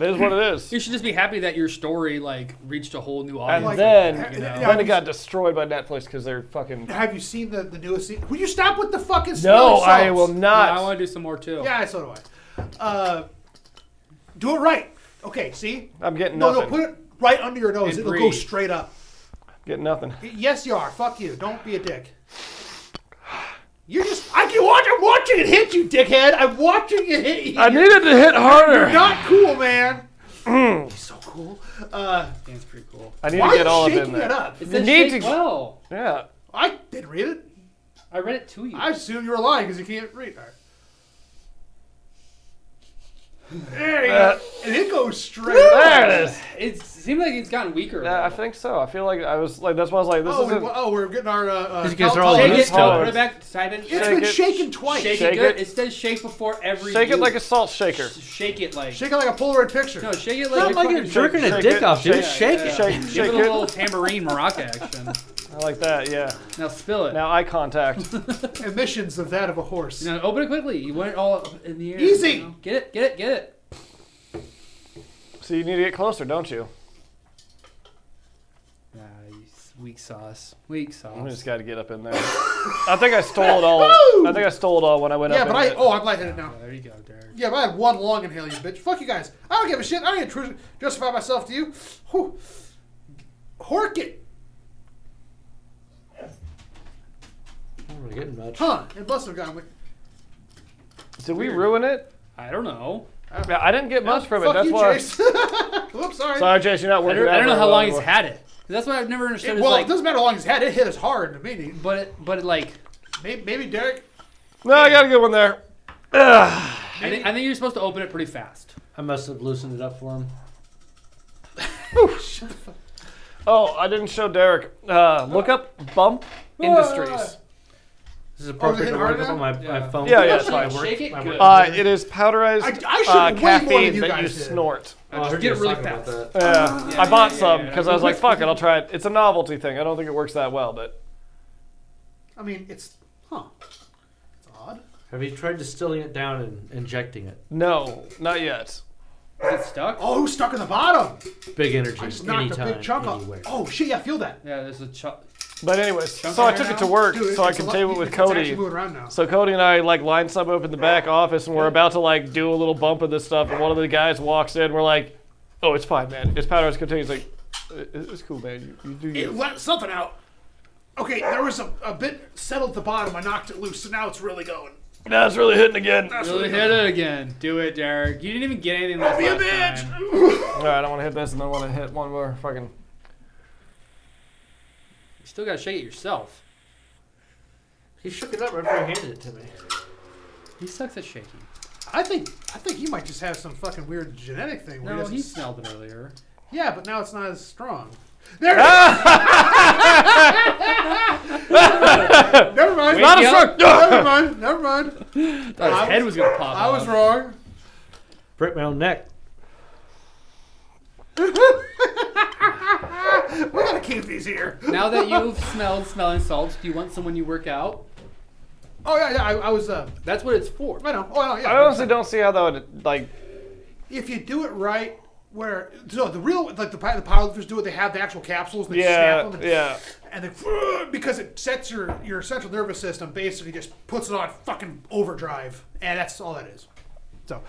Speaker 3: it is what it is.
Speaker 4: You should just be happy that your story like reached a whole new
Speaker 3: And
Speaker 4: audience.
Speaker 3: then,
Speaker 2: you know.
Speaker 3: then it got destroyed by Netflix because they're fucking.
Speaker 2: Have you seen the, the newest season? Will you stop with the fucking
Speaker 3: No,
Speaker 2: smelly
Speaker 3: I
Speaker 2: salts?
Speaker 3: will not.
Speaker 4: I want to do some more too.
Speaker 2: Yeah, so do I. Uh, do it right. Okay, see?
Speaker 3: I'm getting
Speaker 2: No, no,
Speaker 3: nothing.
Speaker 2: put it right under your nose.
Speaker 4: And
Speaker 2: It'll go
Speaker 4: breathe.
Speaker 2: straight up.
Speaker 3: Getting nothing.
Speaker 2: Yes, you are. Fuck you. Don't be a dick. You're just. I can watch. I'm watching it hit you, dickhead. I'm watching it hit you.
Speaker 3: I needed to hit harder.
Speaker 2: Not cool, man.
Speaker 3: *clears throat*
Speaker 2: He's so cool. Uh,
Speaker 4: That's pretty cool.
Speaker 3: I need
Speaker 2: why
Speaker 3: to get
Speaker 2: are
Speaker 3: all
Speaker 2: you
Speaker 3: of it in
Speaker 2: shaking
Speaker 3: there.
Speaker 2: it up?
Speaker 4: It
Speaker 3: The
Speaker 4: says
Speaker 3: need
Speaker 4: shake
Speaker 3: to-
Speaker 4: well.
Speaker 3: Yeah.
Speaker 2: I didn't read it.
Speaker 4: I read it to you.
Speaker 2: I assume you were lying because you can't read. All right. There you go. And it goes straight. up.
Speaker 3: Uh, There it is.
Speaker 4: it seemed like it's gotten weaker.
Speaker 3: Yeah, I
Speaker 4: though.
Speaker 3: think so. I feel like I was like that's why I was like this
Speaker 2: Oh, we,
Speaker 3: isn't.
Speaker 2: oh, we're getting our. Uh, uh,
Speaker 1: These guys are all
Speaker 2: tell-
Speaker 4: Shake
Speaker 2: tell-
Speaker 4: it.
Speaker 3: It's hard.
Speaker 4: Oh, Put it back. Side it.
Speaker 2: It's
Speaker 4: Shake,
Speaker 3: Shake
Speaker 2: been
Speaker 3: it.
Speaker 2: shaken twice.
Speaker 4: shake,
Speaker 3: Shake
Speaker 4: it good.
Speaker 3: it.
Speaker 4: It. says shake before every.
Speaker 3: shake it
Speaker 4: use.
Speaker 3: like a salt shaker.
Speaker 4: Shake it like.
Speaker 2: Shake it like a Polaroid picture.
Speaker 4: No, shake it like.
Speaker 1: Not like
Speaker 4: a fucking
Speaker 1: you're jerking a
Speaker 3: shake
Speaker 1: dick
Speaker 3: it,
Speaker 1: off, dude.
Speaker 3: shake
Speaker 1: Shake it.
Speaker 3: it, Shake,
Speaker 4: Give
Speaker 3: shake
Speaker 4: it
Speaker 3: it.
Speaker 4: a little tambourine maraca action.
Speaker 3: I like that. Yeah.
Speaker 4: Now spill it.
Speaker 3: Now eye contact.
Speaker 2: Emissions of that of a horse.
Speaker 4: Now open it quickly. You want it all up in the air.
Speaker 2: Easy.
Speaker 4: you know? Get it. Get it. Get it.
Speaker 3: so you need to get closer, don't you?
Speaker 4: Nice. Ah, Weak sauce. Weak
Speaker 3: I
Speaker 4: sauce.
Speaker 3: just got to get
Speaker 2: *laughs*
Speaker 3: up in there. I think I stole it all. I think I stole it all when I went
Speaker 2: Yeah,
Speaker 3: up.
Speaker 2: but
Speaker 3: in
Speaker 2: I.
Speaker 3: it.
Speaker 2: Oh, I'm lightheaded now.
Speaker 4: Ah, There you go, Derek.
Speaker 2: Yeah, but I had one long inhale, you bitch. Fuck you guys. I don't give a shit. I don't need to tru- justify myself to you. Whew. Hork it.
Speaker 1: I'm not getting much.
Speaker 2: Huh. And blessed have gone.
Speaker 3: did we ruin it?
Speaker 4: I don't know.
Speaker 3: Yeah, I didn't get much from it.
Speaker 2: Fuck
Speaker 3: That's
Speaker 2: you,
Speaker 3: why.
Speaker 2: Chase. *laughs* Whoops, sorry.
Speaker 3: Sorry, Chase, you're not
Speaker 4: I
Speaker 3: working.
Speaker 4: don't,
Speaker 3: out
Speaker 4: I don't know
Speaker 3: very
Speaker 4: how
Speaker 3: well
Speaker 4: long he's
Speaker 3: anymore.
Speaker 4: had it. That's what I've never understood.
Speaker 2: It-
Speaker 4: is
Speaker 2: well,
Speaker 4: like,
Speaker 2: it doesn't matter how long he's had it. It hit us hard in the meeting.
Speaker 4: but it, but it like,
Speaker 2: Maybe, maybe Derek.
Speaker 3: No, I got a good one there.
Speaker 4: I think, I think you're supposed to open it pretty fast.
Speaker 1: I must have loosened it up for him.
Speaker 3: Oh, I didn't show Derek. Uh, look up Bump Industries.
Speaker 1: This is appropriate
Speaker 2: hit
Speaker 1: to
Speaker 2: hard
Speaker 1: work with
Speaker 2: now?
Speaker 1: on my,
Speaker 4: Yeah.
Speaker 1: my phone.
Speaker 3: Yeah, yeah,
Speaker 1: That's
Speaker 3: it's
Speaker 1: my
Speaker 4: fine.
Speaker 1: work-
Speaker 4: Shake it
Speaker 1: my
Speaker 4: good.
Speaker 1: work-
Speaker 3: Uh, it is powderized
Speaker 2: I- I should
Speaker 3: uh,
Speaker 2: have way more than
Speaker 3: caffeine
Speaker 2: you
Speaker 3: that
Speaker 2: guys
Speaker 3: you
Speaker 2: did. Oh,
Speaker 3: snort.
Speaker 1: Oh, I
Speaker 4: Just
Speaker 1: heard
Speaker 4: get
Speaker 1: you
Speaker 4: it
Speaker 1: guys
Speaker 4: really
Speaker 1: talking about
Speaker 4: fast.
Speaker 1: that.
Speaker 3: Yeah.
Speaker 4: yeah,
Speaker 3: I bought
Speaker 4: yeah,
Speaker 3: some
Speaker 4: yeah.
Speaker 3: because I was like, "Fuck it, I'll try it." It's a novelty thing. I don't think it works that well, but
Speaker 2: I mean, it's. Huh. It's odd.
Speaker 1: Have you tried distilling it down and injecting it?
Speaker 3: no, not yet.
Speaker 4: Is it stuck?
Speaker 2: Oh, who's stuck in the bottom?
Speaker 1: Big energy,
Speaker 2: I just knocked
Speaker 1: anytime,
Speaker 2: a big chunk off.
Speaker 1: anywhere.
Speaker 2: Oh, shit, yeah, feel that.
Speaker 4: Yeah, there's a chop.
Speaker 3: But anyways,
Speaker 4: Chunk
Speaker 3: so I
Speaker 4: in
Speaker 3: took
Speaker 4: there
Speaker 3: it to
Speaker 4: now?
Speaker 3: work
Speaker 2: Dude,
Speaker 3: so I
Speaker 2: it's a
Speaker 3: can
Speaker 2: lot-
Speaker 3: table it
Speaker 2: *laughs*
Speaker 3: with
Speaker 2: it's
Speaker 3: Cody.
Speaker 2: actually moving around now.
Speaker 3: So Cody and I like lined some up in the back office, and we're about to like do a little bump of this stuff, and one of the guys walks in. We're like, "Oh, it's fine, man. It's powder. It's contained." He's like, "It- "It's cool, man. You, you do
Speaker 2: It
Speaker 3: you."
Speaker 2: let something out. Okay, there was a, a bit settled at the bottom. I knocked it loose, so now it's really going.
Speaker 3: Now it's really hitting again. All
Speaker 4: Really hit it again. Do it, Derek. You didn't even get anything last
Speaker 2: Be a
Speaker 4: last time.
Speaker 2: bitch!
Speaker 3: right, I want to hit this, and then I want to hit one more fucking.
Speaker 4: You still gotta shake it yourself.
Speaker 1: He shook it up right before he handed it to me.
Speaker 4: He sucks at shaking.
Speaker 2: I think I think you might just have some fucking weird genetic thing. Where
Speaker 4: No,
Speaker 2: he
Speaker 4: he
Speaker 2: doesn't-
Speaker 4: smelled it
Speaker 2: *laughs*
Speaker 4: earlier.
Speaker 2: Yeah, but now it's not as strong. There it
Speaker 3: *laughs*
Speaker 2: is. Never mind.
Speaker 3: Not a
Speaker 4: Wake
Speaker 3: shark.
Speaker 2: Never mind. Never mind.
Speaker 4: Thought his
Speaker 2: I
Speaker 4: head was gonna pop.
Speaker 2: I was
Speaker 4: off.
Speaker 2: wrong.
Speaker 1: Break my own neck.
Speaker 2: We gotta keep these here.
Speaker 4: Now that you've smelled smelling salts, do you want someone you work out?
Speaker 2: Oh yeah, yeah. I, I was. Uh,
Speaker 4: That's what it's for.
Speaker 2: I know. Oh I know, yeah.
Speaker 3: I honestly don't see how that would like.
Speaker 2: if you do it right, where so the real like the pi- the powerlifters do it, they have the actual capsules and they
Speaker 3: Yeah,
Speaker 2: snap them. And,
Speaker 3: yeah.
Speaker 2: And they *sniffs* because it sets your your central nervous system basically just puts it on fucking overdrive, and that's all that is. So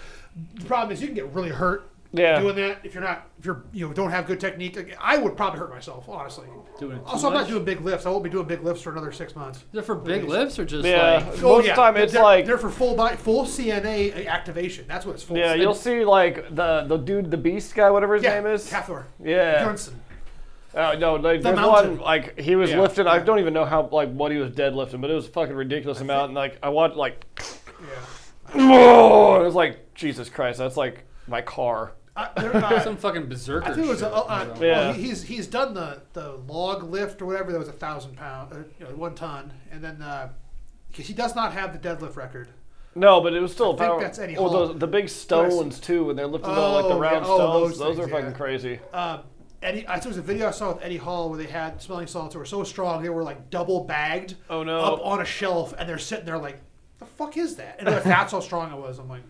Speaker 2: the problem is you can get really hurt.
Speaker 3: Yeah.
Speaker 2: Doing that if you're not if you're you know don't have good technique, Like, I would probably hurt myself honestly.
Speaker 4: Doing it too
Speaker 2: Also, I'm
Speaker 4: much?
Speaker 2: not doing big lifts. I won't be doing big lifts for another six months.
Speaker 4: Is it for big lifts or just
Speaker 3: Yeah,
Speaker 4: like?
Speaker 3: most of the time it's
Speaker 2: Oh, they're,
Speaker 3: like
Speaker 2: they're for full body, full CNA activation. That's what it's for.
Speaker 3: yeah. You'll see like the the dude, the beast guy, whatever his
Speaker 2: yeah,
Speaker 3: name is.
Speaker 2: Cathor.
Speaker 3: Yeah.
Speaker 2: Bjornsson.
Speaker 3: Oh no, like,
Speaker 2: The
Speaker 3: there's
Speaker 2: mountain.
Speaker 3: one like he was
Speaker 4: Yeah.
Speaker 3: lifting. I don't even know how like what he was deadlifting, but it was a fucking ridiculous amount. and like I watched like,
Speaker 2: Yeah.
Speaker 3: *clears throat* it was like Jesus Christ, that's like my car.
Speaker 2: I, there, uh,
Speaker 4: Some fucking berserker.
Speaker 2: I think it was
Speaker 4: shit.
Speaker 2: a, uh,
Speaker 4: Yeah.
Speaker 3: Yeah.
Speaker 2: well, he- he's he's done the, the log lift or whatever that was a thousand pound, uh, you know, one ton, and then because he does not have the deadlift record.
Speaker 3: No, but it was still. I
Speaker 2: think that's Eddie
Speaker 3: Well,
Speaker 2: Hall.
Speaker 3: those, the big stones too, when they're lifting all like the
Speaker 2: Oh,
Speaker 3: round
Speaker 2: yeah. Oh,
Speaker 3: stones.
Speaker 2: those
Speaker 3: Those,
Speaker 2: things,
Speaker 3: are fucking
Speaker 2: yeah.
Speaker 3: crazy.
Speaker 2: Um, Eddie, I think it was a video I saw with Eddie Hall where they had smelling salts that were so strong they were like double bagged.
Speaker 3: Oh, no.
Speaker 2: Up on a shelf, and they're sitting there like, the fuck is that? And like, that's how strong I was. I'm like,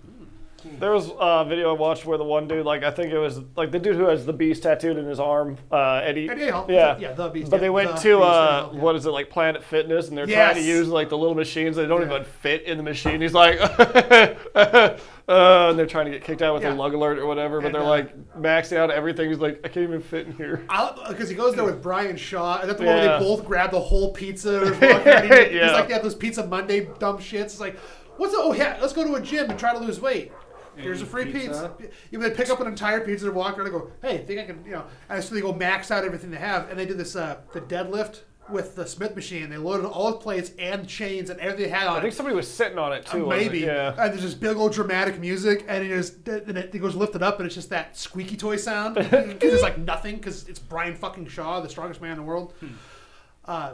Speaker 3: There was a video I watched where the one dude, like I think it was like the dude who has the beast tattooed in his arm, uh, Eddie.
Speaker 2: Eddie Hall.
Speaker 3: Yeah.
Speaker 2: yeah, the beast.
Speaker 3: But
Speaker 2: yeah,
Speaker 3: they went
Speaker 2: the
Speaker 3: to
Speaker 2: beast,
Speaker 3: uh,
Speaker 2: Eddie Hall, yeah.
Speaker 3: what is it like Planet Fitness, and they're trying
Speaker 2: Yes.
Speaker 3: to use like the little machines that don't
Speaker 2: Yeah.
Speaker 3: even fit in the machine. He's like, *laughs* uh, and they're trying to get kicked out with a
Speaker 2: Yeah.
Speaker 3: lug alert or whatever. But
Speaker 2: And,
Speaker 3: they're
Speaker 2: uh,
Speaker 3: like maxing out everything. He's like, I can't even fit in here.
Speaker 2: because he goes there with Brian Shaw. and that's the one
Speaker 3: Yeah.
Speaker 2: where they both grab the whole
Speaker 3: *laughs*
Speaker 2: pizza? and walk around eating it?
Speaker 3: Yeah.
Speaker 2: It's like they have those Pizza Monday dumb shits. It's like, what's the, oh yeah, let's go to a gym and try to lose weight. Here's a free pizza.
Speaker 4: pizza?
Speaker 2: You they pick up an entire pizza and walk around and go, hey, think I can, you know? And so they go max out everything they have, and they do this uh, the deadlift with the Smith machine. They loaded all the plates and chains and everything they had on.
Speaker 3: I
Speaker 2: it.
Speaker 3: think somebody was sitting on it too. wasn't it?
Speaker 2: Uh, Maybe.
Speaker 3: Yeah.
Speaker 2: And there's this big old dramatic music, and it is, and it goes lifted up, and it's just that squeaky toy
Speaker 3: *laughs*
Speaker 2: sound because it's like nothing because it's Brian fucking Shaw, the strongest man in the world.
Speaker 3: Hmm.
Speaker 2: Uh,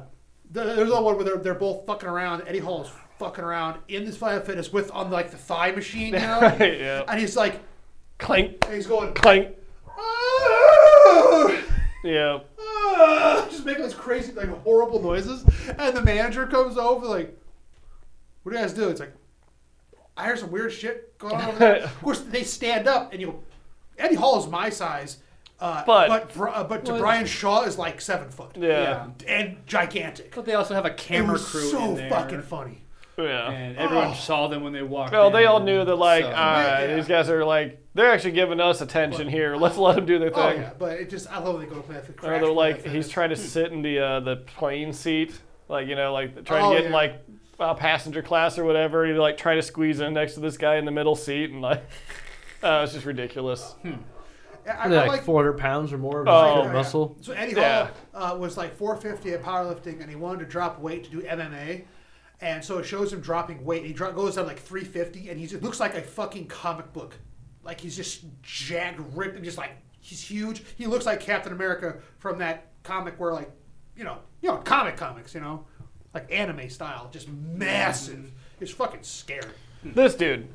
Speaker 2: there- there's another one where they're, they're both fucking around. Eddie Hall is fucking around in this Planet Fitness with on like the thigh
Speaker 3: *laughs*
Speaker 2: machine, you know?
Speaker 3: Yeah.
Speaker 2: and he's like,
Speaker 3: Clank,
Speaker 2: and he's going.
Speaker 3: clank.
Speaker 2: "Ah!"
Speaker 3: Yeah.
Speaker 2: "Ah!" just making those crazy, like horrible noises. And the manager comes over, like, "What do you guys do?" It's like, "I
Speaker 3: *laughs*
Speaker 2: hear some weird shit going on." Over there. of course, they stand up, and you. Eddie Hall is my size. Uh,
Speaker 3: But-
Speaker 2: but Bri- uh, but to
Speaker 4: Well,
Speaker 2: Brian Shaw is like seven foot
Speaker 3: Yeah.
Speaker 2: and gigantic.
Speaker 4: But they also have a camera
Speaker 2: it was
Speaker 4: crew
Speaker 2: so
Speaker 4: in there,
Speaker 2: fucking funny.
Speaker 3: Yeah.
Speaker 4: and everyone
Speaker 2: Oh.
Speaker 4: saw them when they walked.
Speaker 3: Well, they
Speaker 4: in,
Speaker 3: all knew that, like, uh,
Speaker 4: so-
Speaker 2: Yeah.
Speaker 3: these guys are like, they're actually giving us attention here. Let's let them do their
Speaker 2: Oh
Speaker 3: thing.
Speaker 2: yeah, but it just I love when they go to play with the
Speaker 3: Or
Speaker 2: crash.
Speaker 3: they're
Speaker 2: when
Speaker 3: like,
Speaker 2: they
Speaker 3: he's
Speaker 2: finish. *laughs*
Speaker 3: trying to sit in the uh, the plane seat, like you know, like trying
Speaker 2: Oh,
Speaker 3: to get in,
Speaker 2: yeah.
Speaker 3: like uh, passenger class or whatever. And he like trying to squeeze in next to this guy in the middle seat, and like, *laughs* uh, it's
Speaker 2: *laughs*
Speaker 3: just ridiculous.
Speaker 2: I, I
Speaker 1: Are they like,
Speaker 2: like
Speaker 1: 400 pounds or more of
Speaker 3: Oh.
Speaker 1: executive muscle?
Speaker 2: So Eddie
Speaker 3: Yeah.
Speaker 2: Hall uh, was like 450 at powerlifting, and he wanted to drop weight to do MMA. And so it shows him dropping weight. He dro- goes down like 350, and he just looks like a fucking comic book. Like he's just jagged, ripped, and just like he's huge. He looks like Captain America from that comic where like, you know, you know, comic comics, you know, like anime style, just massive. It's fucking scary.
Speaker 3: This dude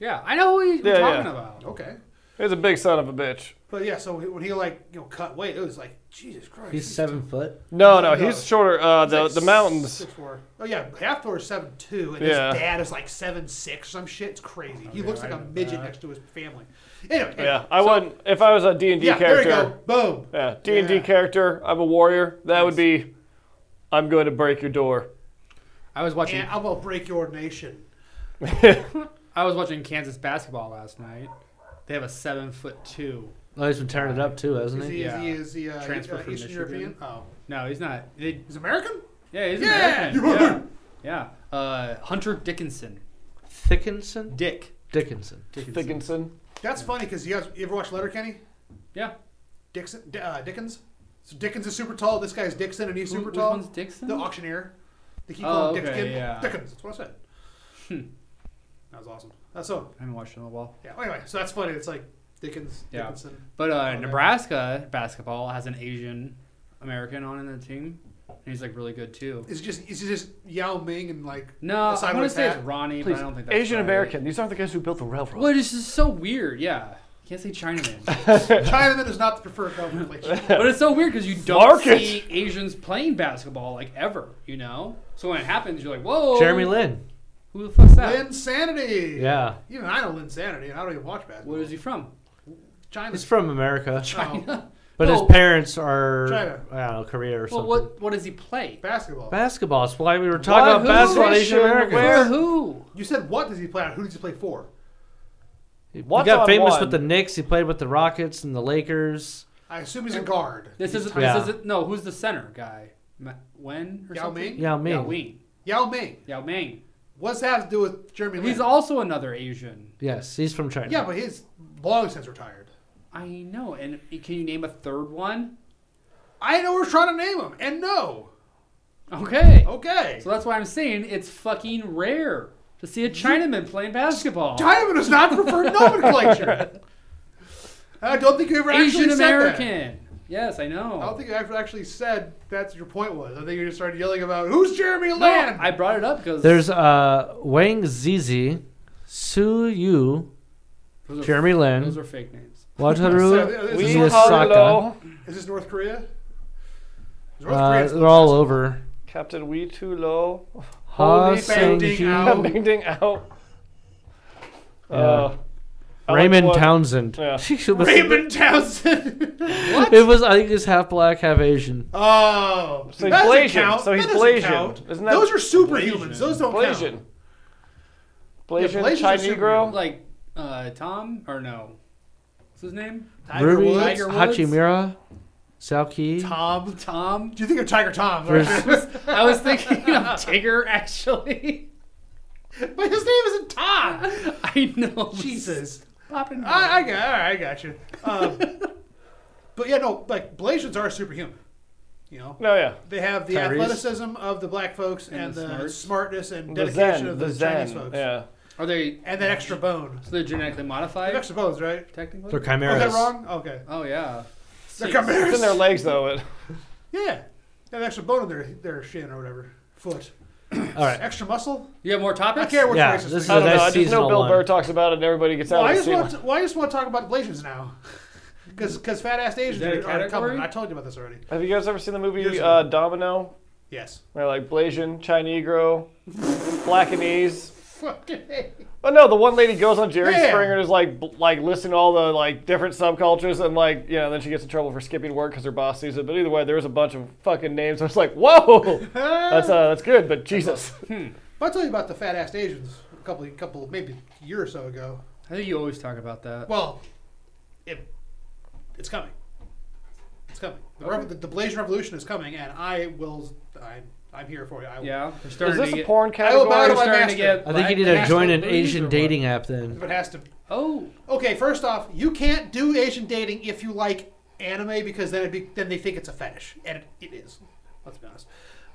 Speaker 4: yeah, I know who you're
Speaker 3: Yeah,
Speaker 4: talking
Speaker 3: yeah.
Speaker 4: about.
Speaker 2: Okay.
Speaker 3: is a big son of a bitch.
Speaker 2: But yeah, so when he like you know cut weight, it was like Jesus Christ.
Speaker 1: He's seven foot.
Speaker 3: No, no,
Speaker 2: No.
Speaker 3: he's shorter. Uh, the
Speaker 2: It's
Speaker 3: the
Speaker 2: like
Speaker 3: mountains.
Speaker 2: 6'4". Oh yeah, half Thor is seven two, and
Speaker 3: Yeah.
Speaker 2: his dad is like seven six. Some shit. It's crazy.
Speaker 4: Oh,
Speaker 2: He looks like a midget next to his family. Anyway,
Speaker 3: Yeah, I wouldn't. If I was a D and D
Speaker 2: yeah.
Speaker 3: character,
Speaker 2: There you go. Boom.
Speaker 3: yeah, D and D
Speaker 2: Yeah.
Speaker 3: character, I'm a warrior. That would be, I'm going to break your door.
Speaker 4: I was watching.
Speaker 2: And I will break your nation.
Speaker 4: I was watching Kansas basketball last night. They have a seven foot two.
Speaker 1: Oh, he's been tearing it up too, hasn't
Speaker 2: Is
Speaker 1: he?
Speaker 2: he?
Speaker 4: Yeah.
Speaker 2: Is he? Is he uh,
Speaker 4: Transfer
Speaker 2: uh,
Speaker 4: from
Speaker 2: Eastern
Speaker 4: Michigan.
Speaker 2: European? Oh,
Speaker 4: No, he's not. They,
Speaker 2: he's American.
Speaker 4: yeah, he's
Speaker 2: Yeah,
Speaker 4: American.
Speaker 2: you
Speaker 4: Yeah, yeah. Uh, Hunter Dickinson.
Speaker 1: Dickinson?
Speaker 4: Dick
Speaker 1: Dickinson.
Speaker 4: Dickinson.
Speaker 3: Dickinson.
Speaker 2: That's funny because you guys you ever watch Letterkenny?
Speaker 4: Yeah.
Speaker 2: Dixon, D- uh, Dickens. So Dickens is super tall. This guy's Dixon, and he's
Speaker 4: Who-
Speaker 2: super
Speaker 4: which
Speaker 2: tall.
Speaker 4: one's Dixon?
Speaker 2: The auctioneer. They keep
Speaker 4: Oh,
Speaker 2: calling
Speaker 4: okay,
Speaker 2: Dickens.
Speaker 4: yeah. Hmm.
Speaker 2: Dickens. That's what I said. That was awesome. That's so.
Speaker 4: I haven't watched it in a while.
Speaker 2: Yeah. Anyway, so that's funny. It's like Dickens,
Speaker 4: Yeah.
Speaker 2: Dickinson.
Speaker 4: But uh,
Speaker 2: Okay.
Speaker 4: Nebraska basketball has an Asian American on the team, and he's like really good too.
Speaker 2: Is it just is it just Yao Ming and like
Speaker 4: No,
Speaker 2: Aside
Speaker 4: I want
Speaker 2: with
Speaker 4: to say it's
Speaker 2: that,
Speaker 4: Ronnie, but
Speaker 3: Please,
Speaker 4: I don't think that's
Speaker 3: Asian
Speaker 4: right.
Speaker 3: American. These aren't the guys who built the railroad.
Speaker 4: Well, this is so weird. Yeah, you can't say Chinaman,
Speaker 2: Chinaman is not the preferred
Speaker 4: *laughs*
Speaker 2: nomenclature.
Speaker 4: but it's so weird because you don't
Speaker 3: Market.
Speaker 4: see Asians playing basketball like ever. You know, so when it happens, you're like, whoa,
Speaker 1: Jeremy Lin.
Speaker 4: who the fuck's that?
Speaker 2: Insanity.
Speaker 1: Yeah.
Speaker 2: Even I know Linsanity, and I don't even watch basketball.
Speaker 4: Where is he from?
Speaker 2: China.
Speaker 1: He's from America.
Speaker 4: China.
Speaker 1: But
Speaker 4: No.
Speaker 1: his parents are,
Speaker 2: China.
Speaker 1: I don't know, Korea or
Speaker 4: Well,
Speaker 1: something.
Speaker 4: what what does he play?
Speaker 2: Basketball.
Speaker 1: Basketball. That's why we were talking
Speaker 4: Why,
Speaker 1: about
Speaker 4: who?
Speaker 1: basketball in Asian
Speaker 3: Asian,
Speaker 1: America.
Speaker 3: where?
Speaker 4: For who?
Speaker 2: you said what does he play on? Who does he play for?
Speaker 1: He
Speaker 3: What's
Speaker 1: got
Speaker 3: on
Speaker 1: famous
Speaker 3: one?
Speaker 1: with the Knicks. He played with the Rockets and the Lakers.
Speaker 2: I assume he's a guard.
Speaker 4: This is
Speaker 1: Yeah.
Speaker 4: this is no. Who's the center guy? Ma- Wen or
Speaker 2: Yao
Speaker 4: something?
Speaker 2: Ming?
Speaker 1: Yao Ming.
Speaker 4: Yao Ming.
Speaker 2: Yao Ming.
Speaker 4: Yao Ming.
Speaker 2: What's that have to do with Jeremy Lin?
Speaker 4: He's also another Asian.
Speaker 1: Yes, he's from China.
Speaker 2: yeah, but he's long since retired.
Speaker 4: I know. And can you name a third one?
Speaker 2: I know we're trying to name him, and no.
Speaker 4: Okay.
Speaker 2: Okay.
Speaker 4: So that's why I'm saying it's fucking rare to see a Chinaman playing basketball.
Speaker 2: Chinaman is not
Speaker 4: *laughs*
Speaker 2: preferred nomenclature. I don't think you ever
Speaker 4: Asian
Speaker 2: actually said that.
Speaker 4: American. Yes, I know.
Speaker 3: Oh.
Speaker 2: I don't think you ever actually said that's your point was. I think you just started yelling about who's Jeremy
Speaker 4: No,
Speaker 2: Lin.
Speaker 4: I brought it up because
Speaker 1: There's uh, Wang Zizi, Su Yu, Jeremy
Speaker 4: Those
Speaker 1: Lin,
Speaker 4: are fake names.
Speaker 2: *laughs* So,
Speaker 1: Wataru
Speaker 2: uh,
Speaker 3: we
Speaker 2: is,
Speaker 1: Yes,
Speaker 2: this,
Speaker 1: Saka.
Speaker 3: hello,
Speaker 2: is this North Korea? Is North
Speaker 1: Uh,
Speaker 2: Korea's-
Speaker 1: they're all over.
Speaker 3: Captain We Too Low.
Speaker 1: Ha
Speaker 3: Holy *laughs*
Speaker 1: Sung
Speaker 2: banding
Speaker 1: Ji,
Speaker 2: out.
Speaker 3: Bing ding out.
Speaker 1: Yeah.
Speaker 3: Uh, I like
Speaker 1: Raymond
Speaker 3: one-
Speaker 1: Townsend. *laughs*
Speaker 3: Yeah.
Speaker 1: She was-
Speaker 2: Raymond *laughs* Townsend.
Speaker 1: It was I think it's half black, half Asian.
Speaker 2: oh,
Speaker 3: So he's
Speaker 2: that doesn't
Speaker 3: Blasian.
Speaker 2: count.
Speaker 3: So he's
Speaker 2: that doesn't
Speaker 3: Blasian.
Speaker 2: count.
Speaker 3: Isn't that-
Speaker 2: Those are superhumans. Those don't
Speaker 3: Blasian.
Speaker 2: count.
Speaker 3: Blasian,
Speaker 2: Blasian's a
Speaker 3: Chai
Speaker 2: super-
Speaker 3: Negro.
Speaker 4: Like uh, Tom or no? What's his name?
Speaker 2: Tiger
Speaker 1: Ruby
Speaker 2: Woods.
Speaker 4: Tiger Woods?
Speaker 1: Hachimura, Saoki.
Speaker 2: Tom.
Speaker 4: Tom.
Speaker 2: Do you think of Tiger Tom?
Speaker 3: *laughs*
Speaker 1: There's-
Speaker 4: I was thinking of Tigger actually.
Speaker 2: *laughs*
Speaker 4: *laughs*
Speaker 2: but his name isn't Tom.
Speaker 4: I know.
Speaker 2: Jesus.
Speaker 4: Popping.
Speaker 2: I, I got. All right, I got you.
Speaker 3: *laughs*
Speaker 2: Um, but yeah, no. Like Blasians are superhuman. You know.
Speaker 3: No, Oh, yeah.
Speaker 2: They have the
Speaker 1: Tyrese.
Speaker 2: athleticism of the black folks and,
Speaker 4: And the
Speaker 2: the,
Speaker 4: smarts.
Speaker 2: smartness and
Speaker 3: The
Speaker 2: dedication
Speaker 3: Zen.
Speaker 2: of
Speaker 3: the
Speaker 2: the,
Speaker 3: Zen.
Speaker 2: Chinese folks.
Speaker 3: Yeah.
Speaker 4: Are they?
Speaker 2: And that extra bone.
Speaker 4: So they're genetically
Speaker 2: They have
Speaker 4: modified,
Speaker 2: extra bones, right?
Speaker 4: technically.
Speaker 1: They're
Speaker 2: Was
Speaker 1: chimeras.
Speaker 2: that wrong? Okay.
Speaker 4: Oh yeah.
Speaker 2: They're
Speaker 4: Jeez.
Speaker 2: chimeras.
Speaker 3: It's in their legs, though. It,
Speaker 2: Yeah. They have extra bone in their, their shin or whatever. Foot.
Speaker 1: All right.
Speaker 2: Extra muscle?
Speaker 4: You have more topics?
Speaker 2: I care what
Speaker 1: Yeah,
Speaker 2: racist
Speaker 1: this is
Speaker 3: I
Speaker 1: a nice
Speaker 2: thing.
Speaker 3: don't know. I just know
Speaker 1: seasonal
Speaker 3: Bill
Speaker 1: one.
Speaker 3: Burr talks about it, and everybody gets out
Speaker 2: well, I,
Speaker 3: of
Speaker 2: just
Speaker 3: the scene.
Speaker 2: want to, well, I just want to talk about Blasians now. *laughs* Because fat ass Asians
Speaker 4: that a
Speaker 2: are, are coming.
Speaker 4: category?
Speaker 2: I told you about this already.
Speaker 3: Have you guys ever seen the
Speaker 2: Years
Speaker 3: movie
Speaker 2: ago.
Speaker 3: uh, Domino?
Speaker 2: Yes.
Speaker 3: Where like Blasian, Chai Negro,
Speaker 2: *laughs*
Speaker 3: Blackanese,
Speaker 2: fucking hate.
Speaker 3: But no, the one lady goes on Jerry
Speaker 2: Yeah.
Speaker 3: Springer and is like, bl- like listening to all the like different subcultures, and like, you know, then she gets in trouble for skipping work because her boss sees it. But either way, there was a bunch of fucking names. *laughs* I was like, whoa, that's uh, that's good, but Jesus,
Speaker 2: But I'll tell you about the fat assed Asians a couple, couple, maybe a year or so ago.
Speaker 4: I think you always talk about that.
Speaker 2: Well, it, it's coming. It's coming. The, rev- the, the Blazing Revolution is coming, and I will. I, I'm here for you. I will.
Speaker 4: yeah, we're
Speaker 3: is
Speaker 4: starting
Speaker 3: this
Speaker 4: to
Speaker 3: a
Speaker 4: get.
Speaker 3: porn
Speaker 2: I will bow to
Speaker 3: category?
Speaker 2: my
Speaker 4: starting to
Speaker 2: master.
Speaker 4: get-
Speaker 1: I think you need
Speaker 2: Black
Speaker 1: to join an
Speaker 4: national movies or
Speaker 1: Asian
Speaker 4: what?
Speaker 1: dating app then.
Speaker 2: But it has to.
Speaker 4: oh,
Speaker 2: Okay, first off, you can't do Asian dating if you like anime because then it be, then they think it's a fetish, and it, it is. Let's be honest.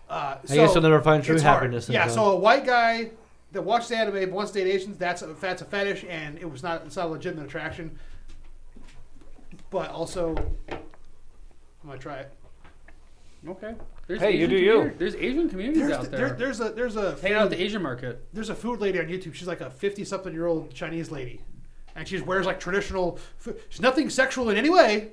Speaker 2: Uh,
Speaker 1: I guess you'll never find true
Speaker 2: it's hard.
Speaker 1: happiness in
Speaker 2: Yeah.
Speaker 1: that.
Speaker 2: So a white guy that watches anime but wants to date Asians, that's a, that's a fetish, and it was not it's not a legitimate attraction. But also, I'm gonna try it.
Speaker 4: okay. There's
Speaker 3: Hey, you
Speaker 4: Asian
Speaker 3: do you.
Speaker 4: community- There's Asian communities
Speaker 2: There's,
Speaker 4: out
Speaker 2: the-
Speaker 4: there.
Speaker 2: there- there's a there's a
Speaker 4: Hanging out at
Speaker 2: food-
Speaker 4: the Asian market.
Speaker 2: there's a food lady on YouTube. She's like a 50 something year old Chinese lady. And she wears like traditional food. She's nothing sexual in any way.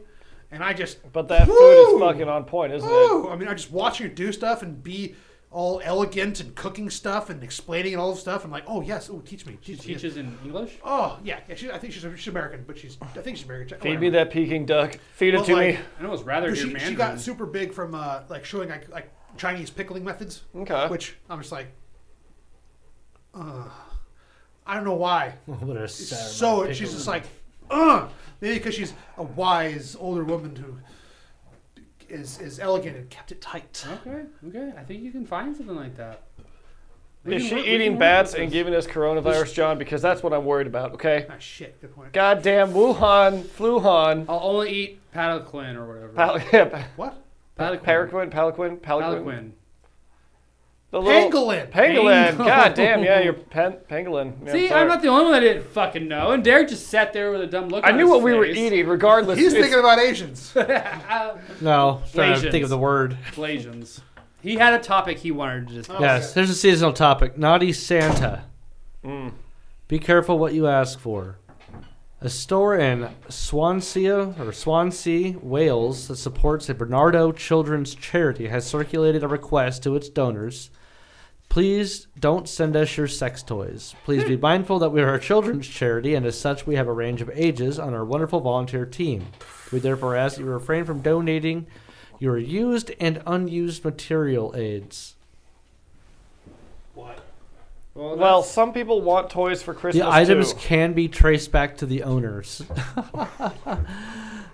Speaker 2: And I just,
Speaker 3: But that food
Speaker 2: Woo!
Speaker 3: is fucking on point, isn't it?
Speaker 2: oh, I mean, I just watch her do stuff and be all elegant and cooking stuff and explaining and all of stuff. I'm like, oh, yes, oh, teach me.
Speaker 4: She
Speaker 2: Teach, teach
Speaker 4: teaches in English.
Speaker 2: Oh, yeah. yeah she, I think she's, she's American, but she's, I think she's American.
Speaker 3: Feed me that Peking duck. Feed it
Speaker 2: But,
Speaker 3: to
Speaker 2: like,
Speaker 4: I know it's rather
Speaker 2: Dude,
Speaker 4: your
Speaker 2: She,
Speaker 4: Mandarin.
Speaker 2: she got super big from uh, like showing like, like Chinese pickling methods.
Speaker 3: me. Okay.
Speaker 2: Which I'm just like, uh, I don't know why.
Speaker 1: *laughs* what a
Speaker 2: It's
Speaker 1: sour
Speaker 2: so
Speaker 1: pickle.
Speaker 2: she's just like, ugh. Maybe because she's a wise older woman who is is elegant and kept it tight.
Speaker 4: Okay, okay. I think you can find something like that. We
Speaker 3: Is
Speaker 4: can
Speaker 3: she
Speaker 4: work- we can
Speaker 3: eating
Speaker 4: work
Speaker 3: bats
Speaker 4: with
Speaker 3: and
Speaker 4: this.
Speaker 3: giving us coronavirus, John? Because that's what I'm worried about. Okay.
Speaker 2: Ah, shit. Good point.
Speaker 3: Goddamn Wuhan, Fluhan,
Speaker 4: I'll only eat Padaquin or whatever.
Speaker 3: pal- *laughs* yeah,
Speaker 2: What?
Speaker 4: Padaquin.
Speaker 3: Paraquin, Palaquin, Palaquin,
Speaker 4: Padaquin.
Speaker 3: the little-
Speaker 2: Pangolin.
Speaker 3: Pangolin.
Speaker 4: Pangolin.
Speaker 3: Goddamn, yeah, you're pen- pangolin. Yeah,
Speaker 4: See,
Speaker 3: sorry.
Speaker 4: I'm not the only one that didn't fucking know. And Derek just sat there with a dumb look.
Speaker 3: I
Speaker 4: on
Speaker 3: knew
Speaker 4: his
Speaker 3: what we were
Speaker 4: face.
Speaker 3: eating, regardless.
Speaker 2: He's
Speaker 3: It's-
Speaker 2: thinking about Asians.
Speaker 1: no, trying to
Speaker 4: Asians.
Speaker 1: think of the word.
Speaker 4: Blasians. He had a topic he wanted to discuss.
Speaker 1: yes, there's a seasonal topic. Naughty Santa.
Speaker 3: Mm.
Speaker 1: Be careful what you ask for. A store in Swansea or Swansea, Wales, that supports a Bernardo children's charity has circulated a request to its donors. Please don't send us your sex toys. Please be mindful that we are a children's charity, and as such, we have a range of ages on our wonderful volunteer team. We therefore ask that you refrain from donating your used and unused material aids.
Speaker 2: what?
Speaker 3: well,
Speaker 4: Well, that's-
Speaker 3: some people want toys for Christmas
Speaker 1: the items
Speaker 3: too.
Speaker 1: can be traced back to the owners. *laughs*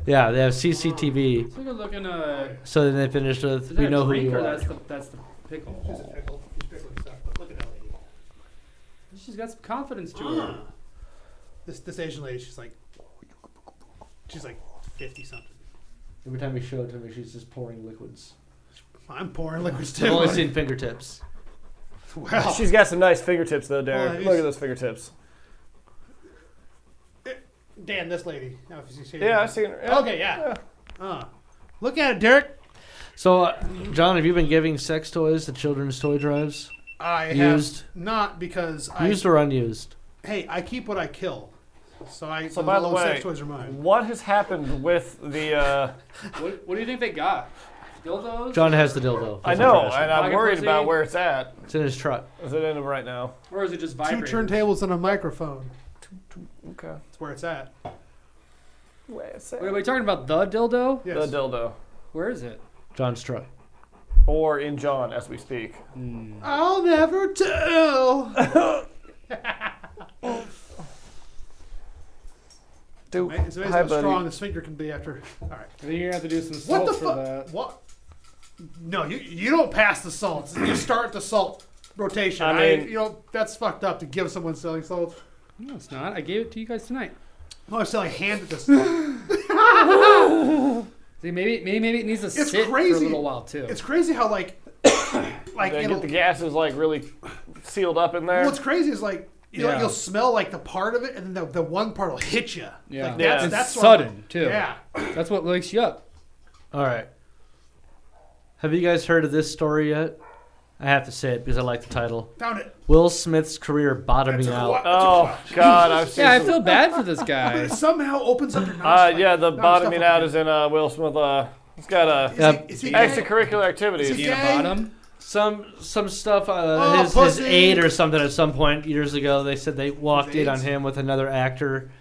Speaker 1: yeah, they have CCTV.
Speaker 4: Let's take a look in a.
Speaker 1: So then they finished with,
Speaker 4: Is that
Speaker 1: we
Speaker 4: a
Speaker 1: know who
Speaker 4: drink
Speaker 1: you
Speaker 4: or
Speaker 1: are.
Speaker 4: That's the, that's the pickle.
Speaker 2: She's a pickle. She's pickling stuff. But look at that lady.
Speaker 4: She's got some confidence to her.
Speaker 2: This this Asian lady. She's like, she's like fifty something.
Speaker 1: Every time you show it to me, she's just pouring liquids.
Speaker 2: I'm
Speaker 1: *laughs*
Speaker 2: pouring liquids
Speaker 1: I've only
Speaker 2: too.
Speaker 1: seen fingertips.
Speaker 2: Well,
Speaker 3: *sighs* *laughs* She's got some nice fingertips, though,
Speaker 2: Well,
Speaker 3: Derek.
Speaker 2: he's-
Speaker 3: Look at those fingertips.
Speaker 2: Dan, this lady. I don't know if you see her.
Speaker 3: Yeah, I've seen her. Yeah.
Speaker 2: Okay, yeah. Uh, look at it, Derek.
Speaker 1: So, uh, John, have you been giving sex toys to children's toy drives?
Speaker 2: I
Speaker 1: Used.
Speaker 2: have not because I
Speaker 1: Used or unused?
Speaker 2: hey I keep what I kill, so I
Speaker 3: So, by the
Speaker 2: all
Speaker 3: way-
Speaker 2: sex toys are mine.
Speaker 3: What has happened with the? Uh,
Speaker 4: What, what do you think they got? Dildos?
Speaker 1: John has the dildo.
Speaker 3: I
Speaker 1: That's what
Speaker 3: know,
Speaker 1: you're asking.
Speaker 3: and I'm
Speaker 4: Pocket
Speaker 3: worried
Speaker 4: pussy.
Speaker 3: about where it's at.
Speaker 1: It's in his truck.
Speaker 3: Is it in him right now?
Speaker 4: Or is it just
Speaker 2: Two
Speaker 4: vibrating?
Speaker 2: turntables and a microphone.
Speaker 3: Okay.
Speaker 2: That's where it's at.
Speaker 3: Where it's
Speaker 4: Wait, are we talking about the dildo?
Speaker 2: Yes.
Speaker 3: The dildo,
Speaker 4: Where is it?
Speaker 1: John's truck.
Speaker 3: or in John as we speak.
Speaker 4: Hmm.
Speaker 2: I'll never tell.
Speaker 3: Oh. Do
Speaker 2: it's amazing how strong this finger can be after. All right.
Speaker 4: I think you're gonna have to do some
Speaker 2: What
Speaker 4: salt
Speaker 2: the
Speaker 4: for
Speaker 2: fuck?
Speaker 4: that.
Speaker 2: What? No, you you don't pass the salts. You start the salt rotation.
Speaker 3: I
Speaker 2: I
Speaker 3: mean-
Speaker 2: you know that's fucked up to give someone selling salts.
Speaker 4: No, it's not. I gave it to you guys tonight.
Speaker 2: No, I'm selling handed this. stuff.
Speaker 4: See, maybe maybe maybe it needs to sit for
Speaker 2: crazy.
Speaker 4: a little while too.
Speaker 2: it's crazy how like *coughs* like
Speaker 3: They
Speaker 2: it'll,
Speaker 3: get the gases like really sealed up in there.
Speaker 2: What's crazy is like you
Speaker 4: Yeah.
Speaker 2: know, you'll smell like the part of it, and then the, the one part will hit you.
Speaker 4: Yeah.
Speaker 2: like,
Speaker 3: Yeah.
Speaker 2: that's,
Speaker 3: And
Speaker 2: that's what I'm-
Speaker 4: sudden too.
Speaker 2: Yeah,
Speaker 4: That's what wakes you up.
Speaker 1: All right. Have you guys heard of this story yet? I have to say it because I like the title.
Speaker 2: found it.
Speaker 1: Will Smith's career bottoming
Speaker 2: That's a
Speaker 1: out.
Speaker 2: lot.
Speaker 3: Oh God, I've seen.
Speaker 4: Yeah, I
Speaker 3: some-
Speaker 2: *laughs*
Speaker 4: feel bad for this
Speaker 2: But
Speaker 4: guy.
Speaker 2: it somehow opens up your
Speaker 3: Uh,
Speaker 2: nostrils.
Speaker 3: yeah, the
Speaker 2: No,
Speaker 3: bottoming
Speaker 2: stuff
Speaker 3: out
Speaker 2: like
Speaker 3: is in uh, Will Smith. Uh, he's got a
Speaker 2: that. Is he, is he
Speaker 3: extracurricular
Speaker 2: Is
Speaker 3: activities.
Speaker 2: he-
Speaker 4: Being a
Speaker 2: Yay.
Speaker 4: bottom.
Speaker 1: some some stuff. Uh,
Speaker 2: Oh,
Speaker 1: his, his
Speaker 2: pussy.
Speaker 1: aide or something at some point years ago. They said they walked
Speaker 2: His
Speaker 1: in on
Speaker 2: aides?
Speaker 1: him with another actor,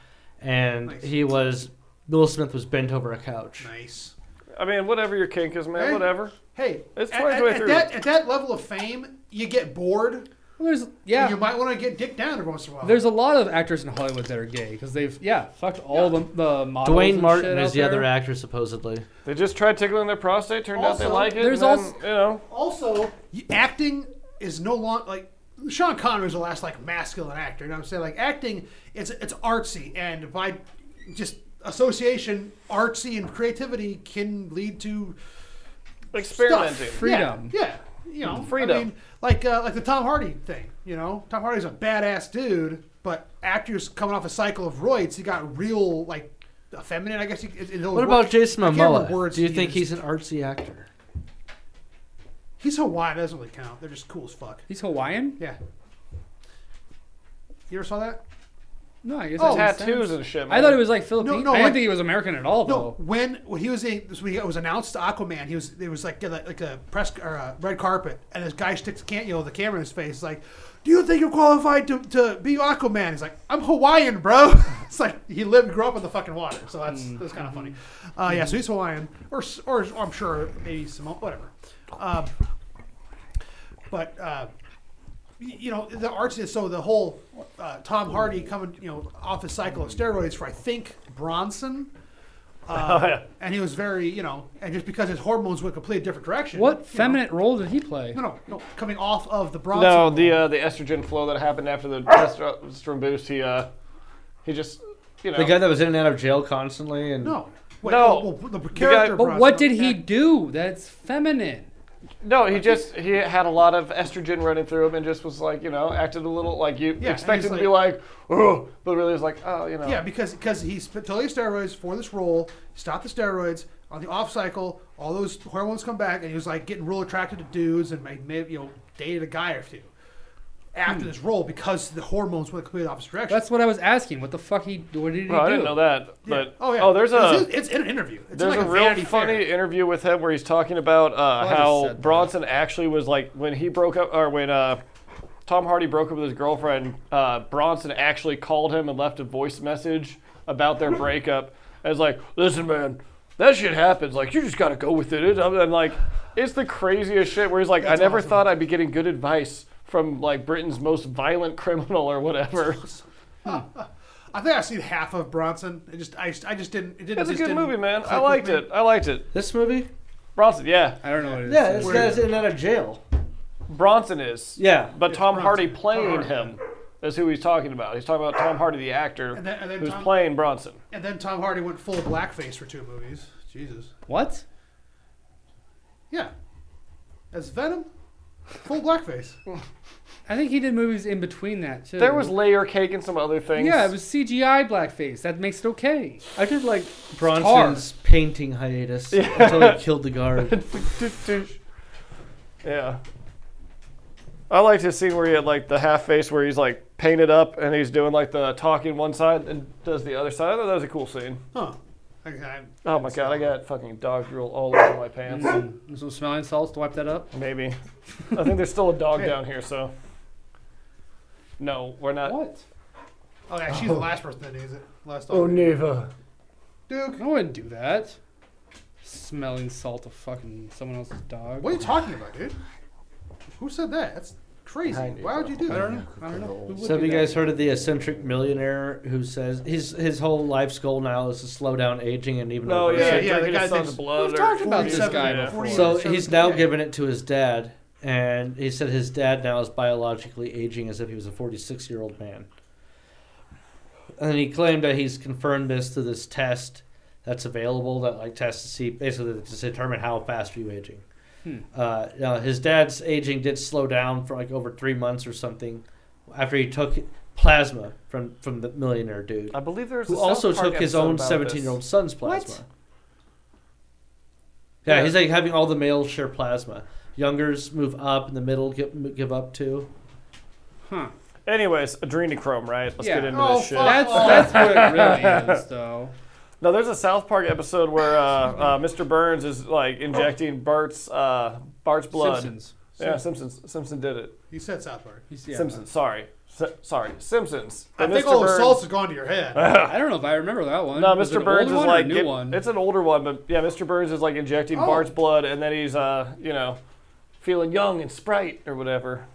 Speaker 1: and
Speaker 2: Nice.
Speaker 1: he was Will Smith was bent over a couch.
Speaker 2: Nice.
Speaker 3: I mean, whatever your kink is, man.
Speaker 2: Hey.
Speaker 3: Whatever.
Speaker 2: Hey,
Speaker 3: It's
Speaker 2: at-
Speaker 3: 22
Speaker 2: at, at
Speaker 3: through.
Speaker 2: that at that level of fame, you get bored.
Speaker 4: Well, there's
Speaker 2: Yeah.
Speaker 4: yeah.
Speaker 2: You might want to get dick down every once in a while.
Speaker 4: There's a lot of actors in Hollywood that are gay because they've yeah fucked all the the models.
Speaker 1: Dwayne
Speaker 4: and
Speaker 1: Martin
Speaker 4: shit
Speaker 1: is
Speaker 4: out
Speaker 1: the other
Speaker 4: there.
Speaker 1: actor supposedly.
Speaker 3: They just tried tickling their prostate. Turned out they
Speaker 2: Also,
Speaker 3: like it.
Speaker 4: there's
Speaker 3: and
Speaker 4: also-
Speaker 3: then, you know.
Speaker 2: also you- acting is no long like Sean Connery was the last like masculine actor. You know what I'm saying? Like acting, it's it's artsy, and by just association, artsy and creativity can lead to
Speaker 3: Experimenting.
Speaker 2: stuff.
Speaker 4: Freedom.
Speaker 2: Yeah, yeah, you know,
Speaker 3: Freedom.
Speaker 2: I mean, like uh, like the Tom Hardy thing. You know, Tom Hardy's a badass dude, but actors coming off a cycle of roids, he got real like effeminate. I guess. You, it, it'll
Speaker 1: What
Speaker 2: work.
Speaker 1: about Jason
Speaker 2: I can't remember
Speaker 1: Momoa?
Speaker 2: words
Speaker 1: Do you
Speaker 2: he
Speaker 1: think
Speaker 2: used.
Speaker 1: he's an artsy actor?
Speaker 2: He's Hawaiian. That doesn't really count. They're just cool as fuck.
Speaker 4: He's Hawaiian.
Speaker 2: Yeah. You ever saw that?
Speaker 4: No, I guess
Speaker 2: Oh,
Speaker 4: that's
Speaker 3: Tattoos and shit. Man.
Speaker 4: I thought he was like Filipino.
Speaker 2: no,
Speaker 4: I
Speaker 2: like-
Speaker 4: didn't think he was American at all
Speaker 2: No,
Speaker 4: though.
Speaker 2: when when he was in, this- when it was announced to Aquaman, he was there was like a, like a press or a red carpet, and this guy sticks can you know the camera in his face, like, "Do you think you're qualified to, to be Aquaman?" He's like, "I'm Hawaiian, bro." *laughs* it's like he lived grew up in the fucking water, so that's
Speaker 4: Mm-hmm.
Speaker 2: that's kind of funny. Uh, yeah, so he's Hawaiian, or s- or, or I'm sure maybe Samoan, whatever. Um, but uh, y- you know the arts is so the whole uh, Tom Hardy coming you know off his cycle of steroids for I think Bronson. Uh,
Speaker 3: Oh, yeah.
Speaker 2: And he was very, you know, and just because his hormones went completely different direction. you
Speaker 4: What
Speaker 2: know.
Speaker 4: feminine role did he play?
Speaker 2: No, no, no. Coming off of the Bronson.
Speaker 3: No, the uh, the estrogen flow that happened after the testosterone boost. He uh, he just you know.
Speaker 1: The guy that was in and out of jail constantly and
Speaker 2: no. Wait,
Speaker 3: No.
Speaker 2: well, well, the
Speaker 3: guy-
Speaker 2: character.
Speaker 4: But
Speaker 2: Bronson-
Speaker 4: what did he
Speaker 2: Yeah.
Speaker 4: do that's feminine?
Speaker 3: no, he just he had a lot of estrogen running through him and just was like you know acted a little like you
Speaker 2: Yeah,
Speaker 3: expected
Speaker 2: and
Speaker 3: to
Speaker 2: he's
Speaker 3: be like oh, but really was like oh you know.
Speaker 2: Yeah, because because he sp- totally steroids for this role, stopped the steroids on the off cycle. All those hormones come back, and he was like getting real attracted to dudes, and like, maybe you know dated a guy or two after this role because the hormones went completely opposite direction.
Speaker 4: Hmm. That's what I was asking. What the fuck he? What did he
Speaker 3: Well,
Speaker 4: do?
Speaker 3: I didn't know that, but
Speaker 2: oh yeah.
Speaker 3: there's
Speaker 2: It
Speaker 3: a
Speaker 2: was- it's in an interview. It's in,
Speaker 3: There's
Speaker 2: like
Speaker 3: a,
Speaker 2: Vanity
Speaker 3: real
Speaker 2: Fair.
Speaker 3: funny interview with him where he's talking about uh,
Speaker 4: just
Speaker 3: how
Speaker 4: said that.
Speaker 3: Bronson actually was like when he broke up or when uh, Tom Hardy broke up with his girlfriend. Uh, Bronson actually called him and left a voice message about their breakup. As like, listen, man, that shit happens. Like, you just gotta go with it. And I'm, I'm like, it's the craziest shit. Where he's like, I never
Speaker 2: awesome.
Speaker 3: thought I'd be getting good advice from like Britain's most violent *laughs* criminal or whatever.
Speaker 2: I think I've seen half of Bronson. It just I, just- I just didn't. It didn't.
Speaker 3: It's a
Speaker 2: just
Speaker 3: good
Speaker 2: didn't
Speaker 3: movie, man. I
Speaker 2: click with
Speaker 3: liked
Speaker 2: me.
Speaker 3: it. I liked it.
Speaker 1: this movie.
Speaker 3: Bronson, yeah,
Speaker 4: I don't know what it is.
Speaker 1: Yeah, this guy's in and out of jail.
Speaker 3: Bronson is.
Speaker 1: Yeah,
Speaker 3: But Tom
Speaker 2: Bronson.
Speaker 3: Hardy
Speaker 2: Tom
Speaker 3: playing
Speaker 2: Hardy.
Speaker 3: him is who he's talking about. He's talking about Tom Hardy, the actor,
Speaker 2: And then- and then
Speaker 3: who's
Speaker 2: Tom-
Speaker 3: playing Bronson.
Speaker 2: And then Tom Hardy went full blackface for two movies. Jesus.
Speaker 4: What?
Speaker 2: Yeah. As Venom, full blackface.
Speaker 4: I think he did movies in between that too.
Speaker 3: There was layer cake and some other things.
Speaker 4: yeah, it was CGI blackface. That makes it okay.
Speaker 1: I did like Bronson's painting *laughs* hiatus until he killed the *laughs* guard.
Speaker 3: yeah. I liked his scene where he had like the half face where he's like painted up and he's doing like the talking one side and does the other side. I thought that was a cool scene.
Speaker 2: Huh. Okay, I,
Speaker 3: Oh my god, I got fucking dog drool all over my pants.
Speaker 4: There's Some smelling salts to wipe that up.
Speaker 3: Maybe. I think there's still a dog
Speaker 2: Hey.
Speaker 3: down here, so. No, we're not.
Speaker 4: What?
Speaker 2: oh, yeah, she's the last person that needs it. Last
Speaker 1: Oh,
Speaker 2: dog.
Speaker 3: never.
Speaker 2: Duke.
Speaker 4: I wouldn't do that. Smelling salt of fucking someone else's dog.
Speaker 2: What are you talking about, dude? Who said that? That's crazy.
Speaker 3: I knew
Speaker 2: Why would you do
Speaker 4: I
Speaker 2: that?
Speaker 4: don't know. I don't know. Who would
Speaker 1: So have
Speaker 4: do
Speaker 1: you
Speaker 4: that?
Speaker 1: guys heard of the eccentric millionaire who says his his whole life's goal now is to slow down aging and even
Speaker 3: No,
Speaker 1: over
Speaker 2: Oh,
Speaker 3: yeah, yeah,
Speaker 2: yeah, the
Speaker 3: drinking
Speaker 2: guy
Speaker 3: his son's
Speaker 2: thinks-
Speaker 3: blood.
Speaker 4: We've
Speaker 3: or-
Speaker 4: talked about this
Speaker 2: 47,
Speaker 4: guy
Speaker 3: yeah,
Speaker 4: before.
Speaker 2: 48.
Speaker 1: So
Speaker 2: Yeah,
Speaker 1: he's
Speaker 2: so-
Speaker 1: now
Speaker 2: yeah.
Speaker 1: giving it to his dad, and he said his dad now is biologically aging as if he was a 46 year old man. And he claimed that he's confirmed this through this test that's available that like tests to see basically to determine how fast are you aging. Uh, now, his dad's aging did slow down for like over three months or something after he took plasma from from the millionaire dude
Speaker 3: I believe there's
Speaker 1: who
Speaker 3: a
Speaker 1: also
Speaker 3: South Park
Speaker 1: took his
Speaker 3: episode
Speaker 1: own
Speaker 3: about
Speaker 1: 17 year old
Speaker 3: this.
Speaker 1: son's plasma.
Speaker 4: What?
Speaker 1: Yeah,
Speaker 3: Yeah.
Speaker 1: he's like having all the males share plasma. Youngers move up, and the middle give, give up too.
Speaker 4: Huh.
Speaker 3: Anyways, adrenochrome, right? Let's
Speaker 4: Yeah.
Speaker 3: get into
Speaker 2: Oh,
Speaker 3: this shit.
Speaker 2: fuck.
Speaker 4: That's that's what it really is, though.
Speaker 3: No, there's a South Park episode where uh, uh, Mr. Burns is like injecting Bart's uh, Bart's blood.
Speaker 4: Simpsons.
Speaker 3: Yeah, Simpsons. Simpson did it.
Speaker 2: You said South Park.
Speaker 4: You see, I-
Speaker 3: Simpsons. Sorry, S- sorry, Simpsons.
Speaker 2: I
Speaker 3: And
Speaker 2: think
Speaker 3: Mr.
Speaker 2: all the
Speaker 3: Burns-
Speaker 2: salt's gone to your head.
Speaker 4: I don't know if I remember that one.
Speaker 3: No,
Speaker 4: Was it
Speaker 3: Mr.
Speaker 4: an
Speaker 3: Burns
Speaker 4: old
Speaker 3: is
Speaker 4: one or a
Speaker 3: like
Speaker 4: new
Speaker 3: it-
Speaker 4: one.
Speaker 3: It's an older one, but yeah, Mr. Burns is like injecting
Speaker 2: Oh.
Speaker 3: Bart's blood, and then he's uh, you know, feeling young and sprite or whatever.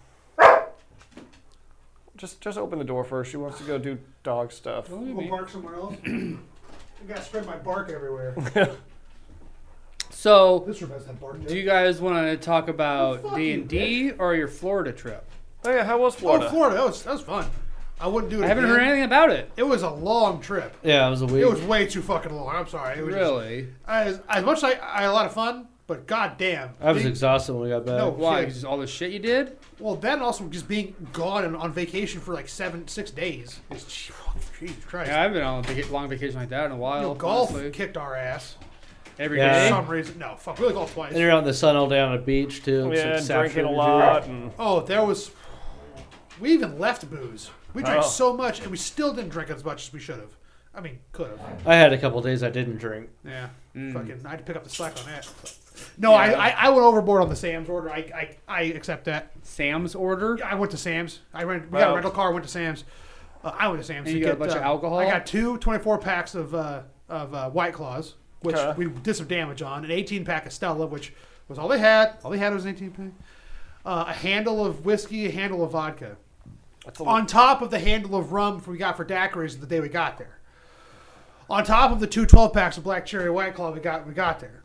Speaker 3: Just just open the door first. She wants to go do dog stuff.
Speaker 4: Don't leave
Speaker 2: We'll
Speaker 4: me.
Speaker 2: bark somewhere
Speaker 4: *clears throat*
Speaker 2: else. I gotta spread my bark
Speaker 4: *laughs*
Speaker 2: everywhere.
Speaker 4: So,
Speaker 2: this room has that bark.
Speaker 4: do you guys want to talk
Speaker 2: Oh,
Speaker 4: about
Speaker 2: fuck
Speaker 4: D
Speaker 2: you,
Speaker 4: and D or your Florida trip?
Speaker 3: Oh yeah, how was
Speaker 2: Oh,
Speaker 3: Florida?
Speaker 2: Florida. That was, that was fun. I wouldn't do it
Speaker 4: I haven't heard
Speaker 2: again.
Speaker 4: anything about it.
Speaker 2: It was a long trip.
Speaker 1: Yeah, it was a week.
Speaker 2: It was way too fucking long. I'm sorry. It was just-
Speaker 4: Really?
Speaker 2: as, as much as I, I had a lot of fun, but goddamn.
Speaker 1: I was
Speaker 2: being-
Speaker 1: exhausted when we got back.
Speaker 2: No.
Speaker 4: Why?
Speaker 2: Oh, shit.
Speaker 4: Just all the shit you did?
Speaker 2: Well, then also just being gone and on vacation for like seven, six days. It's- Jesus Christ.
Speaker 4: Yeah, I've been on a vaca- long vacation like that in a
Speaker 2: You
Speaker 4: while.
Speaker 2: know, golf
Speaker 4: honestly.
Speaker 2: kicked our ass
Speaker 4: every day.
Speaker 2: for
Speaker 1: Yeah.
Speaker 2: some reason. No, fuck, we only golfed twice.
Speaker 1: And you're out in the sun all day on a beach too. It's
Speaker 3: Yeah,
Speaker 1: exceptional
Speaker 3: drinking a
Speaker 1: to do.
Speaker 3: lot. And,
Speaker 2: Oh, there was. We even left booze. We drank
Speaker 3: Oh.
Speaker 2: so much, and we still didn't drink as much as we should have. I mean, could have.
Speaker 1: I had a couple days I didn't drink.
Speaker 2: Yeah.
Speaker 4: Mm.
Speaker 2: Fucking, I had to pick up the slack on that. No, I, I, I went overboard on the Sam's order. I, I, I accept that.
Speaker 4: Sam's order.
Speaker 2: Yeah, I went to Sam's. I rent. We got a
Speaker 3: Wow.
Speaker 2: rental car. Went to Sam's. Uh, I went to Sam's.
Speaker 4: And
Speaker 2: to
Speaker 4: you got a bunch of
Speaker 2: uh,
Speaker 4: alcohol?
Speaker 2: I got two 24 packs of uh, of uh, White Claws, which
Speaker 3: Okay.
Speaker 2: we did some damage on. An 18 pack of Stella, which was all they had. All they had was an 18 pack. Uh, a handle of whiskey, a handle of vodka,
Speaker 3: that's a
Speaker 2: on top of the handle of rum we got for daiquiris the day we got there. On top of the two 12 packs of Black Cherry White Claw we got we got there.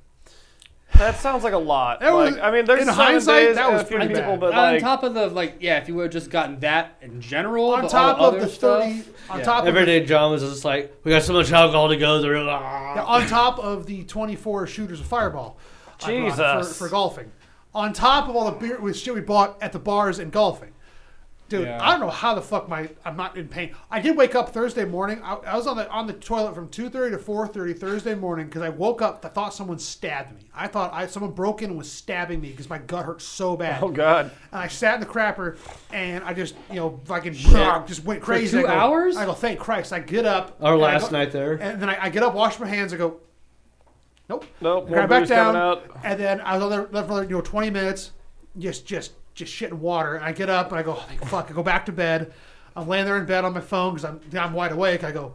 Speaker 3: That sounds like a lot.
Speaker 2: That was-
Speaker 3: Like, I mean, there's
Speaker 2: in
Speaker 3: seven
Speaker 2: hindsight,
Speaker 3: days
Speaker 2: that
Speaker 3: and
Speaker 2: was
Speaker 3: a few
Speaker 2: pretty
Speaker 3: people,
Speaker 2: bad.
Speaker 3: but
Speaker 4: on
Speaker 3: like,
Speaker 4: top of the like, yeah, if you would have just gotten that in general,
Speaker 2: On
Speaker 4: but
Speaker 2: top
Speaker 4: all
Speaker 2: of
Speaker 4: the
Speaker 2: the
Speaker 4: other stuff,
Speaker 2: 30, on
Speaker 4: yeah.
Speaker 2: top of
Speaker 1: Every
Speaker 2: the
Speaker 1: day John was just like, "We got so much alcohol to go "Ah." through."
Speaker 2: Yeah, on top of the 24 shooters of Fireball. I brought
Speaker 3: Jesus.
Speaker 2: For, for golfing. On top of all the beer with shit we bought at the bars and golfing. Dude,
Speaker 4: Yeah.
Speaker 2: I don't know how the fuck my I'm not in pain. I did wake up Thursday morning. I, I was on the on the toilet from 2:30 to 4:30 Thursday morning because I woke up. I thought someone stabbed me. I thought I someone broke in and was stabbing me because my gut hurt so bad.
Speaker 3: oh god,
Speaker 2: And I sat in the crapper and I just you know fucking just went crazy.
Speaker 4: two
Speaker 2: I go-
Speaker 4: hours?
Speaker 2: I go thank Christ. I get up.
Speaker 1: Our
Speaker 2: and I
Speaker 1: last
Speaker 2: go-
Speaker 1: night there.
Speaker 2: and then I, I get up, wash my hands, I go, nope.
Speaker 3: Nope,
Speaker 2: I
Speaker 3: more
Speaker 2: grab back
Speaker 3: booze coming
Speaker 2: down,
Speaker 3: out.
Speaker 2: and then I was on there left for like, you know twenty minutes, just just just shit and water. And I get up and I go, "Oh, thank fuck. I go back to bed. I'm laying there in bed on my phone because I'm I'm wide awake. I go,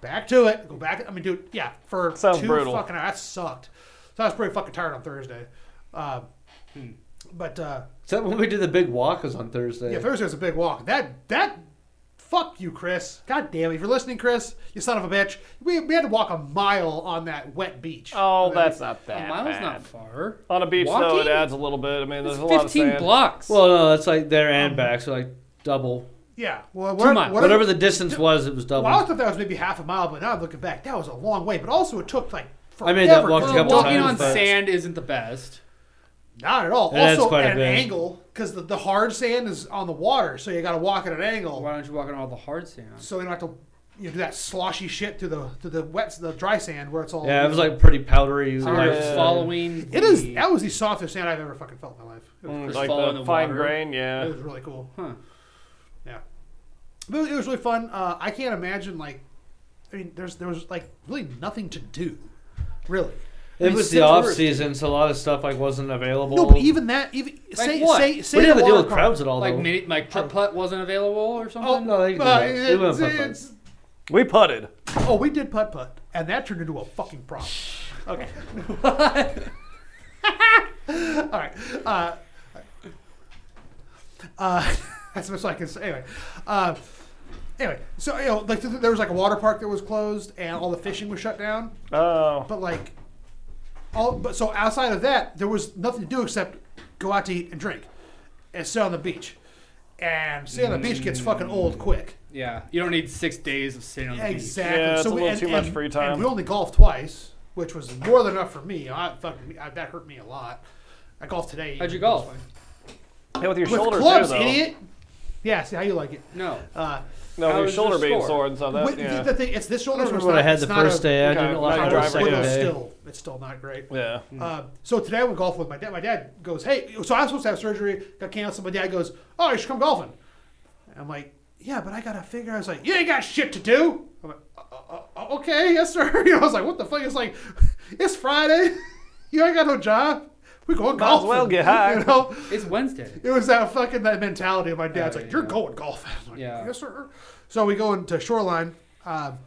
Speaker 2: back to it. Go back. I mean, dude, yeah, for
Speaker 3: Sounds
Speaker 2: two
Speaker 3: brutal.
Speaker 2: fucking hours. That sucked. So I was pretty fucking tired on Thursday. Uh, But uh,
Speaker 1: Except when we did the big walk was on Thursday.
Speaker 2: yeah, Thursday was a big walk. That that fuck you, Chris. God damn it. If you're listening, Chris, you son of a bitch. We, we had to walk a mile on that wet beach.
Speaker 3: oh, that's not that
Speaker 4: a mile's
Speaker 3: bad.
Speaker 4: not far.
Speaker 3: On a beach though, it
Speaker 4: Walking?
Speaker 3: adds a little bit. I mean, there's
Speaker 4: It's
Speaker 3: a lot of
Speaker 4: fifteen
Speaker 3: sand.
Speaker 4: blocks.
Speaker 1: well, no, it's like there and back, so like double.
Speaker 2: yeah. Well,
Speaker 4: miles.
Speaker 1: Whatever the distance was, it was double.
Speaker 2: well, I thought that was maybe half a mile, but now I'm looking back, that was a long way. But also, it took like
Speaker 1: I
Speaker 2: forever.
Speaker 1: made that walk
Speaker 2: to
Speaker 1: a
Speaker 4: Well,
Speaker 2: go.
Speaker 1: couple
Speaker 4: walking
Speaker 1: times,
Speaker 4: on
Speaker 1: but-
Speaker 4: sand isn't the best.
Speaker 2: Not at all.
Speaker 1: It adds
Speaker 2: also,
Speaker 1: quite a
Speaker 2: at an
Speaker 1: bit.
Speaker 2: angle, because the, the hard sand is on the water, so you got to walk at an angle.
Speaker 4: Why don't you walk on all the hard sand?
Speaker 2: So you don't have to you know, do that sloshy shit to the to the wet the dry sand where it's all
Speaker 1: Yeah, it was like pretty powdery.
Speaker 4: So
Speaker 1: like-
Speaker 4: you're following.
Speaker 2: it is
Speaker 4: the-
Speaker 2: that was the softest sand I've ever fucking felt in my life. It was
Speaker 3: Mm,
Speaker 4: Just
Speaker 3: like
Speaker 4: follow
Speaker 3: the,
Speaker 4: the
Speaker 3: fine
Speaker 4: water.
Speaker 3: grain,
Speaker 2: It
Speaker 3: yeah.
Speaker 2: was really cool.
Speaker 4: Huh.
Speaker 2: Yeah, but it was really fun. Uh, I can't imagine like, I mean, there's there was like really nothing to do, really. I
Speaker 1: It
Speaker 2: mean,
Speaker 1: was
Speaker 2: since
Speaker 1: the off
Speaker 2: we're-
Speaker 1: season, so a lot of stuff like wasn't available.
Speaker 2: No, but even that, even say
Speaker 4: what?
Speaker 2: say
Speaker 1: we
Speaker 2: say
Speaker 1: didn't have
Speaker 2: the
Speaker 1: to deal
Speaker 2: water
Speaker 1: with
Speaker 2: park.
Speaker 1: crowds at all.
Speaker 4: Like
Speaker 1: though.
Speaker 4: mini, like putt putt wasn't available or
Speaker 2: Oh
Speaker 4: something.
Speaker 1: no, they-
Speaker 2: uh,
Speaker 1: they went
Speaker 2: it's-
Speaker 1: putt-putt.
Speaker 2: it's-
Speaker 3: We putted.
Speaker 2: oh, we did putt putt, and that turned into a fucking problem. Okay. all right. Uh, uh, *laughs* that's much like say. Anyway. Uh, anyway, so you know, like th- th- there was like a water park that was closed, and all the fishing was shut down.
Speaker 3: Oh,
Speaker 2: But like, all but so outside of that, there was nothing to do except go out to eat and drink, and sit on the beach. And sitting on the beach gets fucking old quick.
Speaker 4: Yeah, you don't need six days of sitting on the beach.
Speaker 2: Exactly.
Speaker 3: Yeah, it's
Speaker 2: so
Speaker 3: a
Speaker 2: we,
Speaker 3: little
Speaker 2: and,
Speaker 3: too much
Speaker 2: and-
Speaker 3: free
Speaker 2: and
Speaker 3: time.
Speaker 2: we only golfed twice, which was more than enough for me. I fucking I, that hurt me a lot. I golfed today.
Speaker 4: How'd you golf?
Speaker 3: yeah, with your
Speaker 2: With
Speaker 3: shoulder
Speaker 2: clubs,
Speaker 3: too, though.
Speaker 2: idiot. Yeah, see how you like it.
Speaker 4: No.
Speaker 2: Uh,
Speaker 3: No,
Speaker 4: How
Speaker 3: with your
Speaker 4: was
Speaker 3: shoulder
Speaker 4: your
Speaker 3: being
Speaker 4: score?
Speaker 3: sore and stuff. That,
Speaker 2: wi-
Speaker 3: yeah.
Speaker 2: the thing, it's this shoulder.
Speaker 1: I don't
Speaker 2: was
Speaker 1: remember what I
Speaker 2: not-
Speaker 1: had
Speaker 2: it's
Speaker 1: the
Speaker 2: not a-
Speaker 1: first day. I
Speaker 3: Okay,
Speaker 1: didn't a lot
Speaker 3: not
Speaker 1: on
Speaker 3: a
Speaker 1: the
Speaker 3: driver.
Speaker 1: second
Speaker 2: Well, it's
Speaker 1: day.
Speaker 2: still, it's still not great.
Speaker 3: yeah.
Speaker 2: Uh, so today I went golfing with my dad. My dad goes, "Hey," so I was supposed to have surgery, got canceled. My dad goes, "Oh, you should come golfing." And I'm like, "Yeah, but I gotta figure." I was like, "You ain't got shit to do." I'm like, "Uh, uh, uh, *laughs* *laughs* "Okay, yes, sir." You know, I was like, "What the fuck?" It's like, it's Friday. you ain't got no job. we going
Speaker 3: Might as
Speaker 2: golfing.
Speaker 3: well get
Speaker 2: *laughs*
Speaker 3: high.
Speaker 2: You know,
Speaker 4: It's Wednesday.
Speaker 2: it was that fucking that mentality of my dad's
Speaker 4: Yeah,
Speaker 2: like,
Speaker 4: yeah,
Speaker 2: "You're
Speaker 4: Oh, yeah.
Speaker 2: going golfing." I'm like,
Speaker 4: Yeah.
Speaker 2: Yes, sir. So we go into Shoreline, um,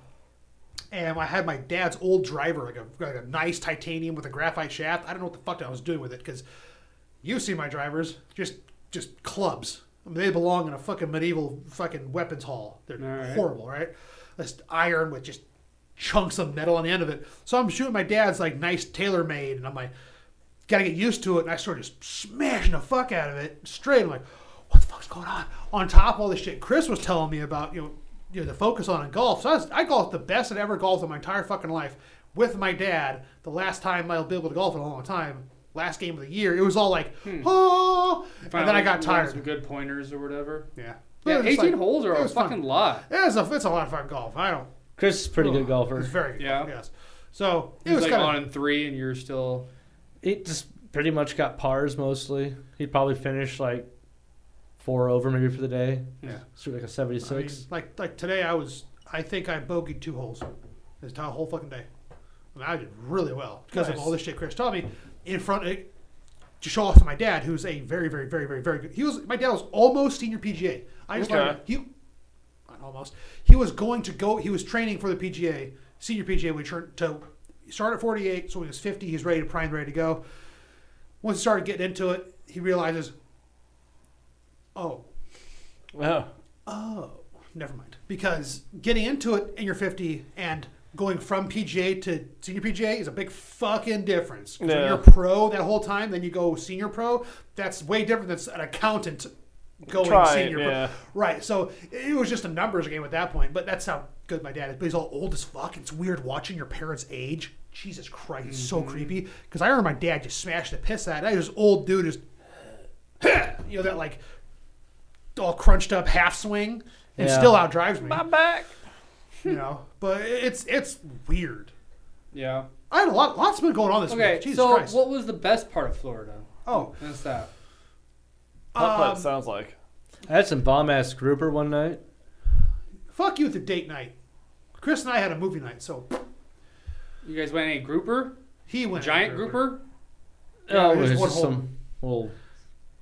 Speaker 2: and I had my dad's old driver, like a, like a nice titanium with a graphite shaft. I don't know what the fuck I was doing with it because you see my drivers just just clubs. I mean, they belong in a fucking medieval fucking weapons hall. They're
Speaker 4: All right.
Speaker 2: horrible, right? This iron with just chunks of metal on the end of it. So I'm shooting my dad's like nice tailor made, and I'm like, gotta get used to it. And I start just smashing the fuck out of it straight. I'm like, what the fuck's going on? On top of all this shit, Chris was telling me about you know, you know the focus on in golf. So I, was, I golfed the best I'd ever golfed in my entire fucking life with my dad. The last time I'll be able to golf in a long time. Last game of the year, it was all like,
Speaker 4: Hmm.
Speaker 2: oh, and then I got
Speaker 4: Finally,
Speaker 2: tired.
Speaker 4: Some good pointers or whatever.
Speaker 2: Yeah, It
Speaker 4: Yeah,
Speaker 2: was
Speaker 4: 18
Speaker 2: just like-
Speaker 4: holes are
Speaker 2: it
Speaker 4: a
Speaker 2: was fun.
Speaker 4: fucking lot.
Speaker 2: Yeah, it's a, it's a lot of fun golf. I don't.
Speaker 1: Chris is a pretty good golfer.
Speaker 2: It's very good.
Speaker 4: Yeah.
Speaker 2: golf, Yes. So it
Speaker 4: It was
Speaker 2: was
Speaker 4: like
Speaker 2: kind
Speaker 4: on
Speaker 2: of
Speaker 4: in three, and you're still.
Speaker 1: He just pretty much got pars mostly. He probably finished like four over maybe for the day.
Speaker 2: yeah.
Speaker 1: Shoot like a
Speaker 2: I mean,
Speaker 1: 76.
Speaker 2: like like today, I was I think I bogeyed two holes this entire whole fucking day. I, mean, I did really well because of
Speaker 1: Nice.
Speaker 2: all this shit Chris taught me in front of, to show off to my dad, who's a very very very very very good. He was my dad was almost senior PGA. I just
Speaker 3: Okay.
Speaker 2: learned he not almost he was going to go. He was training for the PGA senior PGA. We turned to start at 48, so when he was 50, he's ready to prime, ready to go. Once he started getting into it, he realizes, oh,
Speaker 3: Oh.
Speaker 2: Oh, never mind. Because getting into it and you're 50 and going from PGA to senior PGA is a big fucking difference. 'Cause When
Speaker 3: Yeah.
Speaker 2: you're pro that whole time, then you go senior pro. That's way different than an accountant going
Speaker 3: Try it,
Speaker 2: senior
Speaker 3: yeah.
Speaker 2: pro. Right. So it was just a numbers game at that point. But that's how good my dad is. But he's all old as fuck. It's weird watching your parents age. Jesus Christ, it's
Speaker 3: Mm-hmm.
Speaker 2: so creepy. Because I remember my dad just smashed the piss out. of I was this old dude just, you know, that like all crunched up half swing and
Speaker 1: Yeah.
Speaker 2: still outdrives me.
Speaker 3: My back.
Speaker 2: You know, but it's it's weird.
Speaker 4: Yeah.
Speaker 2: I had a lot. Lots been going on this
Speaker 4: Okay,
Speaker 2: week. Jesus
Speaker 4: so
Speaker 2: Christ.
Speaker 4: what was the best part of Florida?
Speaker 2: oh,
Speaker 4: What's that?
Speaker 3: That's what
Speaker 2: Um,
Speaker 3: it sounds like.
Speaker 1: I had some bomb ass grouper one night.
Speaker 2: fuck you with the date night. Chris and I had a movie night, so
Speaker 4: You guys went in a grouper?
Speaker 2: he went
Speaker 4: Giant grouper?
Speaker 2: Yeah,
Speaker 1: oh, it
Speaker 2: there's
Speaker 1: was
Speaker 2: one
Speaker 1: just
Speaker 2: hole.
Speaker 1: some little,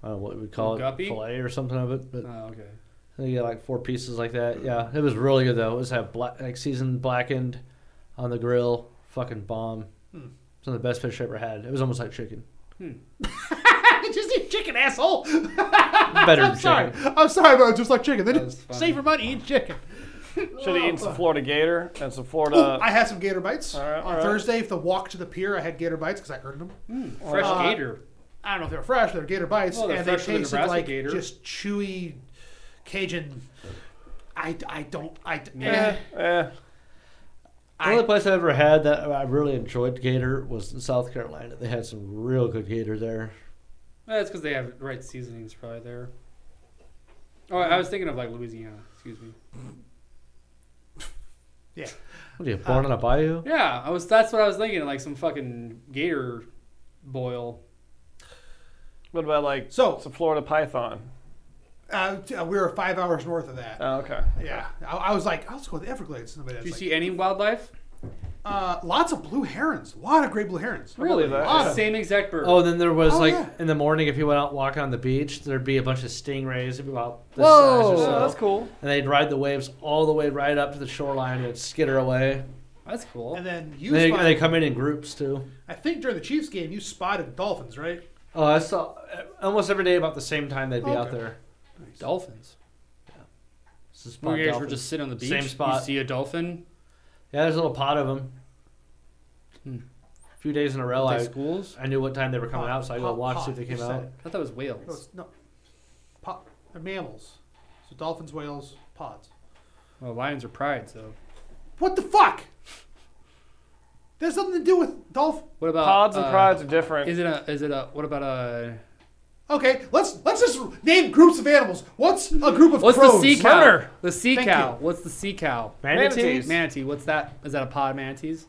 Speaker 1: I don't know what we call it,
Speaker 4: Guppy?
Speaker 1: fillet or something of it. But
Speaker 4: Oh, okay.
Speaker 1: I think you got like four pieces like that. Yeah, it was really good though. It was that black, like seasoned blackened on the grill, fucking bomb.
Speaker 2: Hmm.
Speaker 1: Some of the best fish I ever had. It was almost like chicken,
Speaker 2: *laughs* Just eat chicken, asshole.
Speaker 1: better than
Speaker 2: I'm sorry.
Speaker 1: chicken.
Speaker 2: I'm sorry, but I just like chicken. They
Speaker 4: That
Speaker 2: didn't save
Speaker 4: was funny.
Speaker 2: your money, eat chicken.
Speaker 3: Should have eaten some Florida Gator and some
Speaker 2: Oh,
Speaker 3: Florida.
Speaker 2: I had some gator bites
Speaker 3: Uh, All right,
Speaker 2: on
Speaker 3: all right.
Speaker 2: Thursday. If the walk to the pier, I had gator bites because I earned them.
Speaker 4: Fresh
Speaker 2: Uh,
Speaker 4: gator.
Speaker 2: I don't know if they were fresh. They were gator bites,
Speaker 4: Well, they're
Speaker 2: and they
Speaker 4: fresher than
Speaker 2: tasted
Speaker 4: Nebraska
Speaker 2: like
Speaker 4: gator.
Speaker 2: just chewy Cajun. I, I don't I
Speaker 3: eh,
Speaker 2: eh.
Speaker 3: eh.
Speaker 1: The only place I ever had that I really enjoyed gator was in South Carolina. They had some real good gator there.
Speaker 4: That's because they have the right seasonings probably there. Oh, I was thinking of like Louisiana. Excuse me.
Speaker 1: What are you born on a bayou?
Speaker 4: Yeah, I was. That's what I was thinking. Like some fucking gator boil.
Speaker 3: What about like
Speaker 2: So-
Speaker 3: some Florida Python?
Speaker 2: Uh, t- uh, we were five hours north of that.
Speaker 3: Oh, okay.
Speaker 2: yeah, I, I was like, I'll just go with the Everglades. And
Speaker 4: Did
Speaker 2: Somebody
Speaker 4: you
Speaker 2: like,
Speaker 4: see any wildlife?
Speaker 2: uh, lots of blue herons, a lot of great blue herons.
Speaker 4: Really?
Speaker 3: that.
Speaker 4: The same exact bird.
Speaker 1: Oh, and then there was
Speaker 2: Oh,
Speaker 1: like
Speaker 2: yeah.
Speaker 1: in the morning if you went out walking on the beach, there'd be a bunch of stingrays it'd be about this
Speaker 4: Whoa.
Speaker 1: size or
Speaker 4: Oh,
Speaker 1: so.
Speaker 3: Oh, that's cool.
Speaker 1: And they'd ride the waves all the way right up to the shoreline and it'd skitter away.
Speaker 4: that's cool.
Speaker 2: And then you,
Speaker 1: And they,
Speaker 2: spotted,
Speaker 1: they come in in groups too.
Speaker 2: I think during the Chiefs game, you spotted dolphins, right?
Speaker 1: Oh, I saw almost every day about the same time they'd be out
Speaker 2: Okay.
Speaker 1: there.
Speaker 4: Dolphins.
Speaker 1: It's a spot
Speaker 4: When you guys were
Speaker 1: dolphin.
Speaker 4: just sitting on the beach,
Speaker 1: Same spot.
Speaker 4: you see a dolphin.
Speaker 1: yeah, there's a little pod of them.
Speaker 4: Hmm.
Speaker 1: A few days in a row,
Speaker 4: like
Speaker 1: I,
Speaker 4: schools.
Speaker 1: I knew what time they were coming
Speaker 2: Pod,
Speaker 1: out, so I go
Speaker 2: pod,
Speaker 1: watch
Speaker 2: pod,
Speaker 1: see if they
Speaker 2: you
Speaker 1: came
Speaker 2: said
Speaker 1: out.
Speaker 2: it.
Speaker 4: I thought it was
Speaker 2: No,
Speaker 4: whales.
Speaker 2: it's, no. Po- they're mammals. So dolphins, whales, pods.
Speaker 4: Well, lions are pride, so.
Speaker 2: What the fuck? There's something to do with dolphin.
Speaker 4: What about
Speaker 3: Pods and
Speaker 4: uh,
Speaker 3: prides are different.
Speaker 4: Is it a? Is it a? What about a?
Speaker 2: Okay, let's let's just name groups of animals. What's a group of
Speaker 4: What's
Speaker 2: crows?
Speaker 4: the sea cow?
Speaker 3: Murder.
Speaker 4: The sea
Speaker 2: Thank
Speaker 4: cow.
Speaker 2: you.
Speaker 4: What's the sea cow?
Speaker 3: Manatees.
Speaker 4: Manatee. What's that? Is that a pod of manatees?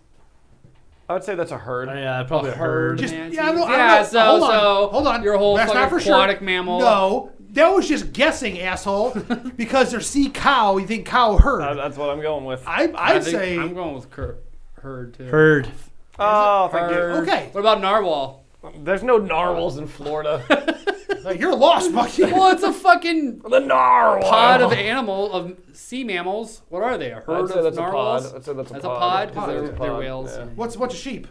Speaker 3: I would say that's a herd.
Speaker 1: Oh, yeah, probably a herd.
Speaker 2: Just,
Speaker 4: Manatees.
Speaker 2: yeah, I know, I
Speaker 4: Yeah,
Speaker 2: know.
Speaker 4: so-
Speaker 2: hold on,
Speaker 4: so
Speaker 2: hold on.
Speaker 4: your whole
Speaker 2: That's not
Speaker 4: fucking
Speaker 2: for sure.
Speaker 4: aquatic mammal-
Speaker 2: No, that was just guessing,
Speaker 4: *laughs*
Speaker 2: asshole. because they're sea cow, you think cow herd.
Speaker 3: Uh, that's what I'm going with.
Speaker 2: I, I'd
Speaker 4: think-
Speaker 2: say
Speaker 4: I'm going with cur- herd too.
Speaker 1: Herd.
Speaker 3: Oh, thank you.
Speaker 4: Herd.
Speaker 2: Okay.
Speaker 4: What about narwhal?
Speaker 3: There's no narwhals in Florida.
Speaker 2: Like, You're
Speaker 4: *laughs*
Speaker 2: lost, Bucky.
Speaker 4: Well, it's a fucking
Speaker 3: *laughs* the narwhal.
Speaker 4: pod of animal of sea mammals. What are they? A
Speaker 3: I'd
Speaker 4: herd
Speaker 3: say
Speaker 4: of
Speaker 3: that's a pod.
Speaker 4: narwhals.
Speaker 3: I'd say that's a
Speaker 4: that's a
Speaker 3: pod.
Speaker 4: pod because
Speaker 2: Pod,
Speaker 4: they're,
Speaker 2: yeah.
Speaker 4: they're
Speaker 3: Pod,
Speaker 4: whales.
Speaker 3: yeah.
Speaker 2: What's a bunch of sheep?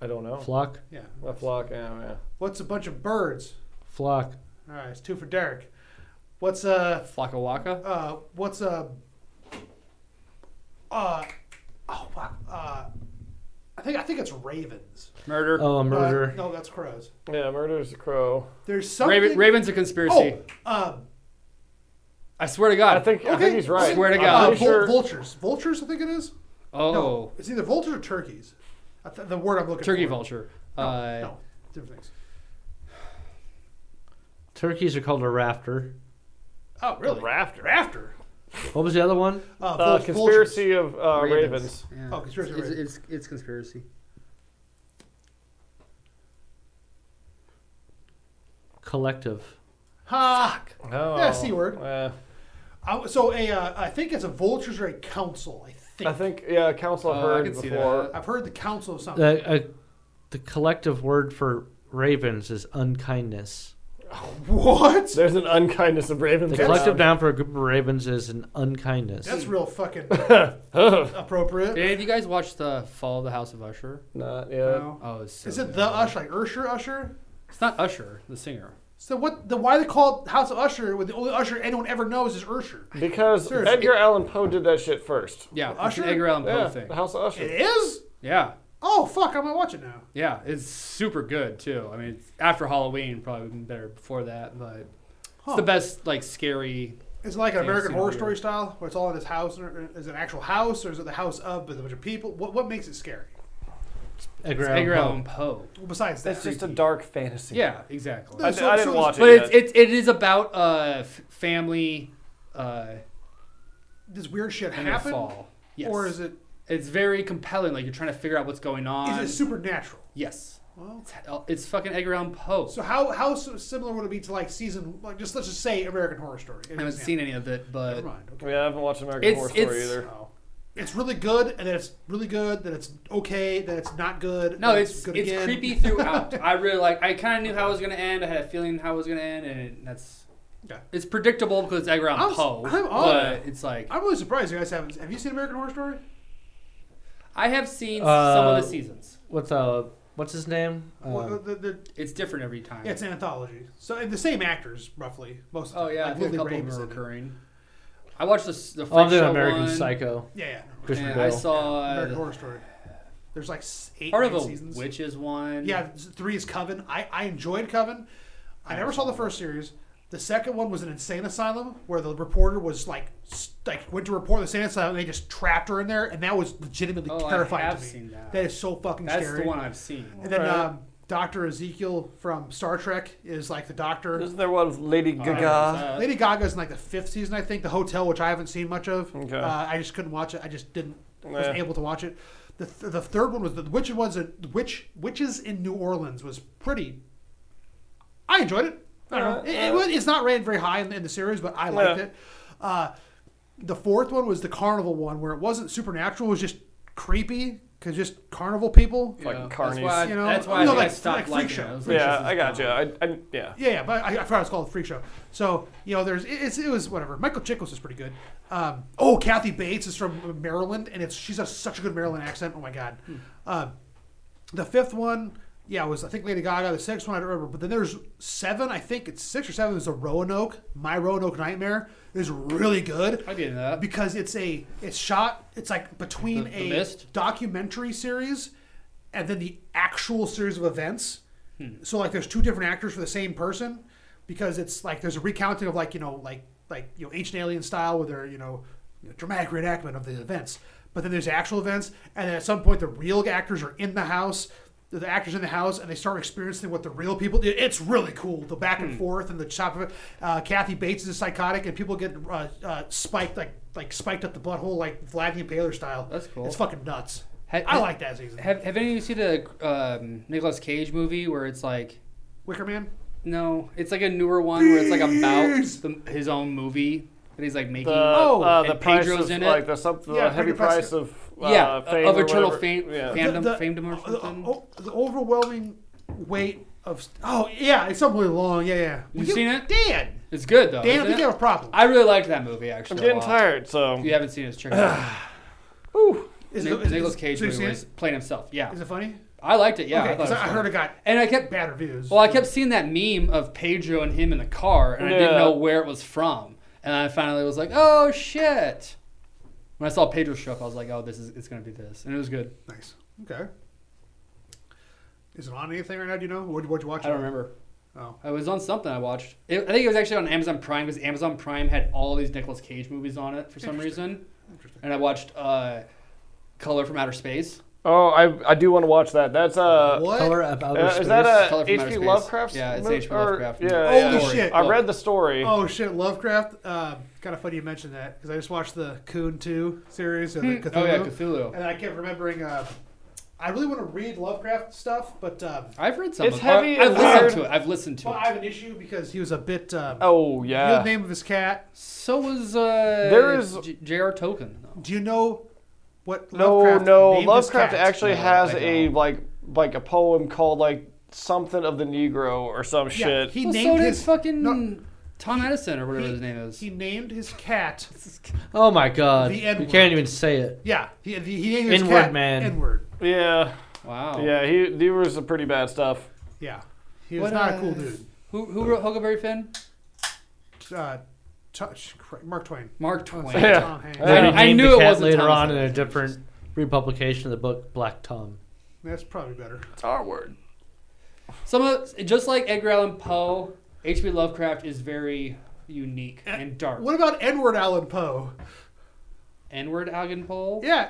Speaker 3: I don't know.
Speaker 1: Flock,
Speaker 2: Yeah.
Speaker 3: A flock. Yeah, yeah.
Speaker 2: What's a bunch of birds?
Speaker 1: flock.
Speaker 2: All right, it's two for Derek. What's a
Speaker 4: Flocka waka.
Speaker 2: uh, what's a uh, oh fuck, uh, I think I think it's ravens.
Speaker 4: Murder.
Speaker 1: Oh, a
Speaker 2: But-
Speaker 1: murder.
Speaker 2: no, that's crows.
Speaker 3: Yeah, murder's a crow.
Speaker 2: There's something.
Speaker 4: Raven, Raven's a conspiracy.
Speaker 2: oh, uh,
Speaker 4: I swear to God.
Speaker 3: I think I
Speaker 2: okay.
Speaker 3: think he's right.
Speaker 4: Swear to
Speaker 3: I'm
Speaker 4: God.
Speaker 2: Uh,
Speaker 3: pretty
Speaker 2: vul-
Speaker 3: sure-
Speaker 2: Vultures. Vultures, I think it is.
Speaker 4: oh,
Speaker 2: No, it's either vultures or turkeys. I th- the word I'm looking
Speaker 4: turkey
Speaker 2: for.
Speaker 4: vulture.
Speaker 2: No,
Speaker 4: uh,
Speaker 2: no, different things.
Speaker 1: Turkeys are called a rafter.
Speaker 2: Oh, really?
Speaker 3: Rafter.
Speaker 2: Rafter.
Speaker 1: What was the other one?
Speaker 2: Uh,
Speaker 3: Uh,
Speaker 2: vul-
Speaker 3: conspiracy of uh, ravens.
Speaker 4: Yeah.
Speaker 2: Oh, conspiracy
Speaker 4: It's,
Speaker 2: ravens.
Speaker 4: it's, it's conspiracy.
Speaker 1: Collective.
Speaker 2: Ha!
Speaker 3: Oh.
Speaker 2: Yeah, C word.
Speaker 3: Yeah.
Speaker 2: I- so a, uh, I think it's a vultures or a council. I think.
Speaker 3: I think yeah, council I've
Speaker 4: Oh, I
Speaker 3: heard
Speaker 4: can see
Speaker 3: before.
Speaker 2: I've heard the council of something.
Speaker 1: The, uh, the collective word for ravens is unkindness.
Speaker 2: what?
Speaker 3: There's an unkindness of ravens.
Speaker 1: The
Speaker 3: around.
Speaker 1: collective noun for a group of ravens is an unkindness.
Speaker 2: That's real
Speaker 3: *laughs*
Speaker 2: fucking
Speaker 3: Ugh,
Speaker 2: appropriate.
Speaker 4: Did you guys watch the Fall of the House of Usher?
Speaker 3: Not yeah.
Speaker 2: No.
Speaker 4: Oh, it's so
Speaker 2: Is it
Speaker 4: good.
Speaker 2: the Usher, like Usher, Usher?
Speaker 4: It's not Usher, the singer.
Speaker 2: So what? The why they call it House of Usher? With the only Usher anyone ever knows is Usher.
Speaker 3: Because
Speaker 2: Seriously.
Speaker 3: Edgar Allan Poe did that shit first.
Speaker 4: Yeah, it's
Speaker 2: Usher?
Speaker 4: an Edgar Allan Poe
Speaker 3: Yeah,
Speaker 4: thing.
Speaker 3: the House of
Speaker 2: It
Speaker 3: Usher.
Speaker 2: is.
Speaker 4: Yeah,
Speaker 2: Oh fuck! I'm gonna watch it now.
Speaker 4: yeah, it's super good too. I mean, it's after Halloween probably been better before that, but
Speaker 2: Huh.
Speaker 4: it's the best like scary.
Speaker 2: It's like an
Speaker 4: Fantasy
Speaker 2: American Horror
Speaker 4: horror.
Speaker 2: Story style, where it's all in this house. Or, uh, is it an actual house, or is it the house of with a bunch of people? What what makes it scary?
Speaker 1: Edgar
Speaker 4: It's
Speaker 1: Allan
Speaker 4: Edgar
Speaker 1: Poe.
Speaker 4: Allan Poe.
Speaker 2: Well, besides that,
Speaker 3: That's just a dark fantasy.
Speaker 4: Yeah, exactly.
Speaker 3: I,
Speaker 2: So-
Speaker 3: I didn't
Speaker 2: so-
Speaker 3: watch
Speaker 4: but
Speaker 3: it.
Speaker 4: it's,
Speaker 3: yet.
Speaker 4: it's it is about uh f- family uh
Speaker 2: this weird shit
Speaker 4: in the
Speaker 2: happen,
Speaker 4: fall. Yes.
Speaker 2: or is it
Speaker 4: it's very compelling. Like you're trying to figure out what's going
Speaker 2: is
Speaker 4: on.
Speaker 2: it supernatural?
Speaker 4: yes.
Speaker 2: Well,
Speaker 4: It's, it's fucking Edgar Allan Poe.
Speaker 2: so how how s- similar would it be to like season like just let's just say American Horror Story?
Speaker 4: I haven't seen any of it, but
Speaker 2: Never mind. Okay.
Speaker 3: yeah, I haven't watched American
Speaker 4: It's-
Speaker 3: Horror Story
Speaker 4: it's-
Speaker 3: either.
Speaker 2: Oh. It's really good, and then it's really good, then it's okay, then it's not good.
Speaker 4: No,
Speaker 2: then
Speaker 4: it's
Speaker 2: good
Speaker 4: it's
Speaker 2: again. *laughs*
Speaker 4: creepy throughout. I really like. I kind of knew how it was gonna end. I had a feeling how it was gonna end, and it, that's.
Speaker 2: Okay.
Speaker 4: It's predictable because it's Edgar
Speaker 2: I'm
Speaker 4: Allan
Speaker 2: s-
Speaker 4: Poe,
Speaker 2: I'm all-
Speaker 4: but it's like
Speaker 2: I'm really surprised you guys haven't. Have you seen American Horror Story?
Speaker 4: I have seen some
Speaker 1: Uh,
Speaker 4: of the seasons.
Speaker 1: What's uh what's his name?
Speaker 2: Well,
Speaker 1: Uh,
Speaker 2: the- the-
Speaker 4: It's different every time.
Speaker 2: yeah, it's an anthology. So and the same actors, roughly, most. Of the
Speaker 4: oh
Speaker 2: time.
Speaker 4: yeah, I
Speaker 2: like
Speaker 4: think a
Speaker 2: Lily
Speaker 4: couple of
Speaker 2: Rabe is
Speaker 4: them are
Speaker 2: in it.
Speaker 4: recurring. I watched the s- the
Speaker 1: oh, I'm
Speaker 4: Freak
Speaker 1: doing
Speaker 4: Show
Speaker 1: American
Speaker 4: one,
Speaker 1: Psycho.
Speaker 2: Yeah, yeah.
Speaker 1: Christian
Speaker 4: and
Speaker 1: Bale.
Speaker 4: I saw uh,
Speaker 2: American
Speaker 4: the-
Speaker 2: Horror Story. There's like s- eight
Speaker 4: part of
Speaker 2: nine
Speaker 4: a
Speaker 2: seasons.
Speaker 4: witches one.
Speaker 2: Yeah, three is Coven. I, I enjoyed Coven. I never saw the first series. The second one was an insane asylum where the reporter was like, s- like went to report the insane asylum and they just trapped her in there, and that was legitimately
Speaker 4: Oh, I
Speaker 2: terrifying
Speaker 4: have
Speaker 2: to me.
Speaker 4: seen that.
Speaker 2: that is so fucking
Speaker 4: that's
Speaker 2: scary.
Speaker 4: the one I've seen.
Speaker 2: And then
Speaker 3: Right.
Speaker 2: um, Doctor Ezekiel from Star Trek is like the doctor.
Speaker 3: Isn't there one with Lady
Speaker 4: Uh,
Speaker 3: Gaga?
Speaker 4: uh,
Speaker 2: Lady Gaga's in like the fifth season, I think. The Hotel, which I haven't seen much of.
Speaker 3: Okay.
Speaker 2: Uh, I just couldn't watch it. I just didn't wasn't
Speaker 3: Yeah.
Speaker 2: able to watch it. The, th- the third one was the witch was a witch witches in New Orleans was pretty. I enjoyed it. I don't know. It- it
Speaker 3: Uh, uh.
Speaker 2: was- it's not rated very high in, in the series, but I liked
Speaker 3: Yeah.
Speaker 2: it. Uh, the fourth one was the carnival one, where it wasn't supernatural. It was just creepy because just carnival people.
Speaker 4: you know,
Speaker 3: Like
Speaker 4: that's
Speaker 3: carnies.
Speaker 4: why I,
Speaker 2: You know,
Speaker 4: that's why
Speaker 2: you know,
Speaker 4: I, think
Speaker 2: like-
Speaker 4: I stopped
Speaker 2: like Freak
Speaker 4: liking
Speaker 2: Show.
Speaker 4: it. I was like,
Speaker 3: Yeah,
Speaker 4: this is
Speaker 3: I got
Speaker 4: dumb.
Speaker 3: you. I, I yeah.
Speaker 2: Yeah, yeah, but I, I forgot it's called a freak show. So you know, there's it, it's, it was whatever. Michael Chiklis is pretty good. Um, oh, Kathy Bates is from Maryland, and it's she's has such a good Maryland accent. Oh my god.
Speaker 4: Hmm.
Speaker 2: Um, the fifth one, yeah, was I think Lady Gaga. The sixth one I don't remember, but then there's seven. I think it's six or seven. Is a Roanoke, My Roanoke Nightmare is really good
Speaker 4: I did that.
Speaker 2: because it's a it's shot it's like between
Speaker 4: The- The
Speaker 2: a
Speaker 4: Mist?
Speaker 2: documentary series and then the actual series of events so like there's two different actors for the same person because it's like there's a recounting of like you know like like you know ancient alien style where they're you know dramatic reenactment of the events but then there's actual events and then at some point the real actors are in the house the- the actors in the house and they start experiencing what the real people did. It's really cool. The back
Speaker 4: Hmm.
Speaker 2: and forth and the chop of it. Uh, Kathy Bates is psychotic, and people get uh, uh, spiked like like spiked up the butthole like Vladimir Baylor style.
Speaker 4: That's cool.
Speaker 2: It's fucking nuts.
Speaker 4: Ha-
Speaker 2: I
Speaker 4: ha-
Speaker 2: like that season.
Speaker 4: Have Have any of you seen the um, Nicolas Cage movie where it's like
Speaker 2: Wicker Man.
Speaker 4: no, it's like a newer one where it's like about
Speaker 2: Please.
Speaker 4: the, his own movie that he's like making.
Speaker 3: The,
Speaker 2: Oh,
Speaker 3: uh, the
Speaker 4: and
Speaker 3: price
Speaker 4: Pedro's
Speaker 3: of,
Speaker 4: in it.
Speaker 3: like the, sub, the
Speaker 2: Yeah,
Speaker 3: heavy
Speaker 2: Pedro Pascal.
Speaker 3: price of uh,
Speaker 4: yeah,
Speaker 3: fame
Speaker 4: of
Speaker 3: or
Speaker 4: eternal
Speaker 3: whatever.
Speaker 4: fame,
Speaker 3: Yeah.
Speaker 4: fandom,
Speaker 2: The- the-
Speaker 4: famedom or
Speaker 2: uh,
Speaker 4: something.
Speaker 2: oh, the overwhelming weight of. st- Oh yeah, it's something really long. Yeah, yeah.
Speaker 4: You've seen it?
Speaker 2: Dan?
Speaker 4: It's good though.
Speaker 2: Dan, I
Speaker 4: isn't
Speaker 2: think
Speaker 4: it?
Speaker 2: you have a problem.
Speaker 4: I really liked that movie
Speaker 3: I'm
Speaker 4: actually. a
Speaker 3: getting
Speaker 4: lot.
Speaker 3: tired, so
Speaker 4: If you haven't seen it,
Speaker 2: *sighs*
Speaker 4: it's check it out.
Speaker 2: Is it- is-
Speaker 4: Nicholas Cage
Speaker 2: so you've
Speaker 4: movie
Speaker 2: seen
Speaker 4: where he's
Speaker 2: it?
Speaker 4: playing himself. Yeah,
Speaker 2: Is it funny?
Speaker 4: I liked it. Yeah,
Speaker 2: okay,
Speaker 4: I, thought it
Speaker 2: 'cause
Speaker 4: was
Speaker 2: I
Speaker 4: funny.
Speaker 2: heard it got
Speaker 4: and I kept
Speaker 2: bad reviews.
Speaker 4: well, I kept seeing that meme of Pedro and him in the car, and I didn't
Speaker 3: Yeah.
Speaker 4: know where it was from. And I finally was like, "Oh shit!" When I saw Pedro show up, I was like, "Oh, this is it's gonna be this," and it was good.
Speaker 2: nice. Okay. Is it on anything right now? Do you know? What what you watch?
Speaker 4: I don't remember.
Speaker 2: Oh.
Speaker 4: It was on something I watched. It, I think it was actually on Amazon Prime because Amazon Prime had all these Nicolas Cage movies on it for some reason.
Speaker 2: Interesting.
Speaker 4: And I watched uh, Color from Outer Space.
Speaker 3: oh, I I do want to watch that. That's uh,
Speaker 2: What?
Speaker 1: Color of
Speaker 3: uh,
Speaker 1: Outer
Speaker 3: is that
Speaker 1: Space.
Speaker 3: a
Speaker 4: Color from Outer
Speaker 3: H.P.
Speaker 4: Space.
Speaker 3: Lovecraft?
Speaker 4: Yeah, it's H.P. Lovecraft.
Speaker 3: Yeah,
Speaker 4: Story.
Speaker 3: yeah.
Speaker 2: Holy shit.
Speaker 3: I read the story.
Speaker 2: Oh shit, Lovecraft. Uh, kind of funny you mentioned that because I just watched the Coon Two series and the Cthulhu,
Speaker 4: Oh yeah, Cthulhu.
Speaker 2: and I kept remembering. Uh, I really want to read Lovecraft stuff, but um,
Speaker 4: I've read some.
Speaker 3: It's
Speaker 4: of it.
Speaker 3: heavy
Speaker 4: I've
Speaker 3: and
Speaker 4: listened
Speaker 3: weird.
Speaker 4: to it. I've listened to
Speaker 2: well,
Speaker 4: it.
Speaker 2: I have an issue because he was a bit. Um,
Speaker 3: Oh
Speaker 2: you know the
Speaker 3: yeah.
Speaker 2: name of his cat.
Speaker 4: So was uh,
Speaker 3: There is-
Speaker 4: J- J.R. Tolkien. though.
Speaker 2: Do you know what?
Speaker 3: No,
Speaker 2: Lovecraft
Speaker 3: no.
Speaker 2: named his
Speaker 3: Lovecraft
Speaker 2: cat?
Speaker 3: actually
Speaker 4: No, um,
Speaker 3: has
Speaker 4: I
Speaker 3: a
Speaker 4: don't.
Speaker 3: like like a poem called like something of the Negro or some
Speaker 2: Yeah,
Speaker 3: shit.
Speaker 2: He
Speaker 4: Well, so
Speaker 2: named
Speaker 4: did
Speaker 2: his
Speaker 4: fucking
Speaker 2: no.
Speaker 4: Tom Edison or whatever
Speaker 2: He-
Speaker 4: his name is.
Speaker 2: He named his cat.
Speaker 1: Oh my god.
Speaker 2: The
Speaker 1: You
Speaker 2: N-word.
Speaker 1: can't even say it.
Speaker 2: Yeah, he, he he named his
Speaker 1: N-word
Speaker 2: cat
Speaker 1: man.
Speaker 2: N-word.
Speaker 3: yeah,
Speaker 4: wow.
Speaker 3: yeah. He there was some pretty
Speaker 2: *laughs*
Speaker 3: bad stuff.
Speaker 2: Yeah, he was
Speaker 4: What,
Speaker 2: not a
Speaker 4: uh,
Speaker 2: cool dude.
Speaker 4: Who, who wrote Huckleberry Finn?
Speaker 2: Uh, touch Mark Twain.
Speaker 4: Mark Twain.
Speaker 3: *laughs* Yeah.
Speaker 2: Tom Hanks.
Speaker 1: And then
Speaker 4: I-
Speaker 1: he
Speaker 4: I
Speaker 1: named
Speaker 4: knew
Speaker 1: the
Speaker 4: it
Speaker 1: cat
Speaker 4: wasn't
Speaker 1: later
Speaker 4: Thomas
Speaker 1: on in a different republication of the book Black Tom.
Speaker 2: That's probably better.
Speaker 3: It's our word.
Speaker 4: Some of just like Edgar Allan Poe, H.P. Lovecraft is very unique and dark.
Speaker 2: What about Edward Allan Poe?
Speaker 4: N-word Allan Poe.
Speaker 2: Yeah,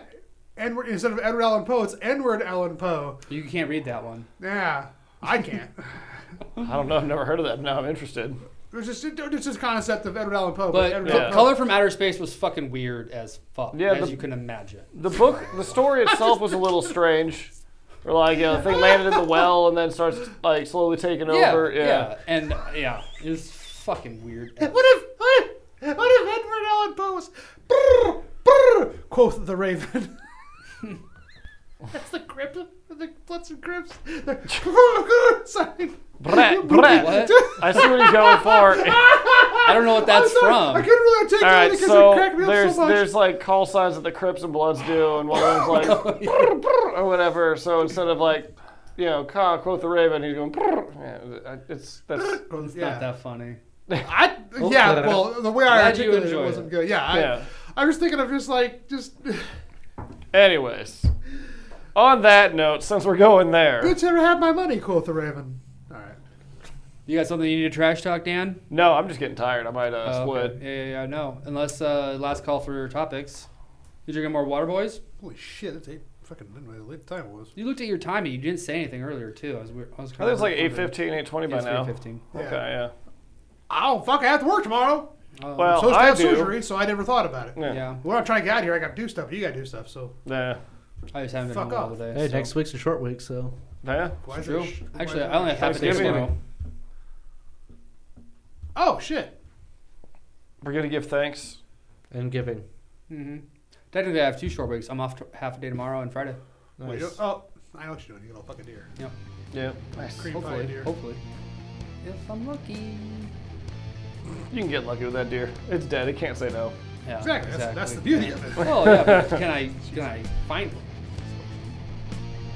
Speaker 2: Edward instead of Edward Allan Poe, it's Edward Allan Poe.
Speaker 4: You can't read that one.
Speaker 2: Yeah, I can't. *laughs*
Speaker 3: I don't know. I've never heard of that. Now I'm interested.
Speaker 2: There's just it's just concept of Edward Allan Poe,
Speaker 4: But
Speaker 2: Edward
Speaker 4: Co-
Speaker 2: Allan
Speaker 3: Yeah.
Speaker 4: Color from Outer Space was fucking weird as fuck,
Speaker 3: Yeah,
Speaker 4: as
Speaker 3: the-
Speaker 4: you can imagine.
Speaker 3: The book, the story itself was a little strange. Or like, you know, the thing landed in the well and then starts like slowly taking over. Yeah.
Speaker 4: and uh, yeah, it was fucking weird.
Speaker 2: Poe. What if what if, what if Edward Allan Poe was? Brr, brr, quoth the Raven. *laughs* That's the grip. The Bloods and Crips. *laughs* The sign.
Speaker 3: Brat, brat.
Speaker 4: What?
Speaker 3: I see what he's going
Speaker 2: *laughs*
Speaker 3: for.
Speaker 4: I don't know what that's
Speaker 2: I'm sorry, I
Speaker 4: from.
Speaker 2: couldn't really articulate
Speaker 3: All
Speaker 2: it
Speaker 3: right,
Speaker 2: because it
Speaker 3: so
Speaker 2: cracked me up
Speaker 3: there's
Speaker 2: so much.
Speaker 3: there's like call signs that the Crips and Bloods do, and one of
Speaker 2: *laughs*
Speaker 3: them's
Speaker 2: Oh,
Speaker 3: like brr, brr, or whatever. So instead of like, you know, "Caw, quoth the raven, he's going. Brr. Yeah, it's that's
Speaker 4: It's
Speaker 2: yeah.
Speaker 4: not that funny.
Speaker 2: I yeah.
Speaker 1: Glad-
Speaker 2: Well, the way I
Speaker 4: glad you
Speaker 2: articulated it
Speaker 4: enjoyed
Speaker 2: wasn't
Speaker 4: it.
Speaker 2: good. Yeah. I,
Speaker 3: yeah.
Speaker 2: I was thinking of just like just *laughs*
Speaker 3: Anyways, on that note, since we're going there,
Speaker 2: bitch ever have my money, quoth the raven. All right.
Speaker 4: You got something you need to trash talk, Dan?
Speaker 3: no, I'm just getting tired. I might uh,
Speaker 4: Oh,
Speaker 3: split.
Speaker 4: okay. Yeah, yeah, yeah, no. Unless uh, last call for topics. You drinking more water, boys?
Speaker 2: Holy shit! That's eight fucking midnight. The late time it was.
Speaker 4: You looked at your timing. You didn't say anything earlier too. I was weird. I was
Speaker 3: I
Speaker 4: kind
Speaker 3: think it's like 8.15, 8.20 by now. Okay, yeah.
Speaker 2: Oh fuck! I have to work tomorrow.
Speaker 3: Well,
Speaker 2: so
Speaker 3: I
Speaker 2: have
Speaker 3: do.
Speaker 2: surgery, so I never thought about it.
Speaker 3: Yeah.
Speaker 4: Oh, yeah.
Speaker 2: We're not trying to get out of here. I got to do stuff. You got to do stuff. So
Speaker 3: Yeah.
Speaker 4: I just haven't been
Speaker 2: Fuck
Speaker 4: home all
Speaker 2: off.
Speaker 4: day.
Speaker 1: Hey,
Speaker 4: so-
Speaker 1: next week's a short week, so
Speaker 3: Yeah.
Speaker 2: why is
Speaker 4: True.
Speaker 2: there sh- why
Speaker 4: Actually,
Speaker 2: is
Speaker 4: I only
Speaker 2: there-
Speaker 4: have half a day
Speaker 3: Thanksgiving.
Speaker 4: tomorrow.
Speaker 2: Oh shit!
Speaker 3: We're going to give thanks.
Speaker 1: and giving.
Speaker 4: hmm Technically, I have two short weeks. I'm off t- half a day tomorrow and Friday.
Speaker 2: Wait,
Speaker 1: Nice.
Speaker 2: oh, I know what you're doing. You got a fucking deer.
Speaker 3: Yeah.
Speaker 2: Cream pie
Speaker 4: Hopefully,
Speaker 2: deer.
Speaker 4: hopefully. If I'm lucky.
Speaker 3: You can get lucky with that deer. It's dead. It can't say no.
Speaker 4: Yeah,
Speaker 2: Exactly. That's, that's
Speaker 4: *laughs*
Speaker 2: the beauty of it.
Speaker 4: Oh yeah, but can I can I find one?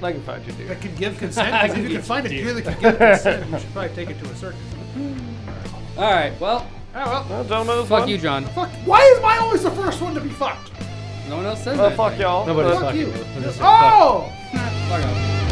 Speaker 3: I can find your deer.
Speaker 2: That can give consent.
Speaker 4: *laughs*
Speaker 2: 'cause if you can find a deer that can give consent, you should probably take it to a circus.
Speaker 4: All right. Well,
Speaker 2: Oh well.
Speaker 3: Well, gentlemen, it was
Speaker 4: fuck
Speaker 3: fun.
Speaker 4: you, John.
Speaker 2: Fuck. Why is my always the first one to be fucked?
Speaker 4: No one else says
Speaker 3: Well,
Speaker 4: that.
Speaker 3: fuck y'all.
Speaker 1: Nobody's
Speaker 3: But-
Speaker 2: Fuck
Speaker 1: fucking
Speaker 2: you.
Speaker 1: with. I'm just saying, fuck.
Speaker 2: Oh.
Speaker 4: Fuck off.